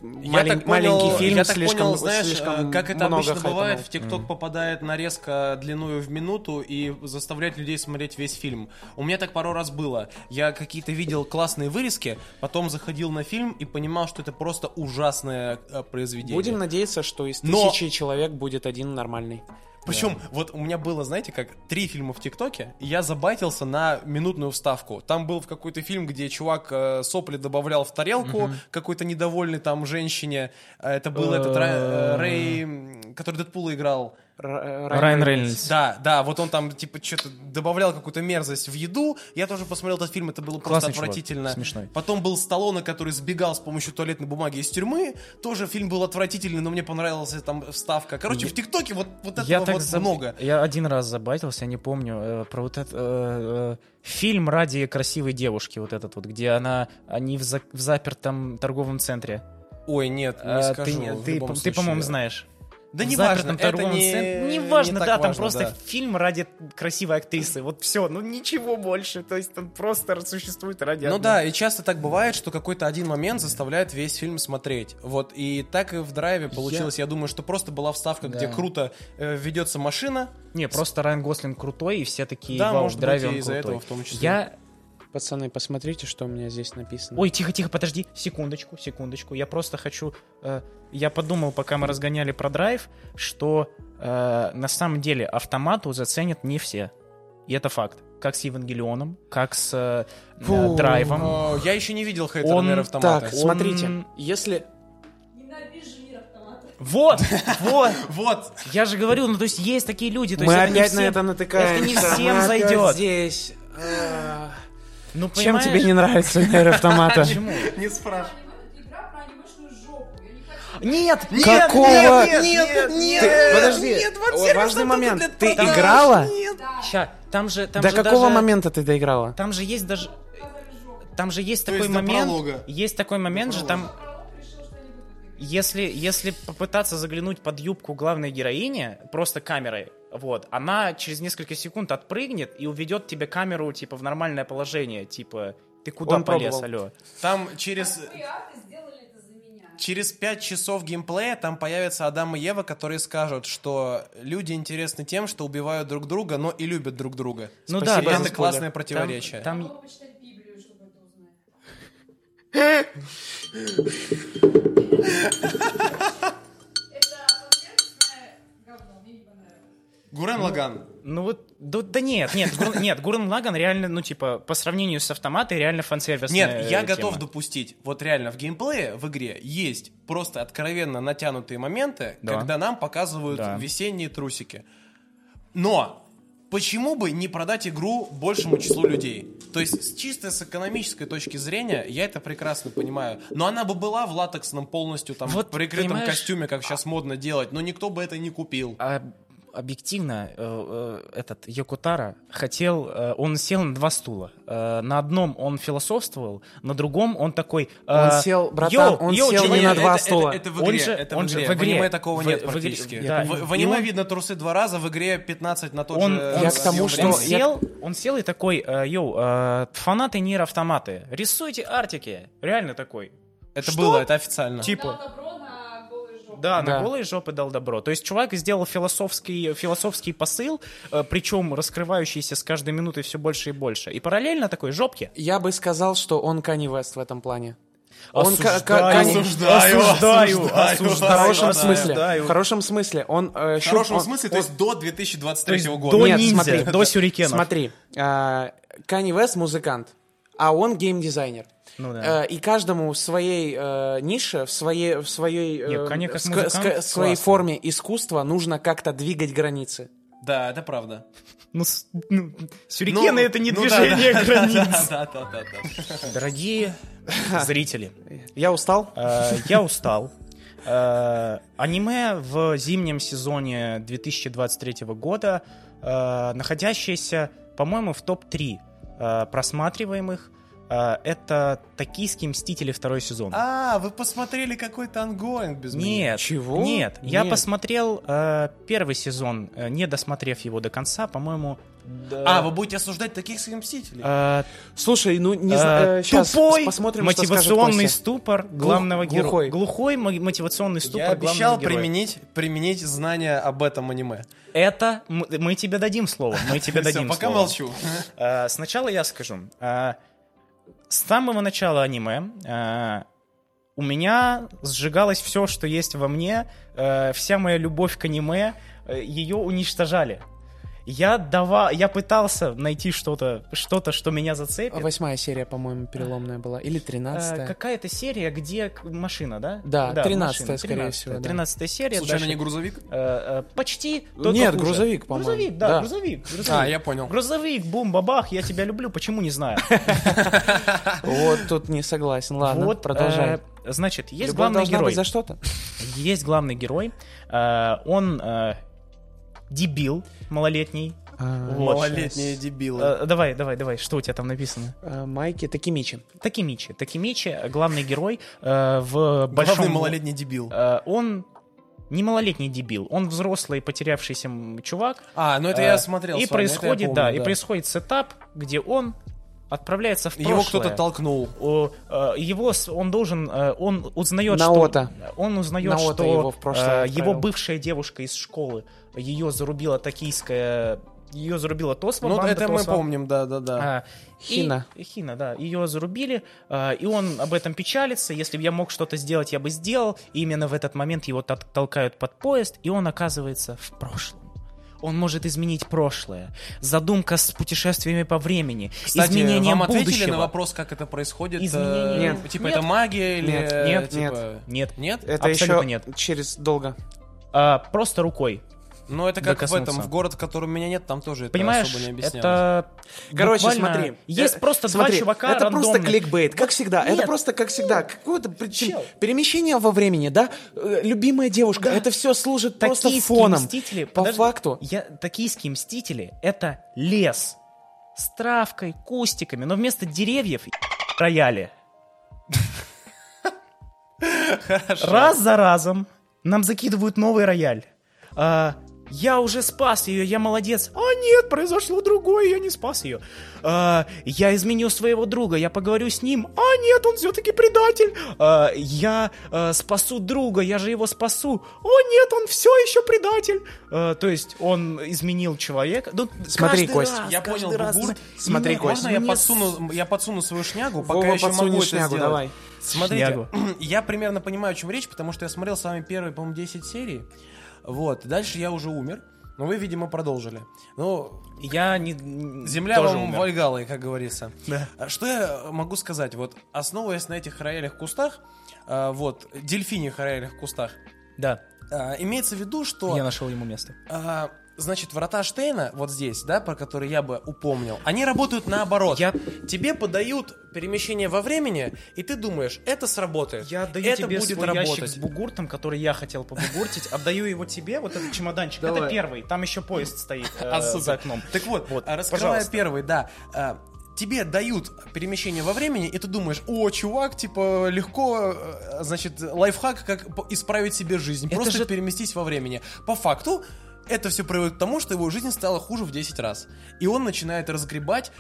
[SPEAKER 2] Ну,
[SPEAKER 1] Я
[SPEAKER 3] малень-
[SPEAKER 1] так понял-
[SPEAKER 3] маленький фильм,
[SPEAKER 1] я так
[SPEAKER 3] слишком,
[SPEAKER 1] понял, знаешь,
[SPEAKER 3] слишком
[SPEAKER 1] э, как это
[SPEAKER 3] много
[SPEAKER 1] обычно
[SPEAKER 3] хайпанул.
[SPEAKER 1] бывает, в ТикТок попадает нарезка длиною в минуту и заставляет людей смотреть весь фильм. У меня так пару раз было. Я какие-то видел классные вырезки, потом заходил на фильм и понимал, что это просто ужасное э, произведение.
[SPEAKER 3] Будем надеяться, что из
[SPEAKER 1] Но-
[SPEAKER 3] тысячи человек будет один нормальный.
[SPEAKER 1] Причем, вот у меня было, знаете, как три фильма в ТикТоке, и я забайтился на минутную вставку. Там был в какой-то фильм, где чувак э, сопли добавлял в тарелку какой-то недовольной там женщине. Э, Это был этот Ра- э, Рэй, м, который Дэдпула играл.
[SPEAKER 3] Р- э,
[SPEAKER 2] Райан Рейнольдс.
[SPEAKER 1] Да, да, вот он там типа что-то добавлял какую-то мерзость в еду. Я тоже посмотрел этот фильм, это было просто
[SPEAKER 2] Классный чувак,
[SPEAKER 1] отвратительно.
[SPEAKER 2] смешной.
[SPEAKER 1] Потом был Сталлоне, который сбегал с помощью туалетной бумаги из тюрьмы. Тоже фильм был отвратительный, но мне понравилась там вставка. Короче, в ТикТоке вот, вот этого
[SPEAKER 2] Я так
[SPEAKER 1] вот
[SPEAKER 2] заб-
[SPEAKER 1] много.
[SPEAKER 2] Я один раз забайтился, не помню, э, про вот этот э, э, фильм ради красивой девушки, вот этот вот, где она, они в, за- в запертом торговом центре.
[SPEAKER 1] Ой, нет, не
[SPEAKER 2] А, ты-
[SPEAKER 1] скажу.
[SPEAKER 2] ты,
[SPEAKER 1] в любом
[SPEAKER 2] по- ты,
[SPEAKER 1] случае.
[SPEAKER 2] по-моему, знаешь.
[SPEAKER 1] Да
[SPEAKER 2] В
[SPEAKER 1] не
[SPEAKER 2] запертом
[SPEAKER 1] важно, это
[SPEAKER 2] торговом
[SPEAKER 1] не...
[SPEAKER 2] центре.
[SPEAKER 1] не
[SPEAKER 2] Не важно,
[SPEAKER 1] так
[SPEAKER 2] да, там
[SPEAKER 1] важно,
[SPEAKER 2] просто
[SPEAKER 1] да.
[SPEAKER 2] фильм ради красивой актрисы. Вот все, ну ничего больше. То есть там просто существует ради
[SPEAKER 1] Ну
[SPEAKER 2] одной.
[SPEAKER 1] да, и часто так бывает, что какой-то один момент заставляет весь фильм смотреть. Вот, и так и в драйве получилось. Я, думаю, что просто была вставка, где
[SPEAKER 2] Да.
[SPEAKER 1] круто э, ведется машина.
[SPEAKER 2] Не, просто Райан Гослинг крутой, и все такие,
[SPEAKER 1] Да,
[SPEAKER 2] вау,
[SPEAKER 1] может
[SPEAKER 2] в драйве
[SPEAKER 1] быть, и
[SPEAKER 2] он
[SPEAKER 1] из-за
[SPEAKER 2] крутой.
[SPEAKER 1] этого в том числе.
[SPEAKER 2] Я
[SPEAKER 3] Пацаны, посмотрите, что у меня здесь написано.
[SPEAKER 2] Ой, тихо-тихо, подожди, секундочку, секундочку. Я просто хочу... э, я подумал, пока мы разгоняли про драйв, что э, э, на самом деле автомату заценят не все. И это факт. Как с Евангелионом, как с э, э,
[SPEAKER 3] Фу, ну.
[SPEAKER 2] Драйвом.
[SPEAKER 1] О, Я еще не видел хейтер
[SPEAKER 2] Он
[SPEAKER 1] мэр автомата.
[SPEAKER 3] Так, смотрите, если...
[SPEAKER 2] Вот, вот.
[SPEAKER 1] Вот.
[SPEAKER 2] Я же говорю, ну то есть есть такие люди. То
[SPEAKER 3] мы
[SPEAKER 2] есть это не
[SPEAKER 3] опять на
[SPEAKER 2] всем-
[SPEAKER 3] это натыкаемся.
[SPEAKER 2] Это не всем
[SPEAKER 3] мы опять
[SPEAKER 2] зайдет.
[SPEAKER 3] здесь. А,
[SPEAKER 2] Ну,
[SPEAKER 3] Чем
[SPEAKER 2] понимаешь?
[SPEAKER 3] тебе не нравится «Мэр автомата?
[SPEAKER 2] Почему?
[SPEAKER 4] Не спрашивай.
[SPEAKER 7] Игра про анимешную жопу. Я не хочу.
[SPEAKER 2] Нет,
[SPEAKER 4] Нет,
[SPEAKER 3] Какого-
[SPEAKER 4] Нет, нет, нет,
[SPEAKER 3] Ты-
[SPEAKER 4] нет,
[SPEAKER 3] подожди,
[SPEAKER 4] нет,
[SPEAKER 2] э,
[SPEAKER 4] вам сервис
[SPEAKER 3] важный
[SPEAKER 4] там только
[SPEAKER 3] момент.
[SPEAKER 4] для
[SPEAKER 3] Ты
[SPEAKER 4] продаж.
[SPEAKER 3] играла?
[SPEAKER 4] Нет.
[SPEAKER 2] ща, там же, там
[SPEAKER 3] До
[SPEAKER 2] же
[SPEAKER 3] какого
[SPEAKER 2] даже-
[SPEAKER 3] момента ты доиграла?
[SPEAKER 2] Там же есть даже, там же есть
[SPEAKER 4] есть
[SPEAKER 2] такой
[SPEAKER 4] до
[SPEAKER 2] момент,
[SPEAKER 4] пролога.
[SPEAKER 2] есть такой момент же там. Если, если попытаться заглянуть под юбку главной героини, просто камерой, вот, она через несколько секунд отпрыгнет и уведет тебе камеру, типа, в нормальное положение, типа, ты куда
[SPEAKER 3] Он
[SPEAKER 2] полез,
[SPEAKER 3] пробовал.
[SPEAKER 2] алло?
[SPEAKER 1] Там через...
[SPEAKER 7] Пиаты А сделали это за меня.
[SPEAKER 1] Через 5 часов геймплея там появятся Адам и Ева, которые скажут, что люди интересны тем, что убивают друг друга, но и любят друг друга.
[SPEAKER 2] Ну
[SPEAKER 3] Спасибо
[SPEAKER 2] да, там,
[SPEAKER 1] это
[SPEAKER 3] спойлер.
[SPEAKER 1] классное
[SPEAKER 2] там-
[SPEAKER 1] противоречие.
[SPEAKER 2] там-
[SPEAKER 7] Надо почитать Библию, чтобы это узнать. Это поверхностное говно, мне не понравилось.
[SPEAKER 1] Гурен Лаган.
[SPEAKER 2] Ну вот, да, да нет, нет, Гур- нет, Гуррен Лаган реально, ну типа, по сравнению с автоматой, реально фансервисная
[SPEAKER 1] Нет, я
[SPEAKER 2] э,
[SPEAKER 1] готов
[SPEAKER 2] тема.
[SPEAKER 1] допустить. Вот реально, в геймплее, в игре есть просто откровенно натянутые моменты,
[SPEAKER 2] Да.
[SPEAKER 1] когда нам показывают
[SPEAKER 2] Да.
[SPEAKER 1] весенние трусики. Но почему бы не продать игру большему числу людей? То есть, с чисто с экономической точки зрения, я это прекрасно понимаю. Но она бы была в латексном полностью, там,
[SPEAKER 2] Вот,
[SPEAKER 1] прикрытом
[SPEAKER 2] понимаешь,
[SPEAKER 1] костюме, как сейчас модно делать, но никто бы это не купил.
[SPEAKER 2] А объективно, э, э, этот Йокутара хотел, э, он сел на два стула. Э, На одном он философствовал, на другом он такой... э,
[SPEAKER 3] Он сел, братан,
[SPEAKER 2] «Йоу,
[SPEAKER 3] он
[SPEAKER 2] йоу,
[SPEAKER 3] сел не
[SPEAKER 2] чуваки,
[SPEAKER 3] на два
[SPEAKER 1] это-
[SPEAKER 3] стула.
[SPEAKER 1] Это, это в игре,
[SPEAKER 2] Он же-
[SPEAKER 1] это
[SPEAKER 2] он
[SPEAKER 1] в
[SPEAKER 2] же
[SPEAKER 1] игре.
[SPEAKER 2] в игре.
[SPEAKER 1] В аниме такого
[SPEAKER 2] В-
[SPEAKER 1] нет
[SPEAKER 2] в игре,
[SPEAKER 1] практически.
[SPEAKER 2] да.
[SPEAKER 1] в, в
[SPEAKER 2] И
[SPEAKER 1] аниме
[SPEAKER 2] он-
[SPEAKER 1] видно э, трусы два раза, в игре 15 на тот
[SPEAKER 2] Он,
[SPEAKER 1] же...
[SPEAKER 2] он
[SPEAKER 3] Я к
[SPEAKER 1] разъем
[SPEAKER 3] тому,
[SPEAKER 1] времени.
[SPEAKER 2] он
[SPEAKER 3] что- я-
[SPEAKER 2] сел, он сел и такой, э, йоу, э, фанаты нейроавтоматы, рисуйте артики. Реально такой.
[SPEAKER 1] Это
[SPEAKER 2] Что?
[SPEAKER 1] было, это официально.
[SPEAKER 7] Дал
[SPEAKER 2] Типа,
[SPEAKER 7] добро на голые жопы.
[SPEAKER 2] да,
[SPEAKER 3] Да.
[SPEAKER 2] на голые жопы дал добро. То есть чувак сделал философский, э, философский посыл, причем раскрывающийся с каждой минутой все больше и больше. И параллельно такой жопки.
[SPEAKER 3] Я бы сказал, что он Кани Вест в этом плане. Он ка- ка- Кани-
[SPEAKER 1] Осуждаю,
[SPEAKER 2] осуждаю,
[SPEAKER 1] осуждаю,
[SPEAKER 3] в хорошем
[SPEAKER 1] Да,
[SPEAKER 3] смысле.
[SPEAKER 2] осуждаю.
[SPEAKER 3] В хорошем смысле. Он э,
[SPEAKER 1] В
[SPEAKER 3] щуп-
[SPEAKER 1] хорошем
[SPEAKER 3] он-
[SPEAKER 1] смысле, то есть до 2023
[SPEAKER 2] То есть
[SPEAKER 1] года.
[SPEAKER 2] до
[SPEAKER 3] Нет,
[SPEAKER 2] ниндзя,
[SPEAKER 3] смотри.
[SPEAKER 2] до сюрикенов.
[SPEAKER 3] Смотри, Кани Вест музыкант, а он геймдизайнер.
[SPEAKER 2] Ну да.
[SPEAKER 3] Э, И каждому в своей э, нише, в своей, в своей, э,
[SPEAKER 2] Не, Кани как
[SPEAKER 3] ск-
[SPEAKER 2] музыкант
[SPEAKER 3] ск- своей
[SPEAKER 2] классно.
[SPEAKER 3] форме искусства нужно как-то двигать границы.
[SPEAKER 1] Да, это правда.
[SPEAKER 2] Ну, с- ну, сюрикены
[SPEAKER 1] Ну,
[SPEAKER 2] это не
[SPEAKER 1] ну да,
[SPEAKER 2] движение
[SPEAKER 1] да,
[SPEAKER 2] границ.
[SPEAKER 1] Да, да, да, да.
[SPEAKER 2] Дорогие зрители,
[SPEAKER 3] Я устал?
[SPEAKER 2] э, я устал. Э, Аниме в зимнем сезоне 2023 года, э, находящееся, по-моему, в топ-3 э, просматриваемых, э, это «Токийские мстители» второй сезон.
[SPEAKER 1] А, вы посмотрели какой-то ангоинг без меня.
[SPEAKER 2] Нет,
[SPEAKER 3] Чего?
[SPEAKER 2] Нет, я
[SPEAKER 3] Нет.
[SPEAKER 2] посмотрел э, первый сезон, э, не досмотрев его до конца, по-моему.
[SPEAKER 1] А, вы будете осуждать таких своих мстителей?
[SPEAKER 2] э,
[SPEAKER 3] Слушай, ну не
[SPEAKER 2] э,
[SPEAKER 3] знаю, сейчас
[SPEAKER 2] тупой
[SPEAKER 3] посмотрим, что скажет
[SPEAKER 2] мотивационный
[SPEAKER 3] Костя.
[SPEAKER 2] ступор главного героя.
[SPEAKER 3] глухой.
[SPEAKER 2] Глухой мо- мотивационный ступор
[SPEAKER 1] Я обещал
[SPEAKER 2] главного героя.
[SPEAKER 1] применить, применить знания об этом аниме.
[SPEAKER 2] Это м- мы тебе дадим слово. Мы тебе
[SPEAKER 1] Всё,
[SPEAKER 2] дадим
[SPEAKER 1] пока
[SPEAKER 2] слово.
[SPEAKER 1] молчу.
[SPEAKER 2] Э, Сначала я скажу. Э, С самого начала аниме э, у меня сжигалось все, что есть во мне. э, Вся моя любовь к аниме, э, ее уничтожали. Я дава, я пытался найти что-то, что-то, что меня зацепит.
[SPEAKER 3] Восьмая серия, по-моему, переломная была. Или
[SPEAKER 2] Э,
[SPEAKER 3] тринадцатая.
[SPEAKER 2] Какая-то серия, где к- машина, да?
[SPEAKER 3] Да, 13-я,
[SPEAKER 2] машина,
[SPEAKER 3] скорее всего, да.
[SPEAKER 2] 13-я серия.
[SPEAKER 1] Случайно
[SPEAKER 2] дальше-
[SPEAKER 1] не грузовик?
[SPEAKER 2] Э, э, почти. только
[SPEAKER 3] Нет,
[SPEAKER 2] хуже.
[SPEAKER 3] грузовик, по-моему.
[SPEAKER 2] Грузовик, да,
[SPEAKER 3] Да.
[SPEAKER 2] грузовик. грузовик.
[SPEAKER 1] А, я понял.
[SPEAKER 2] Грузовик, бум, бабах, я тебя люблю, почему не знаю.
[SPEAKER 3] Вот тут не согласен. Ладно,
[SPEAKER 2] Вот,
[SPEAKER 3] продолжай.
[SPEAKER 2] э, Значит, есть
[SPEAKER 3] Любовь
[SPEAKER 2] главный
[SPEAKER 3] должна
[SPEAKER 2] герой.
[SPEAKER 3] быть за что-то.
[SPEAKER 2] Есть главный герой. э, Он э, дебил малолетний.
[SPEAKER 3] А,
[SPEAKER 2] Вот.
[SPEAKER 1] Малолетние дебилы.
[SPEAKER 2] Э, Давай, давай, давай, что у тебя там написано?
[SPEAKER 3] Э, Майки Такимичи.
[SPEAKER 2] Такимичи. Такимичи, главный герой э, в
[SPEAKER 1] Большой
[SPEAKER 2] большом...
[SPEAKER 1] малолетний дебил.
[SPEAKER 2] Э, Он не малолетний дебил, он взрослый потерявшийся м, чувак,
[SPEAKER 1] А, ну это я
[SPEAKER 2] Э,
[SPEAKER 1] смотрел.
[SPEAKER 2] И
[SPEAKER 1] с вами, это я
[SPEAKER 2] происходит,
[SPEAKER 1] помню,
[SPEAKER 2] да, и происходит сетап, где он отправляется в прошлое.
[SPEAKER 1] Его кто-то толкнул.
[SPEAKER 2] О, э, его с- он должен, э, он узнает,
[SPEAKER 3] Наота.
[SPEAKER 2] что он узнает,
[SPEAKER 3] Наота
[SPEAKER 2] что
[SPEAKER 3] его в прошлое
[SPEAKER 2] э,
[SPEAKER 3] отправил.
[SPEAKER 2] его бывшая девушка из школы ее зарубила токийская ее зарубила Тосва.
[SPEAKER 1] Ну,
[SPEAKER 2] банда
[SPEAKER 1] это мы
[SPEAKER 2] Тосва.
[SPEAKER 1] помним, да-да-да.
[SPEAKER 2] А, и-
[SPEAKER 3] Хина.
[SPEAKER 2] Хина, да. Ее зарубили, а, и он об этом печалится. Если бы я мог что-то сделать, я бы сделал. И именно в этот момент его тол- толкают под поезд, и он оказывается в прошлом. Он может изменить прошлое. Задумка с путешествиями по времени.
[SPEAKER 1] Кстати,
[SPEAKER 2] изменением
[SPEAKER 1] вам ответили
[SPEAKER 2] будущего.
[SPEAKER 1] на вопрос, как это происходит? э,
[SPEAKER 2] Изменение.
[SPEAKER 3] Нет.
[SPEAKER 1] Типа,
[SPEAKER 2] Нет.
[SPEAKER 1] это магия или...
[SPEAKER 3] Нет.
[SPEAKER 1] э,
[SPEAKER 2] Нет.
[SPEAKER 1] типа-
[SPEAKER 2] Нет.
[SPEAKER 1] Нет?
[SPEAKER 3] Это
[SPEAKER 2] Абсолютно
[SPEAKER 3] еще
[SPEAKER 2] нет.
[SPEAKER 3] через долго.
[SPEAKER 2] А, просто рукой.
[SPEAKER 1] Ну, это как в этом,
[SPEAKER 2] Докоснуться.
[SPEAKER 1] в город, в котором меня нет, там тоже это
[SPEAKER 2] Понимаешь,
[SPEAKER 1] особо не объяснялось.
[SPEAKER 2] это...
[SPEAKER 3] Короче,
[SPEAKER 2] буквально-
[SPEAKER 3] смотри.
[SPEAKER 2] Есть
[SPEAKER 3] э,
[SPEAKER 2] просто
[SPEAKER 3] смотри,
[SPEAKER 2] два чувака
[SPEAKER 3] Это просто
[SPEAKER 2] рандомных.
[SPEAKER 3] кликбейт, как всегда.
[SPEAKER 2] нет.
[SPEAKER 3] Это просто, как всегда, какое-то причем-
[SPEAKER 2] Чел.
[SPEAKER 3] перемещение во времени, да? Э, Любимая девушка. Это все служит просто
[SPEAKER 2] Токийские
[SPEAKER 3] фоном.
[SPEAKER 2] мстители,
[SPEAKER 3] По
[SPEAKER 2] подожди,
[SPEAKER 3] факту.
[SPEAKER 2] Я, токийские мстители — это лес с травкой, кустиками, но вместо деревьев — рояли. Раз за разом нам закидывают новый рояль. А, я уже спас ее, я молодец. А нет, произошло другое, я не спас ее. А, я изменю своего друга, я поговорю с ним. А нет, он все-таки предатель. А, я э, спасу друга, я же его спасу. О нет, он все еще предатель. А, то есть он изменил человека. Ну, каждый
[SPEAKER 3] Смотри, Кость,
[SPEAKER 2] раз,
[SPEAKER 1] Я
[SPEAKER 2] каждый
[SPEAKER 1] понял,
[SPEAKER 2] раз.
[SPEAKER 1] бугурт.
[SPEAKER 3] Смотри,
[SPEAKER 1] Мне-
[SPEAKER 3] Кость,
[SPEAKER 1] Можно я
[SPEAKER 2] мне
[SPEAKER 1] подсуну, я подсуну свою шнягу, пока
[SPEAKER 3] Вова,
[SPEAKER 1] я еще могу
[SPEAKER 3] подсунешь
[SPEAKER 1] это
[SPEAKER 3] шнягу,
[SPEAKER 1] сделать?
[SPEAKER 3] давай.
[SPEAKER 1] Смотрите,
[SPEAKER 2] Шнягу.
[SPEAKER 1] я примерно понимаю, о чем речь, потому что я смотрел с вами первые, по-моему, 10 серий. Вот, дальше я уже умер. Но вы, видимо, продолжили. Ну,
[SPEAKER 2] Я не- не...
[SPEAKER 1] земля
[SPEAKER 2] тоже
[SPEAKER 1] вам
[SPEAKER 2] умер.
[SPEAKER 1] вальгалой, как говорится.
[SPEAKER 2] Да.
[SPEAKER 1] А Что я могу сказать? Вот, основываясь на этих роялях кустах, а, вот, дельфиних роялях кустах,
[SPEAKER 2] Да,
[SPEAKER 1] а, имеется в виду, что...
[SPEAKER 2] я нашел ему место.
[SPEAKER 1] А, значит, врата Штейна, вот здесь, да, про которые я бы упомнил, они работают наоборот.
[SPEAKER 2] Я-
[SPEAKER 1] Тебе подают перемещение во времени, и ты думаешь, это сработает.
[SPEAKER 2] Я даю
[SPEAKER 1] это
[SPEAKER 2] тебе
[SPEAKER 1] будет
[SPEAKER 2] свой ящик
[SPEAKER 1] работать.
[SPEAKER 2] с бугуртом, который я хотел побугуртить, отдаю его тебе, вот этот чемоданчик. Это
[SPEAKER 1] Давай.
[SPEAKER 2] первый, там еще поезд стоит э,
[SPEAKER 1] А, супер.
[SPEAKER 2] за окном.
[SPEAKER 1] Так вот, а
[SPEAKER 2] Вот,
[SPEAKER 1] вот раскрывая
[SPEAKER 2] пожалуйста.
[SPEAKER 1] первый, да. а, Тебе дают перемещение во времени, и ты думаешь, о, чувак, типа, легко, э, значит, лайфхак, как по- исправить себе жизнь,
[SPEAKER 2] Это
[SPEAKER 1] просто
[SPEAKER 2] же-
[SPEAKER 1] переместись во времени. По факту, это все приводит к тому, что его жизнь стала хуже в 10 раз. И он начинает разгребать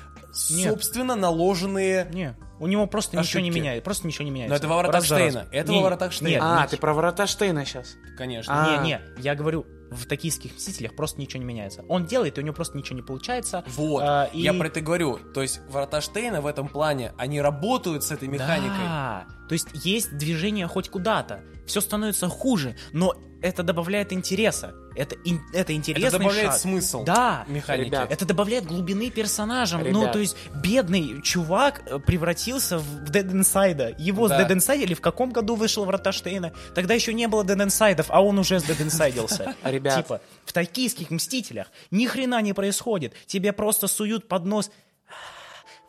[SPEAKER 2] Нет.
[SPEAKER 1] собственно наложенные...
[SPEAKER 2] Не, у него просто ничего не
[SPEAKER 1] Ошибки.
[SPEAKER 2] меняет, просто ничего не меняется.
[SPEAKER 1] Но это во вратах
[SPEAKER 2] Раз за раз.
[SPEAKER 1] Штейна. Это
[SPEAKER 2] Не,
[SPEAKER 1] во вратах
[SPEAKER 2] не,
[SPEAKER 1] Штейна.
[SPEAKER 3] А,
[SPEAKER 2] не,
[SPEAKER 3] ты про врата Штейна сейчас.
[SPEAKER 1] Конечно.
[SPEAKER 3] А.
[SPEAKER 2] Не, не, я говорю, в «Токийских мстителях» просто ничего не меняется. Он делает, и у него просто ничего не получается.
[SPEAKER 1] Вот,
[SPEAKER 2] А, и-
[SPEAKER 1] я про это говорю. То есть врата Штейна в этом плане, они работают с этой механикой.
[SPEAKER 2] Да, то есть есть движение хоть куда-то. Все становится хуже, но это добавляет интереса. Это, ин- это интересный
[SPEAKER 1] Это добавляет
[SPEAKER 2] шаг.
[SPEAKER 1] смысл
[SPEAKER 2] Да.
[SPEAKER 1] механики.
[SPEAKER 3] Ребят,
[SPEAKER 2] Это добавляет глубины персонажам. Ну,
[SPEAKER 3] Ребят.
[SPEAKER 2] то есть, бедный чувак э, превратился в Dead Inside. Его
[SPEAKER 1] Да.
[SPEAKER 2] с Dead Inside, или в каком году вышел Врата Штейна? Тогда еще не было Dead Inside, а он уже с Dead Inside-ился.
[SPEAKER 3] Ребят.
[SPEAKER 2] Типа, в токийских Мстителях ни хрена не происходит. Тебе просто суют под нос. «А,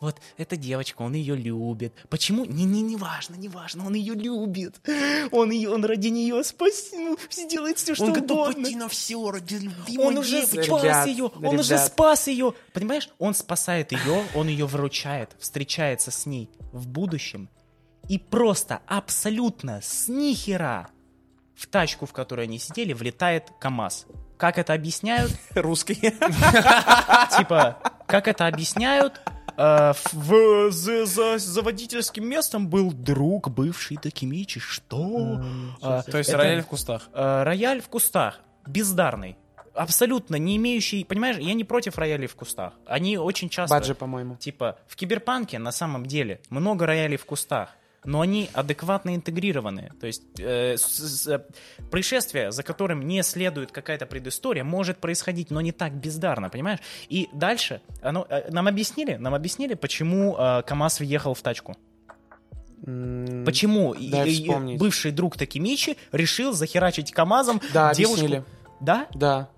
[SPEAKER 2] Вот эта девочка, он ее любит. Почему? Не, не, не важно, не важно, он ее любит. Он ее, он ради нее спас, ну, сделает все, что
[SPEAKER 1] Он готов
[SPEAKER 2] угодно.
[SPEAKER 1] пойти на все ради любимой
[SPEAKER 2] Он уже
[SPEAKER 1] девочки.
[SPEAKER 2] спас
[SPEAKER 3] Ребят,
[SPEAKER 2] ее, он уже
[SPEAKER 3] ребят.
[SPEAKER 2] спас ее. Понимаешь, он спасает ее, он ее выручает, встречается с ней в будущем. И просто абсолютно с нихера в тачку, в которой они сидели, влетает КАМАЗ. Как это объясняют?
[SPEAKER 3] Русский.
[SPEAKER 2] Типа, как это объясняют? Э, в- за, за- за водительским местом был друг, бывший Такимичи. Что? А,
[SPEAKER 1] То есть
[SPEAKER 2] это-
[SPEAKER 1] рояль в кустах.
[SPEAKER 2] Э, рояль в кустах, бездарный, абсолютно не имеющий, понимаешь, я не против роялей в кустах. Они очень часто,
[SPEAKER 3] Баджи, по-моему.
[SPEAKER 2] типа, в Киберпанке на самом деле много роялей в кустах, но они адекватно интегрированы. То есть э, с- с- э, происшествие, за которым не следует какая-то предыстория, может происходить, но не так бездарно, понимаешь? И дальше оно, э, нам объяснили, нам объяснили, почему э, КамАЗ въехал в тачку.
[SPEAKER 3] М,
[SPEAKER 2] Почему и-
[SPEAKER 3] дай
[SPEAKER 2] и- и
[SPEAKER 3] вспомнить.
[SPEAKER 2] бывший друг Такимичи решил захерачить КАМАЗом
[SPEAKER 3] Да,
[SPEAKER 2] девушку?
[SPEAKER 3] объяснили.
[SPEAKER 2] Да?
[SPEAKER 3] Да.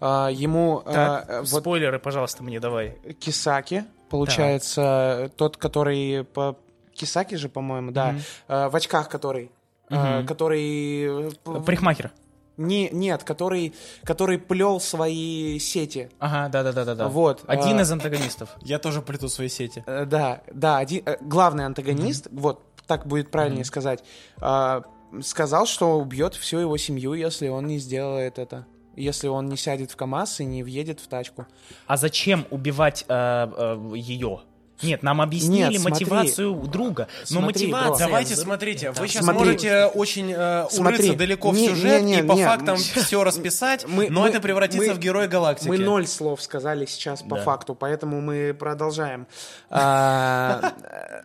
[SPEAKER 3] А, Ему э,
[SPEAKER 2] Так,
[SPEAKER 3] э, вот
[SPEAKER 2] спойлеры, пожалуйста, мне давай.
[SPEAKER 3] Кисаки, получается, тот, который по Кисаки же, по-моему, да,
[SPEAKER 2] Мгм.
[SPEAKER 3] э, в очках который, э,
[SPEAKER 2] Мгм.
[SPEAKER 3] который э, п-
[SPEAKER 2] Парикмахер.
[SPEAKER 3] не, нет, который, который плел свои сети.
[SPEAKER 2] Ага, да-да-да-да.
[SPEAKER 3] Вот,
[SPEAKER 2] Один
[SPEAKER 3] а-
[SPEAKER 2] из антагонистов.
[SPEAKER 1] Я тоже плету свои сети.
[SPEAKER 3] Э, Да, да, один э, главный антагонист, вот так будет правильнее сказать, э, сказал, что убьет всю его семью, если он не сделает это, если он не сядет в КАМАЗ и не въедет в тачку.
[SPEAKER 2] А зачем убивать э, э, ее? Нет, нам объяснили
[SPEAKER 3] Нет, смотри.
[SPEAKER 2] мотивацию друга. Но
[SPEAKER 3] Смотри,
[SPEAKER 2] мотивация...
[SPEAKER 3] бро.
[SPEAKER 1] Давайте,
[SPEAKER 2] друга-
[SPEAKER 1] смотрите, вы сейчас
[SPEAKER 3] Смотри.
[SPEAKER 1] можете очень э,
[SPEAKER 3] Смотри.
[SPEAKER 1] урыться далеко
[SPEAKER 3] Не-
[SPEAKER 1] в сюжет
[SPEAKER 3] не- не-
[SPEAKER 1] и по
[SPEAKER 3] не,
[SPEAKER 1] фактам
[SPEAKER 3] мы-
[SPEAKER 1] все расписать,
[SPEAKER 3] мы-
[SPEAKER 1] но
[SPEAKER 3] мы-
[SPEAKER 1] это превратится
[SPEAKER 3] мы-
[SPEAKER 1] в героя галактики.
[SPEAKER 3] Мы ноль слов сказали сейчас по
[SPEAKER 2] Да.
[SPEAKER 3] факту, поэтому мы продолжаем. А,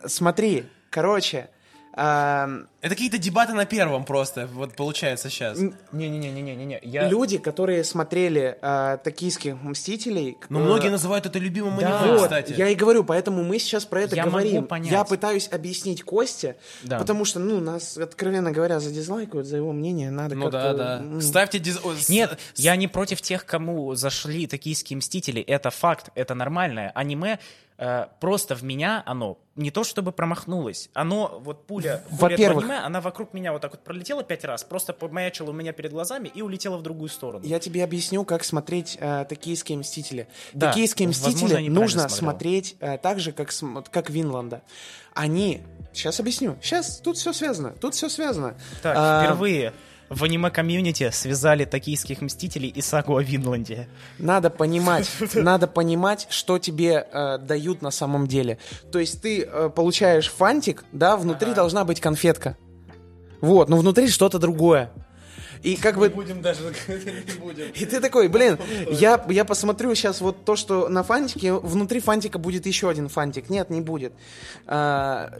[SPEAKER 3] э, Смотри, короче. а,
[SPEAKER 1] Это какие-то дебаты на первом просто, вот получается сейчас.
[SPEAKER 3] н-
[SPEAKER 2] Не-не-не-не-не-не. Я...
[SPEAKER 3] Люди, которые смотрели а, «Токийских мстителей»,
[SPEAKER 2] Ну,
[SPEAKER 3] э,
[SPEAKER 1] Но Ну, многие называют это любимым
[SPEAKER 2] да.
[SPEAKER 1] аниме,
[SPEAKER 2] Вот,
[SPEAKER 1] кстати.
[SPEAKER 3] Я и говорю, поэтому мы сейчас про это
[SPEAKER 2] Я могу
[SPEAKER 3] говорим.
[SPEAKER 2] понять.
[SPEAKER 3] Я пытаюсь объяснить Косте,
[SPEAKER 2] Да.
[SPEAKER 3] потому что, ну, нас, откровенно говоря, задизлайкают за его мнение. Надо
[SPEAKER 1] Ну да,
[SPEAKER 3] как-то...
[SPEAKER 1] да.
[SPEAKER 3] м,
[SPEAKER 1] Ставьте диз... о, с-
[SPEAKER 2] Нет, я не против тех, кому зашли токийские мстители. Это факт, это нормальное. Аниме э, просто в меня оно не то чтобы промахнулось. Оно, вот пуля, пуля этого
[SPEAKER 3] Во-первых.
[SPEAKER 2] аниме, она вокруг меня вот так вот пролетела пять раз, просто помаячила у меня перед глазами и улетела в другую сторону.
[SPEAKER 3] Я тебе объясню, как смотреть э, «Токийские мстители».
[SPEAKER 2] Да,
[SPEAKER 3] «Токийские
[SPEAKER 2] возможно, я
[SPEAKER 3] мстители»
[SPEAKER 2] неправильно
[SPEAKER 3] нужно
[SPEAKER 2] смотрел.
[SPEAKER 3] смотреть э, так же, как, см- вот как Винланда. Они... Сейчас объясню. Сейчас тут все связано. Тут все связано.
[SPEAKER 2] Так,
[SPEAKER 3] А,
[SPEAKER 2] впервые в аниме-комьюнити связали токийских мстителей и сагу о Винланде.
[SPEAKER 3] Надо понимать, надо понимать, что тебе э, дают на самом деле. То есть ты э, получаешь фантик, да, внутри должна быть конфетка. Вот, но внутри что-то другое. И как бы...
[SPEAKER 4] Будем даже не будем.
[SPEAKER 3] И ты такой, блин, я, я посмотрю сейчас вот то, что на фантике, внутри фантика будет еще один фантик. Нет, не будет. А,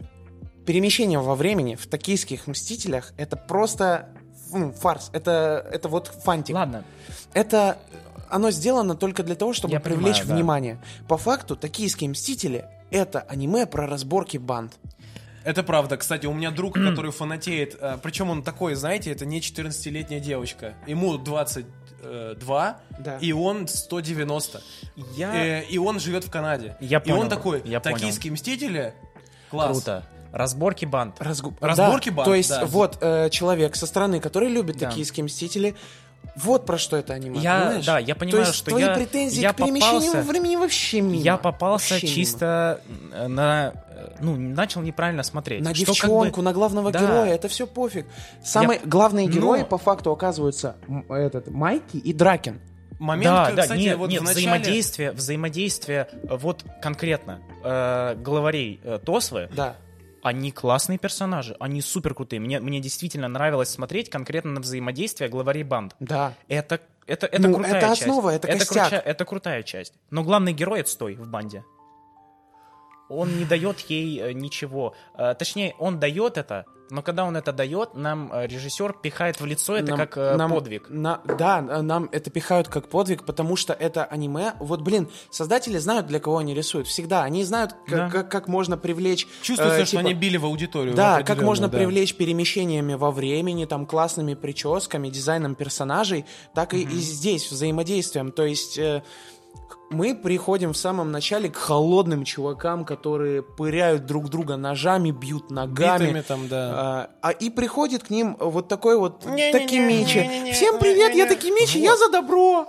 [SPEAKER 3] перемещение во времени в токийских «Мстителях» — это просто ну, фарс. Это, это вот фантик.
[SPEAKER 2] Ладно,
[SPEAKER 3] Это оно сделано только для того, чтобы
[SPEAKER 2] Я понимаю,
[SPEAKER 3] привлечь
[SPEAKER 2] да.
[SPEAKER 3] внимание. По факту, токийские мстители это аниме про разборки банд.
[SPEAKER 1] Это правда. Кстати, у меня друг, который фанатеет, э, причем он такой, знаете, это не 14-летняя девочка. Ему 22,
[SPEAKER 3] Да.
[SPEAKER 1] и он 190.
[SPEAKER 2] я...
[SPEAKER 1] Э, и он живет в Канаде.
[SPEAKER 2] Я
[SPEAKER 1] И
[SPEAKER 2] понял,
[SPEAKER 1] он такой,
[SPEAKER 2] я понял.
[SPEAKER 1] токийские мстители, класс.
[SPEAKER 2] Круто. Разборки банд.
[SPEAKER 3] Разгу-
[SPEAKER 1] Разборки
[SPEAKER 3] Да,
[SPEAKER 1] банд,
[SPEAKER 3] То есть,
[SPEAKER 1] да.
[SPEAKER 3] вот э, человек со стороны, который любит
[SPEAKER 2] Да.
[SPEAKER 3] токийские мстители. Вот про что это аниме.
[SPEAKER 2] Я-
[SPEAKER 3] понимаешь?
[SPEAKER 2] да, я понимаю,
[SPEAKER 3] То есть
[SPEAKER 2] что
[SPEAKER 3] твои
[SPEAKER 2] я-
[SPEAKER 3] претензии
[SPEAKER 2] я
[SPEAKER 3] к перемещению
[SPEAKER 2] попался-
[SPEAKER 3] во времени вообще мимо.
[SPEAKER 2] Я попался
[SPEAKER 3] Вообще мимо.
[SPEAKER 2] чисто э, на... э, Ну, начал неправильно смотреть.
[SPEAKER 3] На
[SPEAKER 2] Что как бы-
[SPEAKER 3] девчонку, на главного
[SPEAKER 2] Да.
[SPEAKER 3] героя, это все пофиг. Самые
[SPEAKER 2] Я- ну
[SPEAKER 3] главные
[SPEAKER 2] Но-
[SPEAKER 3] герои по факту оказываются м, этот Майки и Дракен.
[SPEAKER 1] Момент,
[SPEAKER 2] Да,
[SPEAKER 1] как,
[SPEAKER 2] да,
[SPEAKER 1] кстати,
[SPEAKER 2] нет,
[SPEAKER 1] вот
[SPEAKER 2] нет,
[SPEAKER 1] в начале...
[SPEAKER 2] взаимодействие, взаимодействие, э, вот конкретно э, главарей э, Тосвы,
[SPEAKER 3] Да.
[SPEAKER 2] они классные персонажи, они супер крутые. Мне, мне действительно нравилось смотреть конкретно на взаимодействие главарей банд.
[SPEAKER 3] Да.
[SPEAKER 2] Это, это, это
[SPEAKER 3] Ну,
[SPEAKER 2] крутая
[SPEAKER 3] это
[SPEAKER 2] часть.
[SPEAKER 3] основа, это костяк.
[SPEAKER 2] круча- это крутая часть. Но главный герой отстой в банде. Он не дает ей э, ничего. Э, точнее, он дает это, но когда он это дает, нам э, режиссер пихает в лицо это
[SPEAKER 3] Нам-
[SPEAKER 2] как э,
[SPEAKER 3] нам-
[SPEAKER 2] подвиг.
[SPEAKER 3] на- да, на- нам это пихают как подвиг, потому что это аниме. Вот, блин, создатели знают, для кого они рисуют. Всегда. Они знают, как,
[SPEAKER 2] Да.
[SPEAKER 3] как, как можно привлечь...
[SPEAKER 1] Чувствуется,
[SPEAKER 3] э,
[SPEAKER 1] что
[SPEAKER 3] типа,
[SPEAKER 1] они били в аудиторию.
[SPEAKER 3] Да,
[SPEAKER 1] определенно,
[SPEAKER 3] как можно
[SPEAKER 1] да.
[SPEAKER 3] привлечь перемещениями во времени, там, классными прическами, дизайном персонажей, так и, и здесь, взаимодействием. То есть... э, к- мы приходим в самом начале к холодным чувакам, которые пыряют друг друга ножами, бьют ногами.
[SPEAKER 1] Битами там, да.
[SPEAKER 3] А, а и приходит к ним вот такой вот Такимичи. Всем привет, я Такимичи, я за добро.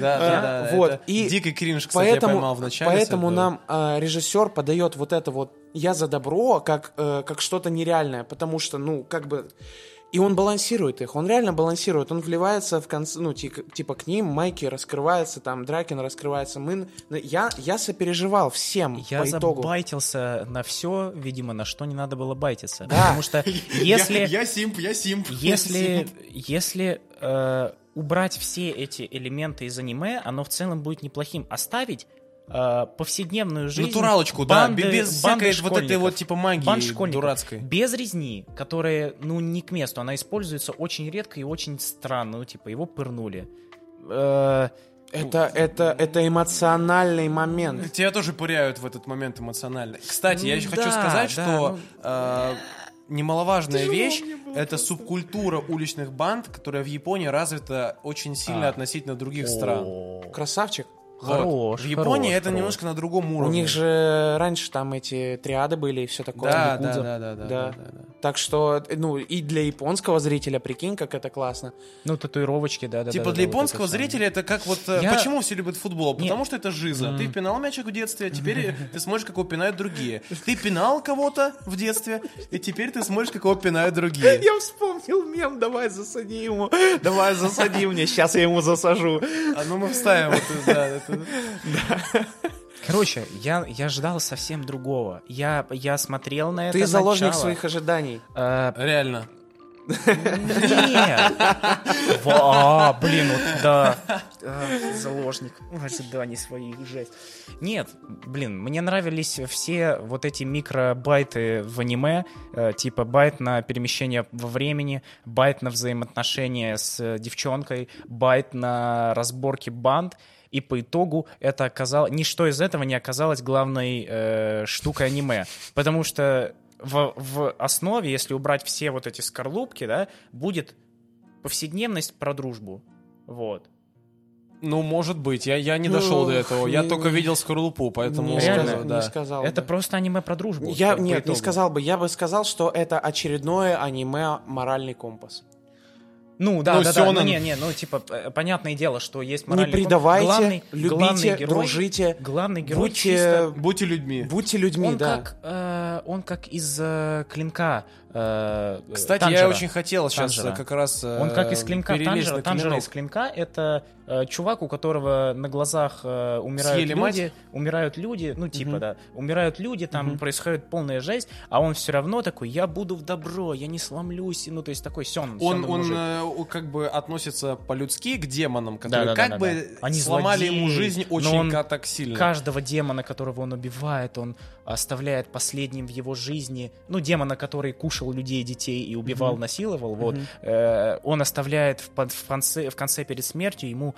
[SPEAKER 1] Да, да, да,
[SPEAKER 3] А,
[SPEAKER 1] это
[SPEAKER 3] вот, и
[SPEAKER 1] дикий кринж, кстати,
[SPEAKER 3] Поэтому,
[SPEAKER 1] я поймал в начале. с
[SPEAKER 3] поэтому
[SPEAKER 1] этого.
[SPEAKER 3] нам а, режиссер подает вот это вот я за добро как, э, как что-то нереальное, потому что, ну, как бы. И он балансирует их, он реально балансирует, он вливается в конце, ну, ти- типа к ним, Майки раскрывается, там, Дракин раскрывается, мы... Я, я сопереживал всем
[SPEAKER 2] Я
[SPEAKER 3] по итогу.
[SPEAKER 2] забайтился на все, видимо, на что не надо было байтиться.
[SPEAKER 3] Да.
[SPEAKER 2] Потому что
[SPEAKER 4] Я-
[SPEAKER 2] если,
[SPEAKER 4] Я симп, я симп. Я
[SPEAKER 2] если,
[SPEAKER 4] симп.
[SPEAKER 2] если э, убрать все эти элементы из аниме, оно в целом будет неплохим. Оставить э, повседневную жизнь.
[SPEAKER 1] Натуралочку, да,
[SPEAKER 2] банды-
[SPEAKER 1] без
[SPEAKER 2] банды
[SPEAKER 1] всякой вот этой
[SPEAKER 2] школьников.
[SPEAKER 1] вот типа
[SPEAKER 2] Банд
[SPEAKER 1] магии
[SPEAKER 2] школьников.
[SPEAKER 1] дурацкой.
[SPEAKER 2] Без резни, которая, ну, не к месту. Она используется очень редко и очень странно. Ну, типа, его пырнули. Э,
[SPEAKER 3] Это, это, это эмоциональный момент.
[SPEAKER 1] Тебя тоже пыряют в этот момент эмоционально. Кстати, я еще
[SPEAKER 2] Да,
[SPEAKER 1] хочу сказать,
[SPEAKER 2] да,
[SPEAKER 1] что
[SPEAKER 2] ну-
[SPEAKER 1] э, немаловажная вещь это субкультура уличных банд, которая в Японии развита очень сильно
[SPEAKER 2] А.
[SPEAKER 1] относительно других стран.
[SPEAKER 3] Красавчик.
[SPEAKER 1] Вот.
[SPEAKER 2] Хорош,
[SPEAKER 1] В
[SPEAKER 2] хорош,
[SPEAKER 1] Японии это
[SPEAKER 2] хорош.
[SPEAKER 1] немножко на другом
[SPEAKER 3] У
[SPEAKER 1] уровне.
[SPEAKER 3] них же раньше там эти триады были и все такое.
[SPEAKER 1] да, да,
[SPEAKER 3] Якудза.
[SPEAKER 1] да, да,
[SPEAKER 3] Да.
[SPEAKER 1] да, да, да, да.
[SPEAKER 3] Так что, э, ну, и для японского зрителя, прикинь, как это классно.
[SPEAKER 2] Ну, татуировочки, да, да.
[SPEAKER 1] Типа
[SPEAKER 2] да,
[SPEAKER 1] для
[SPEAKER 2] да, вот
[SPEAKER 1] японского
[SPEAKER 2] это всё.
[SPEAKER 1] зрителя это как вот... э,
[SPEAKER 2] Я-
[SPEAKER 1] Почему все любят футбол?
[SPEAKER 2] Не.
[SPEAKER 1] Потому что это жиза.
[SPEAKER 2] Мгм.
[SPEAKER 1] Ты пинал мячик в детстве, а теперь ты смотришь, как его пинают другие. Ты пинал кого-то в детстве, и теперь ты смотришь, как его пинают другие.
[SPEAKER 3] Я вспомнил мем, давай засади ему, давай засади мне, сейчас я ему засажу.
[SPEAKER 1] А ну мы вставим. вот, да, это-
[SPEAKER 2] Короче, я, я ждал совсем другого. Я, я смотрел на это
[SPEAKER 3] Ты заложник
[SPEAKER 2] начало.
[SPEAKER 3] своих ожиданий.
[SPEAKER 2] Э,
[SPEAKER 1] Реально.
[SPEAKER 2] Нет. Во, а, блин, вот да. А, Заложник. Ожиданий своих, жесть. Нет, блин, мне нравились все вот эти микробайты в аниме, э, типа байт на перемещение во времени, байт на взаимоотношения с э, девчонкой, байт на разборки банд. И по итогу это оказалось... Ничто из этого не оказалось главной э, штукой аниме. Потому что в, в основе, если убрать все вот эти скорлупки, да, будет повседневность про дружбу. Вот.
[SPEAKER 1] Ну, может быть. Я, я не дошел
[SPEAKER 3] Ну,
[SPEAKER 1] до этого. Я
[SPEAKER 3] не-
[SPEAKER 1] только видел скорлупу, поэтому...
[SPEAKER 3] не,
[SPEAKER 2] Реально?
[SPEAKER 3] сказал,
[SPEAKER 1] да.
[SPEAKER 3] не сказал
[SPEAKER 2] это
[SPEAKER 3] бы.
[SPEAKER 2] просто аниме про дружбу.
[SPEAKER 3] Я,
[SPEAKER 2] по
[SPEAKER 3] нет, не
[SPEAKER 2] итогу.
[SPEAKER 3] сказал бы. Я бы сказал, что это очередное аниме «Моральный компас».
[SPEAKER 2] Ну, да,
[SPEAKER 1] Ну,
[SPEAKER 2] да, да. Ну,
[SPEAKER 1] сёнэн.
[SPEAKER 2] не, не, ну, типа, п- понятное дело, что есть моральный...
[SPEAKER 3] не
[SPEAKER 2] кон-
[SPEAKER 3] предавайте,
[SPEAKER 2] главный-
[SPEAKER 3] любите,
[SPEAKER 2] главный герой-
[SPEAKER 3] дружите.
[SPEAKER 2] Главный герой чисто...
[SPEAKER 3] Будьте,
[SPEAKER 1] Будьте людьми.
[SPEAKER 3] будьте людьми,
[SPEAKER 2] он,
[SPEAKER 3] да.
[SPEAKER 2] как, э, он как из э, клинка э,
[SPEAKER 1] Кстати, я
[SPEAKER 2] Танжера.
[SPEAKER 1] очень хотел сейчас
[SPEAKER 2] Танжера.
[SPEAKER 1] как раз э,
[SPEAKER 2] Он как из клинка
[SPEAKER 1] перелезть
[SPEAKER 2] Танжера,
[SPEAKER 1] на
[SPEAKER 2] Танжера
[SPEAKER 1] клинок.
[SPEAKER 2] из клинка это э, чувак, у которого на глазах э, умирают
[SPEAKER 1] Съели
[SPEAKER 2] люди,
[SPEAKER 1] мать?
[SPEAKER 2] умирают люди, ну типа
[SPEAKER 3] Мгм.
[SPEAKER 2] да, умирают люди, там
[SPEAKER 3] Мгм.
[SPEAKER 2] происходит полная жесть, а он все равно такой, я буду в добро, я не сломлюсь, и, ну то есть такой сен,
[SPEAKER 1] Он, он э, у- как бы относится по-людски к демонам, которые
[SPEAKER 2] Да-да-да-да-да.
[SPEAKER 1] как бы
[SPEAKER 2] Они
[SPEAKER 1] сломали
[SPEAKER 2] злодеи,
[SPEAKER 1] ему жизнь
[SPEAKER 2] но
[SPEAKER 1] очень
[SPEAKER 2] он
[SPEAKER 1] ка- так сильно.
[SPEAKER 2] каждого демона, которого он убивает, он оставляет последним в его жизни, ну, демона, который кушал людей, детей и убивал, насиловал, вот, э, он оставляет в, пон- в конце, в конце перед смертью ему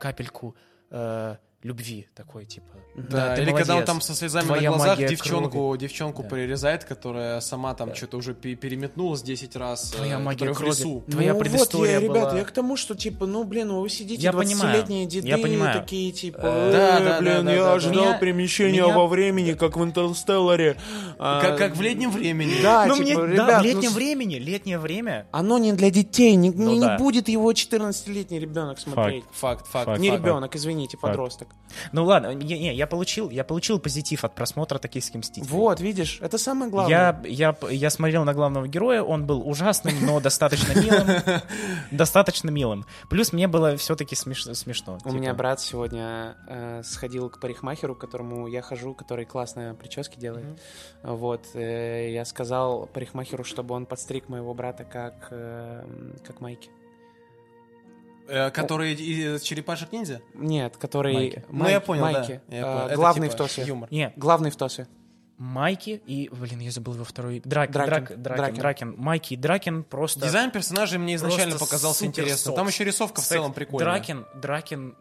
[SPEAKER 2] капельку э, любви, такой, типа,
[SPEAKER 1] Да,
[SPEAKER 2] ты
[SPEAKER 1] или когда он
[SPEAKER 2] молодец,
[SPEAKER 1] там со слезами
[SPEAKER 2] твоя
[SPEAKER 1] на глазах
[SPEAKER 2] магия
[SPEAKER 1] девчонку,
[SPEAKER 2] крови».
[SPEAKER 1] девчонку
[SPEAKER 2] Да.
[SPEAKER 1] прирезает, которая сама там что-то уже пе- переметнулась 10 раз, э,
[SPEAKER 2] Твоя магия
[SPEAKER 1] которая в
[SPEAKER 2] крови.
[SPEAKER 1] лесу.
[SPEAKER 2] Твоя
[SPEAKER 3] ну вот
[SPEAKER 2] предыстория
[SPEAKER 3] я, ребят,
[SPEAKER 2] была-
[SPEAKER 3] я к тому, что типа, ну блин, вы сидите
[SPEAKER 2] Я понимаю.
[SPEAKER 3] 20-летние деды
[SPEAKER 2] Я понимаю.
[SPEAKER 3] такие типа,
[SPEAKER 2] Э,
[SPEAKER 3] «Э,
[SPEAKER 1] да, да,
[SPEAKER 3] блин,
[SPEAKER 1] да, да,
[SPEAKER 3] я
[SPEAKER 1] да.
[SPEAKER 3] ожидал
[SPEAKER 2] Меня-
[SPEAKER 3] перемещения
[SPEAKER 2] меня-
[SPEAKER 3] во времени, как в Интерстелларе. А,
[SPEAKER 1] Как, как в летнем времени.
[SPEAKER 3] Да,
[SPEAKER 2] Ну,
[SPEAKER 3] типа,
[SPEAKER 2] мне,
[SPEAKER 3] ребят,
[SPEAKER 2] да, в
[SPEAKER 3] ну,
[SPEAKER 2] летнем
[SPEAKER 3] с-
[SPEAKER 2] времени, летнее время,
[SPEAKER 3] Оно не для детей, не,
[SPEAKER 2] Ну
[SPEAKER 3] не
[SPEAKER 2] да.
[SPEAKER 3] будет его 14-летний ребенок смотреть.
[SPEAKER 1] Факт, факт.
[SPEAKER 2] Факт.
[SPEAKER 1] факт.
[SPEAKER 3] Не ребенок, извините,
[SPEAKER 2] Факт.
[SPEAKER 3] подросток.
[SPEAKER 2] ну ладно, не, не, я получил, я получил позитив от просмотра «Токийских мстителей».
[SPEAKER 3] Вот, видишь, это самое главное.
[SPEAKER 2] Я, я, я смотрел на главного героя, он был ужасным, но достаточно милым. Достаточно милым. Плюс мне было все-таки смешно. типа.
[SPEAKER 3] У меня
[SPEAKER 1] Типа.
[SPEAKER 3] брат сегодня э, сходил к парикмахеру, к которому я хожу, который классные прически делает. Вот, э, я сказал парикмахеру, чтобы он подстриг моего брата как, э, м, как Майки.
[SPEAKER 1] Э, Которые из черепашек ниндзя?
[SPEAKER 3] Нет, который...
[SPEAKER 2] Майки.
[SPEAKER 1] Ну, я понял,
[SPEAKER 3] Майки.
[SPEAKER 1] да. Я
[SPEAKER 3] Э,
[SPEAKER 1] понял. Это
[SPEAKER 3] главный
[SPEAKER 1] типа
[SPEAKER 3] в ТОСе.
[SPEAKER 1] Юмор.
[SPEAKER 2] Не,
[SPEAKER 3] Главный в ТОСе.
[SPEAKER 2] Майки и, блин, я забыл его второй. Драк,
[SPEAKER 3] Дракен,
[SPEAKER 2] Драк, Дракен,
[SPEAKER 3] Дракен.
[SPEAKER 2] Дракен. Майки и Дракен просто...
[SPEAKER 1] Дизайн персонажей мне изначально
[SPEAKER 2] Просто
[SPEAKER 1] показался
[SPEAKER 2] супер
[SPEAKER 1] интересным.
[SPEAKER 2] софт.
[SPEAKER 1] Там еще рисовка в
[SPEAKER 2] Кстати,
[SPEAKER 1] целом прикольная.
[SPEAKER 2] Дракен, Дракен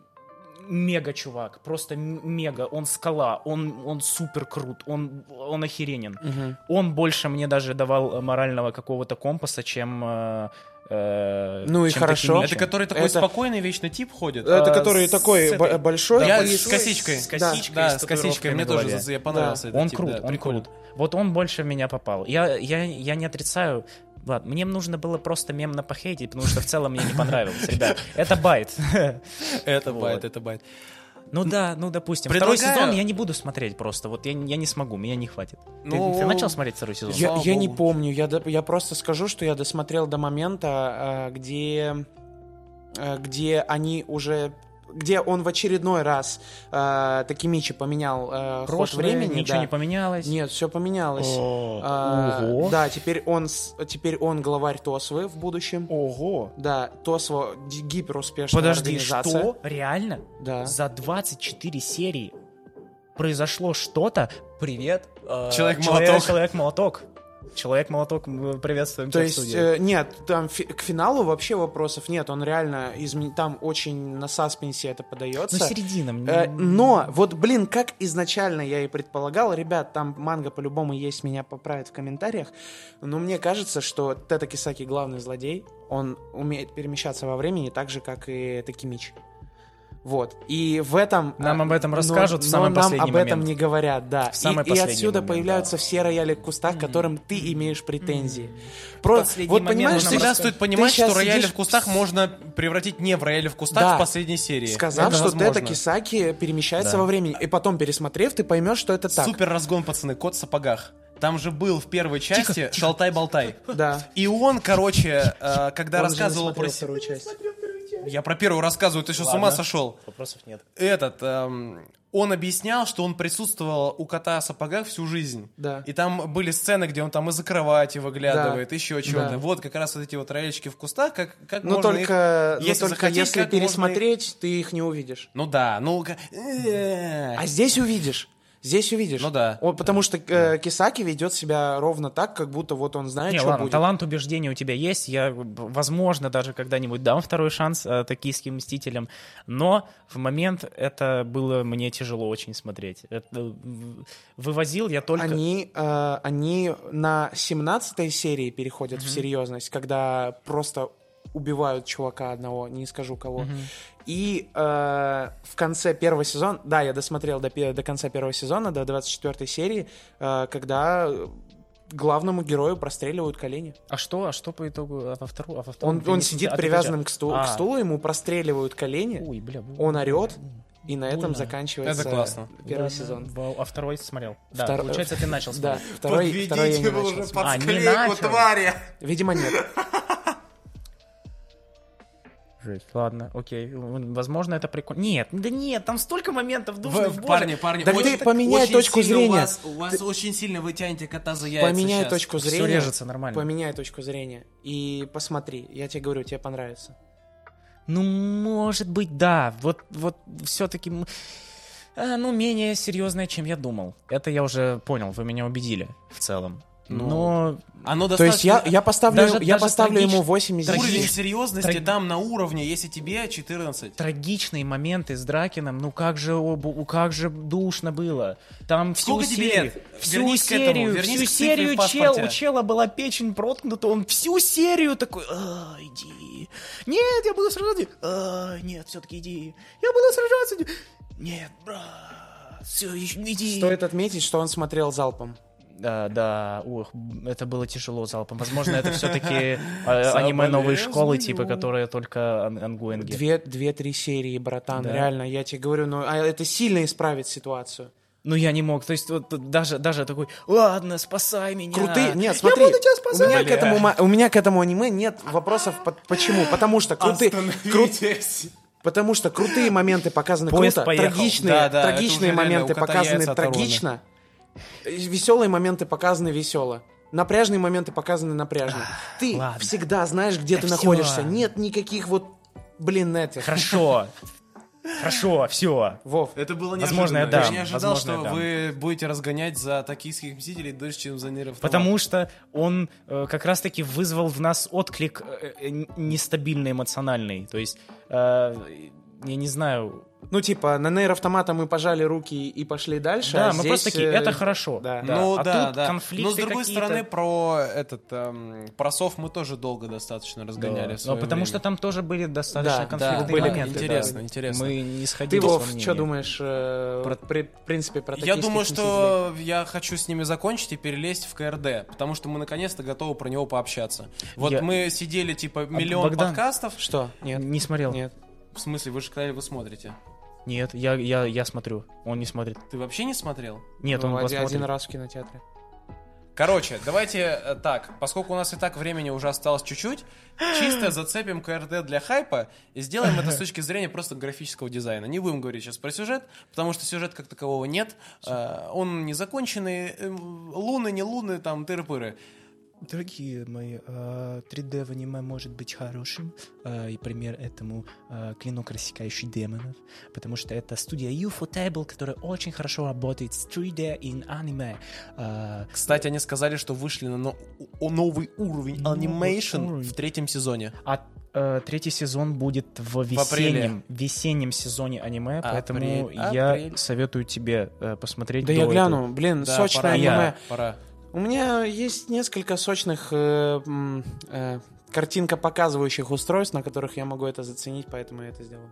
[SPEAKER 2] мега чувак, просто м- мега, он скала, он, он супер крут, он, он охеренен. Он больше мне даже давал э, морального какого-то компаса, чем... э, э,
[SPEAKER 3] Ну и
[SPEAKER 2] чем
[SPEAKER 3] хорошо.
[SPEAKER 2] Такимичи.
[SPEAKER 1] Это который такой
[SPEAKER 3] Это-
[SPEAKER 1] спокойный вечно тип ходит.
[SPEAKER 3] Это
[SPEAKER 2] А,
[SPEAKER 3] который
[SPEAKER 2] с
[SPEAKER 3] такой
[SPEAKER 2] этой-
[SPEAKER 3] бо- большой.
[SPEAKER 1] я
[SPEAKER 3] большой.
[SPEAKER 1] с косичкой.
[SPEAKER 2] С косичкой,
[SPEAKER 1] да,
[SPEAKER 2] и
[SPEAKER 1] с косичкой.
[SPEAKER 2] татуировками
[SPEAKER 1] Мне
[SPEAKER 2] на
[SPEAKER 1] тоже
[SPEAKER 2] голове.
[SPEAKER 1] за- я понравился этот
[SPEAKER 2] Он
[SPEAKER 1] тип,
[SPEAKER 2] крут,
[SPEAKER 1] да,
[SPEAKER 2] он
[SPEAKER 1] прикольно.
[SPEAKER 2] крут. Вот он больше в меня попал. Я, я, я не отрицаю. Ладно, мне нужно было просто мемно похейтить, потому что в целом мне не понравилось, ребят. Это байт.
[SPEAKER 1] А, Это
[SPEAKER 2] Вот.
[SPEAKER 1] байт, это байт.
[SPEAKER 2] Ну да, ну допустим.
[SPEAKER 1] Предлагаю-
[SPEAKER 2] Второй сезон я не буду смотреть просто. Вот я, не- я не смогу, меня не хватит. Ты-
[SPEAKER 1] Ну,
[SPEAKER 2] Ты, начал смотреть второй сезон?
[SPEAKER 3] Я,
[SPEAKER 1] Слава
[SPEAKER 3] я не
[SPEAKER 1] богу.
[SPEAKER 3] помню, я, до- я просто скажу, что я досмотрел до момента, э, где, э, где они уже где он в очередной раз э, Такимичи поменял э, ход
[SPEAKER 2] Прошлое,
[SPEAKER 3] времени.
[SPEAKER 2] ничего
[SPEAKER 3] да.
[SPEAKER 2] не поменялось.
[SPEAKER 3] Нет, все поменялось.
[SPEAKER 2] О,
[SPEAKER 3] А,
[SPEAKER 2] Ого.
[SPEAKER 3] Да, теперь он, с- теперь он главарь ТОСВы в будущем.
[SPEAKER 2] Ого.
[SPEAKER 3] Да, ТОСВО ди- гиперуспешная
[SPEAKER 2] Подожди,
[SPEAKER 3] организация.
[SPEAKER 2] что? Реально?
[SPEAKER 3] Да.
[SPEAKER 2] За 24 серии произошло что-то. Привет. э,
[SPEAKER 1] Человек-молоток.
[SPEAKER 2] Человек-молоток. Человек-молоток, мы приветствуем
[SPEAKER 3] То
[SPEAKER 2] тебя в
[SPEAKER 3] есть,
[SPEAKER 2] студии.
[SPEAKER 3] э, нет, там фи- к финалу вообще вопросов нет. Он реально изме- там очень на саспенсе это подается.
[SPEAKER 2] Ну, середина. мне-
[SPEAKER 3] Э, Но, вот, блин, как изначально я и предполагал, ребят, там манга по-любому есть, меня поправят в комментариях, но мне кажется, что Тета Кисаки главный злодей, он умеет перемещаться во времени так же, как и Такимич. Вот. И в этом...
[SPEAKER 2] Нам
[SPEAKER 3] а,
[SPEAKER 2] об этом
[SPEAKER 3] но-
[SPEAKER 2] расскажут в
[SPEAKER 3] но
[SPEAKER 2] самый
[SPEAKER 3] нам
[SPEAKER 2] последний
[SPEAKER 3] об этом
[SPEAKER 2] момент.
[SPEAKER 3] не говорят, да.
[SPEAKER 2] В самый
[SPEAKER 3] и, и
[SPEAKER 2] последний
[SPEAKER 3] отсюда
[SPEAKER 2] момент,
[SPEAKER 3] появляются
[SPEAKER 2] да.
[SPEAKER 3] все рояли в кустах, к которым ты имеешь претензии. Про-
[SPEAKER 2] последний
[SPEAKER 3] Вот
[SPEAKER 2] момент
[SPEAKER 3] понимаешь,
[SPEAKER 2] нам
[SPEAKER 3] ты-
[SPEAKER 1] Всегда
[SPEAKER 2] Просто
[SPEAKER 1] стоит понимать,
[SPEAKER 3] ты щас
[SPEAKER 1] что рояли
[SPEAKER 3] сидишь
[SPEAKER 1] в кустах можно превратить не в рояли в кустах
[SPEAKER 3] Да.
[SPEAKER 1] в последней серии.
[SPEAKER 3] Сказав,
[SPEAKER 1] Это
[SPEAKER 3] что
[SPEAKER 1] возможно.
[SPEAKER 3] Тета Кисаки перемещается во времени. И потом, пересмотрев, ты поймешь, что это так.
[SPEAKER 1] Супер разгон, пацаны, кот в сапогах. Там же был в первой части Шалтай-болтай.
[SPEAKER 3] Да.
[SPEAKER 1] И он, короче, э, когда
[SPEAKER 3] Он же не
[SPEAKER 1] рассказывал
[SPEAKER 3] смотрел
[SPEAKER 1] про... се-
[SPEAKER 3] вторую часть.
[SPEAKER 1] Я про первую рассказываю, ты что, с ума сошел?
[SPEAKER 2] Вопросов нет.
[SPEAKER 1] Этот... эм, он объяснял, что он присутствовал у кота в сапогах всю жизнь.
[SPEAKER 3] Да.
[SPEAKER 1] И там были сцены, где он там из-за кровати выглядывает,
[SPEAKER 3] Да.
[SPEAKER 1] еще чего-то.
[SPEAKER 3] Да.
[SPEAKER 1] Вот как раз вот эти вот рояльчики в кустах, как, как
[SPEAKER 3] Но
[SPEAKER 1] можно
[SPEAKER 3] Ну, только,
[SPEAKER 1] их,
[SPEAKER 3] но
[SPEAKER 1] если
[SPEAKER 3] только
[SPEAKER 1] захотеть,
[SPEAKER 3] если
[SPEAKER 1] как можно их-
[SPEAKER 3] пересмотреть, ты их не увидишь.
[SPEAKER 1] Ну да, ну... ка- э,
[SPEAKER 3] А здесь увидишь. Здесь увидишь.
[SPEAKER 1] Ну да.
[SPEAKER 3] О, потому что э, Кисаки ведет себя ровно так, как будто вот он знает,
[SPEAKER 2] Не,
[SPEAKER 3] что
[SPEAKER 2] ладно,
[SPEAKER 3] будет.
[SPEAKER 2] талант убеждения у тебя есть. Я, б- возможно, даже когда-нибудь дам второй шанс э, токийским мстителям. Но в момент это было мне тяжело очень смотреть. Это, м, вывозил я только...
[SPEAKER 3] Они, э, они на 17 серии переходят в серьезность, когда просто убивают чувака одного, не скажу кого. И э, в конце первого сезона, да, я досмотрел до, пе- до конца первого сезона, до 24 серии, э, когда главному герою простреливают колени.
[SPEAKER 2] А что? А что по итогу? А во втором? А во втором
[SPEAKER 3] Он,
[SPEAKER 2] ты
[SPEAKER 3] он
[SPEAKER 2] не
[SPEAKER 3] сидит
[SPEAKER 2] смотрел? А ты
[SPEAKER 3] привязанным к,
[SPEAKER 2] где?
[SPEAKER 3] сту-
[SPEAKER 2] А.
[SPEAKER 3] к стулу, ему простреливают колени,
[SPEAKER 2] Ой, бля. бу-
[SPEAKER 3] он орет, и на этом
[SPEAKER 2] Больно.
[SPEAKER 3] заканчивается
[SPEAKER 1] Это классно.
[SPEAKER 2] Да,
[SPEAKER 3] первый сезон.
[SPEAKER 2] да. Вау, А второй смотрел. Да,
[SPEAKER 3] Втор-
[SPEAKER 2] получается, ты начал
[SPEAKER 3] Да,
[SPEAKER 2] смотреть.
[SPEAKER 3] второй, второй я не
[SPEAKER 4] Подведите вы
[SPEAKER 3] начал
[SPEAKER 4] уже
[SPEAKER 3] смотреть.
[SPEAKER 4] под
[SPEAKER 2] А, не
[SPEAKER 4] склейку,
[SPEAKER 2] начал.
[SPEAKER 4] твари!
[SPEAKER 3] Видимо, нет.
[SPEAKER 2] Жесть, ладно, окей. М, Возможно, это прикольно. Нет, да нет, там столько моментов душных,
[SPEAKER 1] В-
[SPEAKER 2] боже.
[SPEAKER 1] парни, парни,
[SPEAKER 3] Да
[SPEAKER 1] очень-
[SPEAKER 3] ты поменяй
[SPEAKER 1] очень
[SPEAKER 3] точку
[SPEAKER 1] сильно
[SPEAKER 3] зрения.
[SPEAKER 1] У вас, у вас очень сильно вы тянете кота за яйца
[SPEAKER 3] Поменяй
[SPEAKER 1] щас.
[SPEAKER 3] точку
[SPEAKER 2] Всё
[SPEAKER 3] зрения.
[SPEAKER 2] режется нормально.
[SPEAKER 3] Поменяй точку зрения и посмотри. Я тебе говорю, тебе понравится.
[SPEAKER 2] Ну, может быть, да. Вот, вот все-таки... ну, менее серьезное, чем я думал. Это я уже понял, вы меня убедили в целом.
[SPEAKER 1] Ну,
[SPEAKER 2] Но
[SPEAKER 1] Оно
[SPEAKER 3] То есть
[SPEAKER 1] достаточно...
[SPEAKER 3] я, я поставлю,
[SPEAKER 2] Даже-
[SPEAKER 3] я
[SPEAKER 2] даже
[SPEAKER 3] поставлю
[SPEAKER 2] трагич-
[SPEAKER 3] ему 8 из 10.
[SPEAKER 1] Уровень
[SPEAKER 2] Трагич-
[SPEAKER 1] серьезности
[SPEAKER 2] траг-
[SPEAKER 1] там на уровне, если тебе 14.
[SPEAKER 2] трагичные моменты с Дракином, ну как же обу, как же душно было. Там всю
[SPEAKER 1] Сколько тебе
[SPEAKER 2] серию,
[SPEAKER 1] лет?
[SPEAKER 2] всю
[SPEAKER 1] Вернись к этому,
[SPEAKER 2] серию,
[SPEAKER 1] вернись
[SPEAKER 2] всю
[SPEAKER 1] к цифре в
[SPEAKER 2] серию чел,
[SPEAKER 1] паспорте.
[SPEAKER 2] у чела была печень проткнута, он всю серию такой, «А, иди, нет, я буду сражаться, «А, нет, все-таки иди, я буду сражаться, нет, брат, все, иди.
[SPEAKER 3] Стоит отметить, что он смотрел залпом.
[SPEAKER 2] Да, да, ух, это было тяжело залпом. Возможно, это все-таки аниме новой школы, типа, которые только ан- ангоинги.
[SPEAKER 3] Две- Две-три серии, братан,
[SPEAKER 2] Да.
[SPEAKER 3] реально, я тебе говорю, ну а это сильно исправит ситуацию.
[SPEAKER 2] Ну, я не мог. То есть, вот тут даже, даже такой, ладно, спасай меня.
[SPEAKER 3] Крутые. Нет, смотри,
[SPEAKER 2] Я буду тебя
[SPEAKER 3] у,
[SPEAKER 2] спасать.
[SPEAKER 3] меня к этому, ма- у меня к этому аниме нет вопросов. по- Почему? Потому
[SPEAKER 2] А
[SPEAKER 3] что крутые. крут-
[SPEAKER 1] Остановитесь.
[SPEAKER 3] Потому что крутые моменты показаны
[SPEAKER 2] Поезд
[SPEAKER 3] круто,
[SPEAKER 2] поехал.
[SPEAKER 3] трагичные,
[SPEAKER 1] Да, да, это уже
[SPEAKER 3] трагичные
[SPEAKER 1] реально у
[SPEAKER 3] моменты
[SPEAKER 1] кота
[SPEAKER 3] показаны
[SPEAKER 1] яйца оторваны.
[SPEAKER 3] трагично, веселые моменты показаны весело. Напряжные моменты показаны напряжно. Ты
[SPEAKER 2] ладно.
[SPEAKER 3] всегда знаешь, где
[SPEAKER 2] Да
[SPEAKER 3] ты
[SPEAKER 2] всё.
[SPEAKER 3] находишься. Нет никаких вот, блин, этих.
[SPEAKER 2] Хорошо. Хорошо, все.
[SPEAKER 3] Вов,
[SPEAKER 1] Это было неожиданно.
[SPEAKER 2] Возможно, я
[SPEAKER 1] Я
[SPEAKER 2] дам,
[SPEAKER 1] не ожидал,
[SPEAKER 2] возможно, я
[SPEAKER 1] что
[SPEAKER 2] дам.
[SPEAKER 1] вы будете разгонять за токийских мстителей дольше, чем за нервов.
[SPEAKER 2] Потому что он э, как раз-таки вызвал в нас отклик э, э, н- нестабильный, эмоциональный. То есть, э, я не знаю.
[SPEAKER 3] ну типа на нейроавтомата мы пожали руки и пошли дальше.
[SPEAKER 2] Да,
[SPEAKER 3] а
[SPEAKER 2] мы
[SPEAKER 3] здесь,
[SPEAKER 2] просто такие,
[SPEAKER 3] э,
[SPEAKER 2] это хорошо.
[SPEAKER 3] да.
[SPEAKER 1] Ну
[SPEAKER 2] А
[SPEAKER 1] да,
[SPEAKER 2] тут
[SPEAKER 1] да.
[SPEAKER 2] конфликты
[SPEAKER 1] Но с другой
[SPEAKER 2] какие-то.
[SPEAKER 1] стороны, про этот эм, про сов мы тоже долго достаточно
[SPEAKER 2] Да.
[SPEAKER 1] разгоняли. в
[SPEAKER 2] Но
[SPEAKER 1] своё
[SPEAKER 2] потому
[SPEAKER 1] время.
[SPEAKER 2] что там тоже были
[SPEAKER 3] Да,
[SPEAKER 2] достаточно
[SPEAKER 3] да,
[SPEAKER 1] да,
[SPEAKER 2] конфликтные
[SPEAKER 1] были
[SPEAKER 2] моменты. да.
[SPEAKER 1] интересно, интересно.
[SPEAKER 2] Мы не сходились
[SPEAKER 3] Ты,
[SPEAKER 2] во
[SPEAKER 3] Вов,
[SPEAKER 2] мнении.
[SPEAKER 3] что думаешь э,
[SPEAKER 2] Про-
[SPEAKER 3] при- в принципе про
[SPEAKER 1] Я
[SPEAKER 3] токийских
[SPEAKER 1] думаю,
[SPEAKER 3] мстителей?
[SPEAKER 1] что я хочу с ними закончить и перелезть в КРД, потому что мы наконец-то готовы про него пообщаться. Вот
[SPEAKER 2] Я- А,
[SPEAKER 1] мы сидели типа миллион
[SPEAKER 2] Богдан?
[SPEAKER 1] подкастов.
[SPEAKER 3] Что? Нет.
[SPEAKER 2] Не смотрел.
[SPEAKER 3] Нет.
[SPEAKER 1] В смысле, вы же сказали, вы смотрите.
[SPEAKER 2] Нет, я, я, я смотрю. Он не смотрит.
[SPEAKER 1] Ты вообще не смотрел?
[SPEAKER 2] Нет,
[SPEAKER 3] Ну,
[SPEAKER 2] он
[SPEAKER 3] один-
[SPEAKER 2] посмотрит.
[SPEAKER 3] один раз в кинотеатре.
[SPEAKER 1] Короче, давайте э, так, поскольку у нас и так времени уже осталось чуть-чуть, чисто зацепим КРД для хайпа и сделаем это с точки зрения просто графического дизайна. Не будем говорить сейчас про сюжет, потому что сюжет как такового нет, э, он незаконченный, э, луны, не луны, там тыры-пыры.
[SPEAKER 8] Дорогие мои, а, 3D в аниме может быть хорошим, а, и пример этому а, «Клинок, рассекающий демонов», потому что это студия Ufotable, которая очень хорошо работает с 3D in аниме. А,
[SPEAKER 1] Кстати, они сказали, что вышли на но- у- новый уровень
[SPEAKER 8] Новый
[SPEAKER 1] анимейшн
[SPEAKER 8] уровень.
[SPEAKER 1] в третьем сезоне.
[SPEAKER 2] А э, третий сезон будет в
[SPEAKER 1] апреле.
[SPEAKER 2] весеннем, весеннем сезоне аниме, поэтому
[SPEAKER 1] Апрель,
[SPEAKER 2] я
[SPEAKER 1] апрель.
[SPEAKER 2] советую тебе э, посмотреть.
[SPEAKER 3] Да
[SPEAKER 2] до
[SPEAKER 3] я
[SPEAKER 2] этого.
[SPEAKER 3] гляну, блин,
[SPEAKER 1] Да,
[SPEAKER 3] сочное
[SPEAKER 1] пора,
[SPEAKER 3] аниме.
[SPEAKER 1] пора, пора.
[SPEAKER 3] У меня есть несколько сочных э, м, э, картинка показывающих устройств, на которых я могу это заценить, поэтому я это сделаю.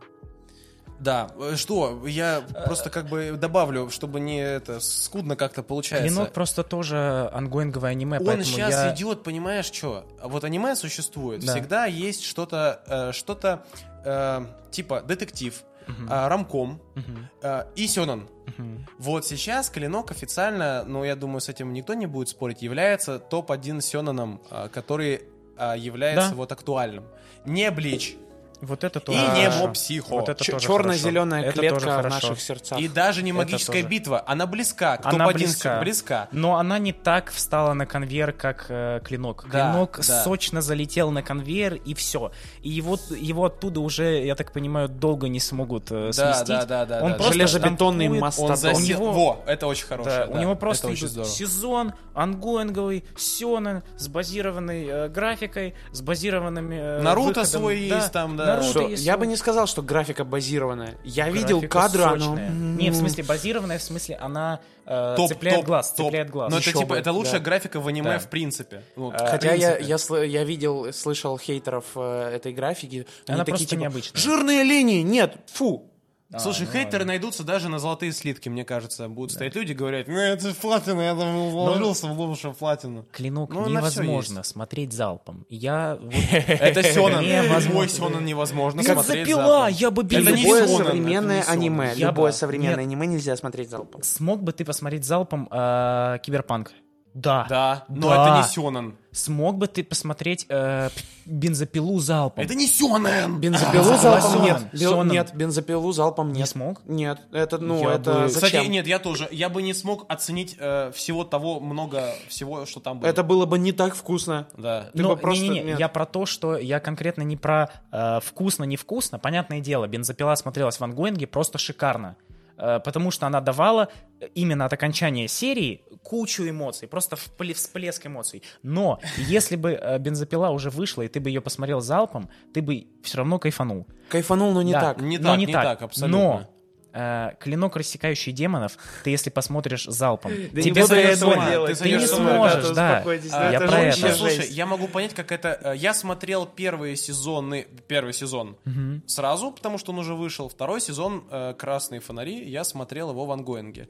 [SPEAKER 1] Да, э, что, я просто как бы добавлю, чтобы не это скудно как-то получается.
[SPEAKER 2] Клинок просто тоже ангоинговое аниме,
[SPEAKER 1] Он
[SPEAKER 2] А поэтому
[SPEAKER 1] сейчас
[SPEAKER 2] я...
[SPEAKER 1] идет, понимаешь, что? Вот аниме существует.
[SPEAKER 2] Да.
[SPEAKER 1] Всегда есть что-то, э, что-то э, типа детектив,
[SPEAKER 2] Мгм.
[SPEAKER 1] э, рамком
[SPEAKER 2] Мгм.
[SPEAKER 1] э, и сёнэн.
[SPEAKER 2] Мгм.
[SPEAKER 1] Вот сейчас Клинок официально, ну, я думаю, с этим никто не будет спорить, является топ-1 сёнэном, э, который э, является
[SPEAKER 2] Да.
[SPEAKER 1] вот актуальным. Не Блич,
[SPEAKER 2] Вот это
[SPEAKER 1] И
[SPEAKER 2] тоже хорошо.
[SPEAKER 1] не психо.
[SPEAKER 2] Вот это
[SPEAKER 3] Ч-
[SPEAKER 2] тоже
[SPEAKER 3] Черно-зеленая
[SPEAKER 2] хорошо. Это тоже
[SPEAKER 3] клетка в
[SPEAKER 2] хорошо.
[SPEAKER 3] наших сердцах.
[SPEAKER 1] И даже не
[SPEAKER 2] Это
[SPEAKER 1] магическая
[SPEAKER 2] тоже.
[SPEAKER 1] битва. Она близка. Кто
[SPEAKER 2] Она
[SPEAKER 1] по один
[SPEAKER 2] близка.
[SPEAKER 1] сек- близка.
[SPEAKER 2] Но она не так встала на конвейер, как э, клинок.
[SPEAKER 1] Да,
[SPEAKER 2] клинок
[SPEAKER 1] да.
[SPEAKER 2] сочно залетел на конвейер, и все. И его, его оттуда уже, я так понимаю, долго не смогут э,
[SPEAKER 1] Да,
[SPEAKER 2] сместить.
[SPEAKER 1] да, да, да,
[SPEAKER 2] Он
[SPEAKER 1] да.
[SPEAKER 2] просто
[SPEAKER 3] Железобетонный
[SPEAKER 2] штампует,
[SPEAKER 3] мастодонт.
[SPEAKER 1] Он засел.
[SPEAKER 2] У него-
[SPEAKER 1] Во, это очень хорошее.
[SPEAKER 2] Да, у
[SPEAKER 1] да.
[SPEAKER 2] него просто
[SPEAKER 1] Это
[SPEAKER 2] идут
[SPEAKER 1] очень здорово.
[SPEAKER 2] сезон, ангоинговый, сёнэн, с базированной э, графикой, с базированными... э,
[SPEAKER 1] Наруто
[SPEAKER 2] выходом.
[SPEAKER 1] свой
[SPEAKER 2] Да,
[SPEAKER 1] есть там, да.
[SPEAKER 2] Наруто
[SPEAKER 3] Что,
[SPEAKER 2] есть
[SPEAKER 3] я
[SPEAKER 2] свой.
[SPEAKER 3] бы не сказал, что графика базированная. Я
[SPEAKER 2] Графика
[SPEAKER 3] видел кадры,
[SPEAKER 1] а, ну,
[SPEAKER 3] оно...
[SPEAKER 2] сочная. Не, в смысле, базированная, в смысле, она э,
[SPEAKER 1] Топ,
[SPEAKER 2] цепляет
[SPEAKER 1] топ,
[SPEAKER 2] глаз,
[SPEAKER 1] топ.
[SPEAKER 2] цепляет глаз.
[SPEAKER 1] Но это
[SPEAKER 3] Ещё
[SPEAKER 1] типа,
[SPEAKER 3] бы,
[SPEAKER 1] это лучшая
[SPEAKER 3] да.
[SPEAKER 1] графика в аниме
[SPEAKER 2] Да. Э,
[SPEAKER 1] в принципе. Ну, в
[SPEAKER 3] а, Хотя я,
[SPEAKER 1] принципе.
[SPEAKER 3] я, сл- я видел, слышал хейтеров э, этой графики.
[SPEAKER 2] Она
[SPEAKER 3] Они такие,
[SPEAKER 2] просто
[SPEAKER 3] типа,
[SPEAKER 2] необычная.
[SPEAKER 3] Жирные линии, нет, фу.
[SPEAKER 1] Слушай,
[SPEAKER 2] ну
[SPEAKER 1] хейтеры найдутся даже на золотые слитки, мне кажется. Будут стоять люди и говорят, ну это платина, я там
[SPEAKER 2] Ну,
[SPEAKER 1] уложился в лучшую платину.
[SPEAKER 2] Клинок
[SPEAKER 1] Ну, на всё
[SPEAKER 2] невозможно смотреть залпом. Я вот- ну,
[SPEAKER 1] Это Сёнэн.
[SPEAKER 2] Невозможно.
[SPEAKER 1] Любой Сёнэн невозможно
[SPEAKER 2] Как
[SPEAKER 1] смотреть
[SPEAKER 2] запила,
[SPEAKER 1] запом.
[SPEAKER 2] я бы бил.
[SPEAKER 1] Это не
[SPEAKER 3] любое
[SPEAKER 1] Сёнэн, это не
[SPEAKER 3] современное
[SPEAKER 1] Сёнэн.
[SPEAKER 3] аниме,
[SPEAKER 2] Я
[SPEAKER 3] любое
[SPEAKER 2] бы-
[SPEAKER 3] современное
[SPEAKER 2] Нет.
[SPEAKER 3] аниме нельзя смотреть залпом.
[SPEAKER 2] Смог бы ты посмотреть залпом э, Киберпанк? Да.
[SPEAKER 1] Да, но
[SPEAKER 2] Да.
[SPEAKER 1] это не Сёнэн.
[SPEAKER 2] Смог бы ты посмотреть э, п- бензопилу залпом?
[SPEAKER 1] Это не Сёнэн!
[SPEAKER 3] Бензопилу залпом
[SPEAKER 2] согласен.
[SPEAKER 3] нет. Бел-
[SPEAKER 2] Сонан.
[SPEAKER 3] Нет, бензопилу залпом
[SPEAKER 2] Не
[SPEAKER 3] нет.
[SPEAKER 2] смог?
[SPEAKER 3] Нет, это, ну,
[SPEAKER 2] Я
[SPEAKER 3] это
[SPEAKER 2] бы-
[SPEAKER 1] Кстати,
[SPEAKER 3] зачем?
[SPEAKER 1] нет, я тоже. Я бы не смог оценить э, всего того, много всего, что там было.
[SPEAKER 3] Это было бы не так вкусно.
[SPEAKER 1] Да.
[SPEAKER 3] Ты
[SPEAKER 2] Но
[SPEAKER 3] бы просто-
[SPEAKER 2] не-не-не,
[SPEAKER 3] нет.
[SPEAKER 2] я про то, что я конкретно не про э, вкусно-невкусно. Понятное дело, бензопила смотрелась в ангоинге просто шикарно. Э, Потому что она давала э, именно от окончания серии кучу эмоций, просто впле- всплеск эмоций. Но если бы э, бензопила уже вышла, и ты бы ее посмотрел залпом, ты бы все равно кайфанул.
[SPEAKER 3] Кайфанул, но Ну, не
[SPEAKER 2] Да.
[SPEAKER 3] так.
[SPEAKER 1] Не
[SPEAKER 2] Но
[SPEAKER 1] так, не так, абсолютно.
[SPEAKER 2] Но э, клинок, рассекающий демонов, ты если посмотришь залпом,
[SPEAKER 3] Да не
[SPEAKER 2] тебе
[SPEAKER 3] буду я
[SPEAKER 2] сойдет с
[SPEAKER 3] этого
[SPEAKER 2] ума.
[SPEAKER 1] делать.
[SPEAKER 2] Ты не
[SPEAKER 1] Сойдет с ума,
[SPEAKER 2] сможешь, да.
[SPEAKER 3] успокойтесь,
[SPEAKER 1] А,
[SPEAKER 2] Я
[SPEAKER 3] это
[SPEAKER 2] про
[SPEAKER 3] же
[SPEAKER 2] это.
[SPEAKER 1] Ну,
[SPEAKER 3] вообще
[SPEAKER 1] Слушай,
[SPEAKER 3] жесть.
[SPEAKER 1] я могу понять, как это... э, Я смотрел первые сезоны... Первый сезон
[SPEAKER 2] Мгм.
[SPEAKER 1] сразу, потому что он уже вышел. Второй сезон э, «Красные фонари» я смотрел его в ангоинге.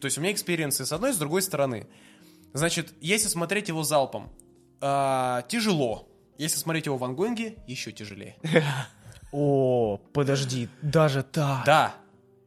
[SPEAKER 1] То есть у меня экспириенсы с одной и с другой стороны. Значит, если смотреть его залпом, а, тяжело. Если смотреть его в ангоинге, еще тяжелее.
[SPEAKER 2] О, подожди, даже так.
[SPEAKER 1] Да,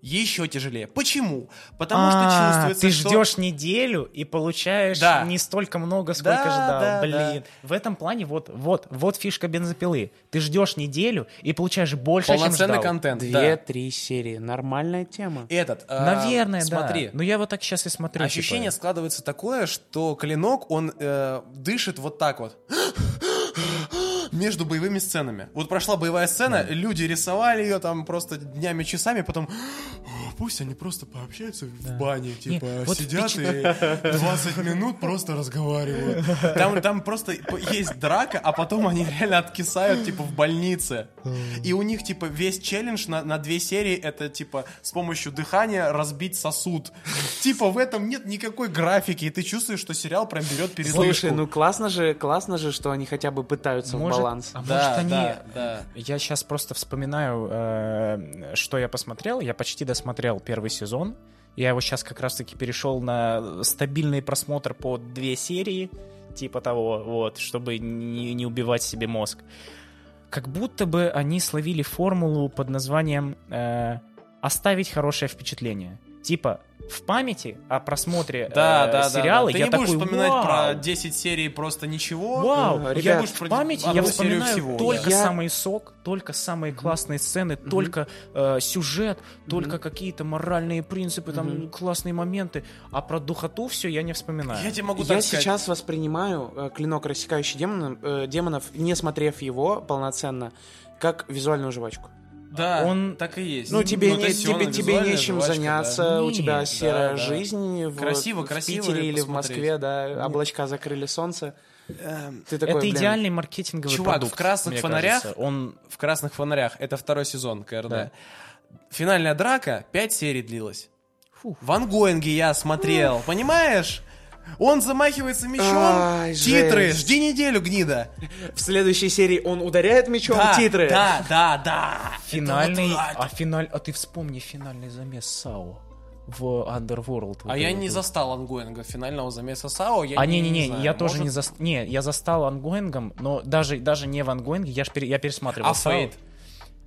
[SPEAKER 1] еще тяжелее. Почему? Потому что
[SPEAKER 2] А,
[SPEAKER 1] чувствуется,
[SPEAKER 2] ты
[SPEAKER 1] что-
[SPEAKER 2] ждешь неделю и получаешь
[SPEAKER 1] Да.
[SPEAKER 2] не столько много, сколько
[SPEAKER 1] Да,
[SPEAKER 2] ждал.
[SPEAKER 1] да,
[SPEAKER 2] Блин, в этом плане вот, вот, вот фишка бензопилы. Ты ждешь неделю и получаешь больше, чем
[SPEAKER 1] полноценный
[SPEAKER 2] ждал.
[SPEAKER 1] контент. да.
[SPEAKER 3] Две-три серии. Нормальная тема.
[SPEAKER 1] Этот. а,
[SPEAKER 2] Наверное, да.
[SPEAKER 1] Смотри,
[SPEAKER 2] Но я вот так сейчас и смотрю.
[SPEAKER 1] Ощущение
[SPEAKER 2] типа.
[SPEAKER 1] складывается такое, что клинок, он э, дышит вот так вот. Между боевыми сценами. Вот прошла боевая сцена, люди рисовали ее там просто днями, часами, потом «О, пусть они просто пообщаются в бане, типа
[SPEAKER 2] вот
[SPEAKER 1] сидят и 20 минут просто разговаривают. Там, там просто п- есть драка, а потом они реально откисают, типа, в больнице. И у них, типа, весь челлендж на, на две серии это, типа, с помощью дыхания разбить сосуд. Типа, в этом нет никакой графики, и ты чувствуешь, что сериал прям берет передышку.
[SPEAKER 3] Слушай, ну классно же, классно же, что они хотя бы пытаются
[SPEAKER 2] Может,
[SPEAKER 3] в баланс.
[SPEAKER 2] а
[SPEAKER 1] Да,
[SPEAKER 2] может они...
[SPEAKER 1] да, да.
[SPEAKER 2] Я сейчас просто вспоминаю, э, что я посмотрел. Я почти досмотрел первый сезон. Я его сейчас как раз-таки перешел на стабильный просмотр по две серии, типа того, вот, чтобы не, не убивать себе мозг. Как будто бы они словили формулу под названием э, «оставить хорошее впечатление». Типа в памяти о просмотре э,
[SPEAKER 1] Да, да, да,
[SPEAKER 2] сериала
[SPEAKER 1] да. Ты
[SPEAKER 2] я
[SPEAKER 1] не будешь
[SPEAKER 2] такой,
[SPEAKER 1] вспоминать
[SPEAKER 2] «Вау!»
[SPEAKER 1] про 10 серий просто ничего.
[SPEAKER 2] Вау,
[SPEAKER 3] Ну,
[SPEAKER 1] Ты
[SPEAKER 3] ребят,
[SPEAKER 1] будешь про
[SPEAKER 2] в памяти я
[SPEAKER 1] Э, одну серию
[SPEAKER 2] вспоминаю
[SPEAKER 1] всего,
[SPEAKER 2] только
[SPEAKER 3] Я-
[SPEAKER 2] самый сок, только самые классные сцены, только э, сюжет, только какие-то моральные принципы, там
[SPEAKER 3] Мгм.
[SPEAKER 2] классные моменты, а про духоту все я не
[SPEAKER 1] да.
[SPEAKER 2] вспоминаю.
[SPEAKER 1] Я тебе могу
[SPEAKER 3] Я
[SPEAKER 1] так сказать.
[SPEAKER 3] сейчас воспринимаю э, клинок, рассекающий демона- э, демонов, не смотрев его полноценно, как визуальную жвачку.
[SPEAKER 1] Да,
[SPEAKER 2] Он-
[SPEAKER 1] А он так и есть.
[SPEAKER 3] Ну, тебе,
[SPEAKER 1] то
[SPEAKER 3] не,
[SPEAKER 1] есть
[SPEAKER 3] тебе,
[SPEAKER 1] он
[SPEAKER 3] тебе
[SPEAKER 1] визуальная
[SPEAKER 3] нечем
[SPEAKER 1] жвачка, да.
[SPEAKER 3] заняться, у
[SPEAKER 2] Нет,
[SPEAKER 3] тебя
[SPEAKER 2] да,
[SPEAKER 3] серая
[SPEAKER 1] да.
[SPEAKER 3] жизнь в,
[SPEAKER 1] Красиво,
[SPEAKER 3] в
[SPEAKER 1] красиво
[SPEAKER 3] Питере или в
[SPEAKER 1] посмотреть. Эм,
[SPEAKER 3] Москве, да, облачка закрыли солнце. Ты такой,
[SPEAKER 2] Это
[SPEAKER 3] блин,
[SPEAKER 2] идеальный маркетинговый
[SPEAKER 1] Чувак,
[SPEAKER 2] продукт.
[SPEAKER 1] в «Красных
[SPEAKER 2] мне
[SPEAKER 1] фонарях»
[SPEAKER 2] кажется. он
[SPEAKER 1] В «Красных фонарях» это второй сезон КРД.
[SPEAKER 2] Да.
[SPEAKER 1] Финальная драка 5 серий длилась. В «Ангоинге» я смотрел, понимаешь? Он замахивается мечом,
[SPEAKER 3] Ай,
[SPEAKER 1] титры,
[SPEAKER 3] жесть.
[SPEAKER 1] жди неделю, гнида.
[SPEAKER 3] В следующей серии он ударяет мечом
[SPEAKER 1] да,
[SPEAKER 3] титры.
[SPEAKER 1] Да, да, да.
[SPEAKER 2] финальный,
[SPEAKER 1] Это вот, а,
[SPEAKER 2] а финаль, а ты вспомни финальный замес САО в Underworld.
[SPEAKER 1] А я не застал «Ангоинга» финального замеса САО. Я
[SPEAKER 2] а не, не, не,
[SPEAKER 1] знаю,
[SPEAKER 2] я тоже
[SPEAKER 1] может-
[SPEAKER 2] не застал. Не, я застал ангоингом, но даже, даже не в ангоинге, я, ж пере- я пересматривал.
[SPEAKER 1] А
[SPEAKER 2] «Сао».
[SPEAKER 1] «Фейт»?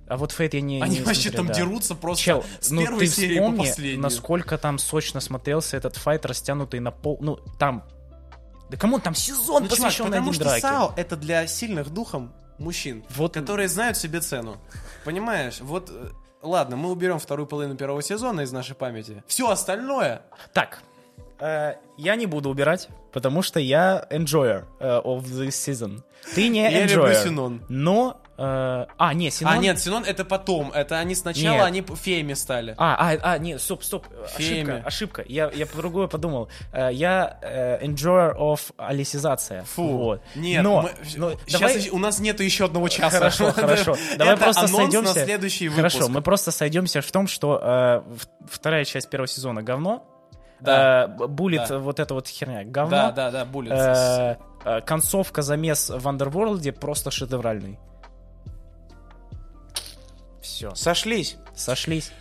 [SPEAKER 2] А вот фейт я не.
[SPEAKER 1] Они
[SPEAKER 2] не
[SPEAKER 1] вообще
[SPEAKER 2] смотрел,
[SPEAKER 1] там
[SPEAKER 2] да.
[SPEAKER 1] дерутся просто
[SPEAKER 2] Чел,
[SPEAKER 1] с
[SPEAKER 2] ну
[SPEAKER 1] первой
[SPEAKER 2] ты
[SPEAKER 1] серии по
[SPEAKER 2] вспомни,
[SPEAKER 1] последней.
[SPEAKER 2] насколько там сочно смотрелся этот файт, растянутый на пол... Ну, там... Да кому там сезон
[SPEAKER 1] Ну, чувак,
[SPEAKER 2] посвящен
[SPEAKER 1] потому
[SPEAKER 2] один
[SPEAKER 1] что
[SPEAKER 2] драке.
[SPEAKER 1] САО это для сильных духом мужчин,
[SPEAKER 2] Вот.
[SPEAKER 1] которые знают себе цену. Понимаешь? Вот, э, ладно, мы уберем вторую половину первого сезона из нашей памяти. Все остальное
[SPEAKER 2] Так, э, я не буду убирать, потому что я enjoyer э, of this season. Ты не
[SPEAKER 1] Я люблю
[SPEAKER 2] enjoyer,
[SPEAKER 1] Синон.
[SPEAKER 2] Но... э, а, не, Синон...
[SPEAKER 1] А, нет, Синон это потом. Это они сначала,
[SPEAKER 2] Нет.
[SPEAKER 1] они п- феями стали.
[SPEAKER 2] А, а, а, не, стоп, стоп,
[SPEAKER 1] Феями.
[SPEAKER 2] ошибка, ошибка, я, я по-другому подумал, Э, я э, enjoyer of алисизация,
[SPEAKER 1] Фу.
[SPEAKER 2] вот,
[SPEAKER 1] Нет,
[SPEAKER 2] но,
[SPEAKER 1] мы-
[SPEAKER 2] но
[SPEAKER 1] щас
[SPEAKER 2] давай-
[SPEAKER 1] ещё- у нас нету еще одного часа.
[SPEAKER 2] А, Хорошо, хорошо. Давай
[SPEAKER 1] Это
[SPEAKER 2] просто
[SPEAKER 1] анонс
[SPEAKER 2] сойдемся.
[SPEAKER 1] на следующий выпуск.
[SPEAKER 2] Хорошо, мы просто сойдемся в том, что э, в- вторая часть первого сезона говно.
[SPEAKER 1] Да.
[SPEAKER 2] Э, б- булит
[SPEAKER 1] Да.
[SPEAKER 2] вот эта вот херня говно.
[SPEAKER 1] Да, да, да, будет.
[SPEAKER 2] Э, э, концовка замес в Андерворлде просто шедевральный. Все,
[SPEAKER 3] Сошлись.
[SPEAKER 2] сошлись.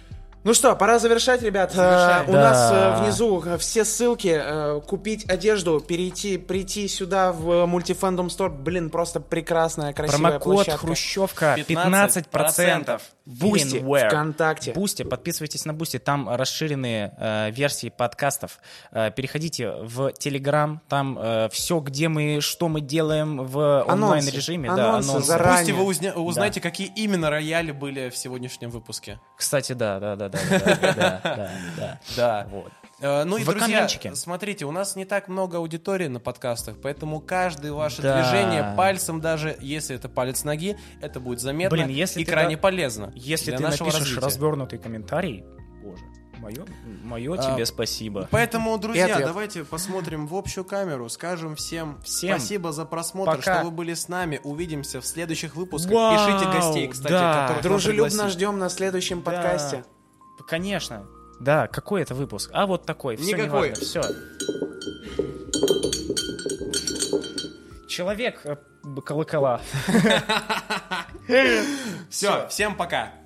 [SPEAKER 3] Ну что, пора завершать, ребят.
[SPEAKER 1] Завершаем.
[SPEAKER 3] Э, У
[SPEAKER 2] Да.
[SPEAKER 3] нас э, внизу э, все ссылки. э, Купить одежду, перейти, прийти сюда в мультифандом стор. Блин, просто прекрасная, красивая
[SPEAKER 2] Промокод
[SPEAKER 3] площадка.
[SPEAKER 2] Хрущевка
[SPEAKER 1] 15%.
[SPEAKER 2] 15%.
[SPEAKER 3] Бусти,
[SPEAKER 2] Anywhere.
[SPEAKER 3] ВКонтакте.
[SPEAKER 2] Бусти, подписывайтесь на Бусти, там расширенные э, версии подкастов. Э, переходите в Телеграм, там все, где мы, что мы делаем в онлайн режиме.
[SPEAKER 3] Анонсы, заранее.
[SPEAKER 1] Пусть вы узня- узнаете, какие именно рояли были в сегодняшнем выпуске.
[SPEAKER 2] Кстати, да, да, да, да, да, да, да, да,
[SPEAKER 1] Да.
[SPEAKER 2] да. Вот.
[SPEAKER 1] Э, Ну и,
[SPEAKER 2] В
[SPEAKER 1] друзья,
[SPEAKER 2] экономчике.
[SPEAKER 1] смотрите, у нас не так много аудитории на подкастах, поэтому каждое ваше
[SPEAKER 2] Да.
[SPEAKER 1] движение пальцем, даже если это палец ноги, это будет заметно
[SPEAKER 2] Блин, если
[SPEAKER 1] и
[SPEAKER 2] ты
[SPEAKER 1] крайне
[SPEAKER 2] да-
[SPEAKER 1] полезно.
[SPEAKER 2] Если
[SPEAKER 1] для
[SPEAKER 2] ты
[SPEAKER 1] нашего
[SPEAKER 2] напишешь
[SPEAKER 1] развития.
[SPEAKER 2] развернутый комментарий, боже, мое, мое
[SPEAKER 1] А,
[SPEAKER 2] тебе спасибо.
[SPEAKER 1] Поэтому, друзья,
[SPEAKER 3] ответ.
[SPEAKER 1] давайте посмотрим в общую камеру, скажем всем,
[SPEAKER 2] Всем.
[SPEAKER 1] спасибо за просмотр,
[SPEAKER 2] Пока.
[SPEAKER 1] что вы были с нами. Увидимся в следующих выпусках.
[SPEAKER 2] Вау,
[SPEAKER 1] Пишите гостей, кстати,
[SPEAKER 2] да.
[SPEAKER 1] которых нам
[SPEAKER 3] Дружелюбно
[SPEAKER 1] пригласить.
[SPEAKER 3] ждем на следующем
[SPEAKER 2] Да.
[SPEAKER 3] подкасте.
[SPEAKER 2] Конечно. Да, какой это выпуск? А вот такой. Все
[SPEAKER 1] Никакой.
[SPEAKER 2] Все. Человек э, колокола.
[SPEAKER 1] Все, всем пока.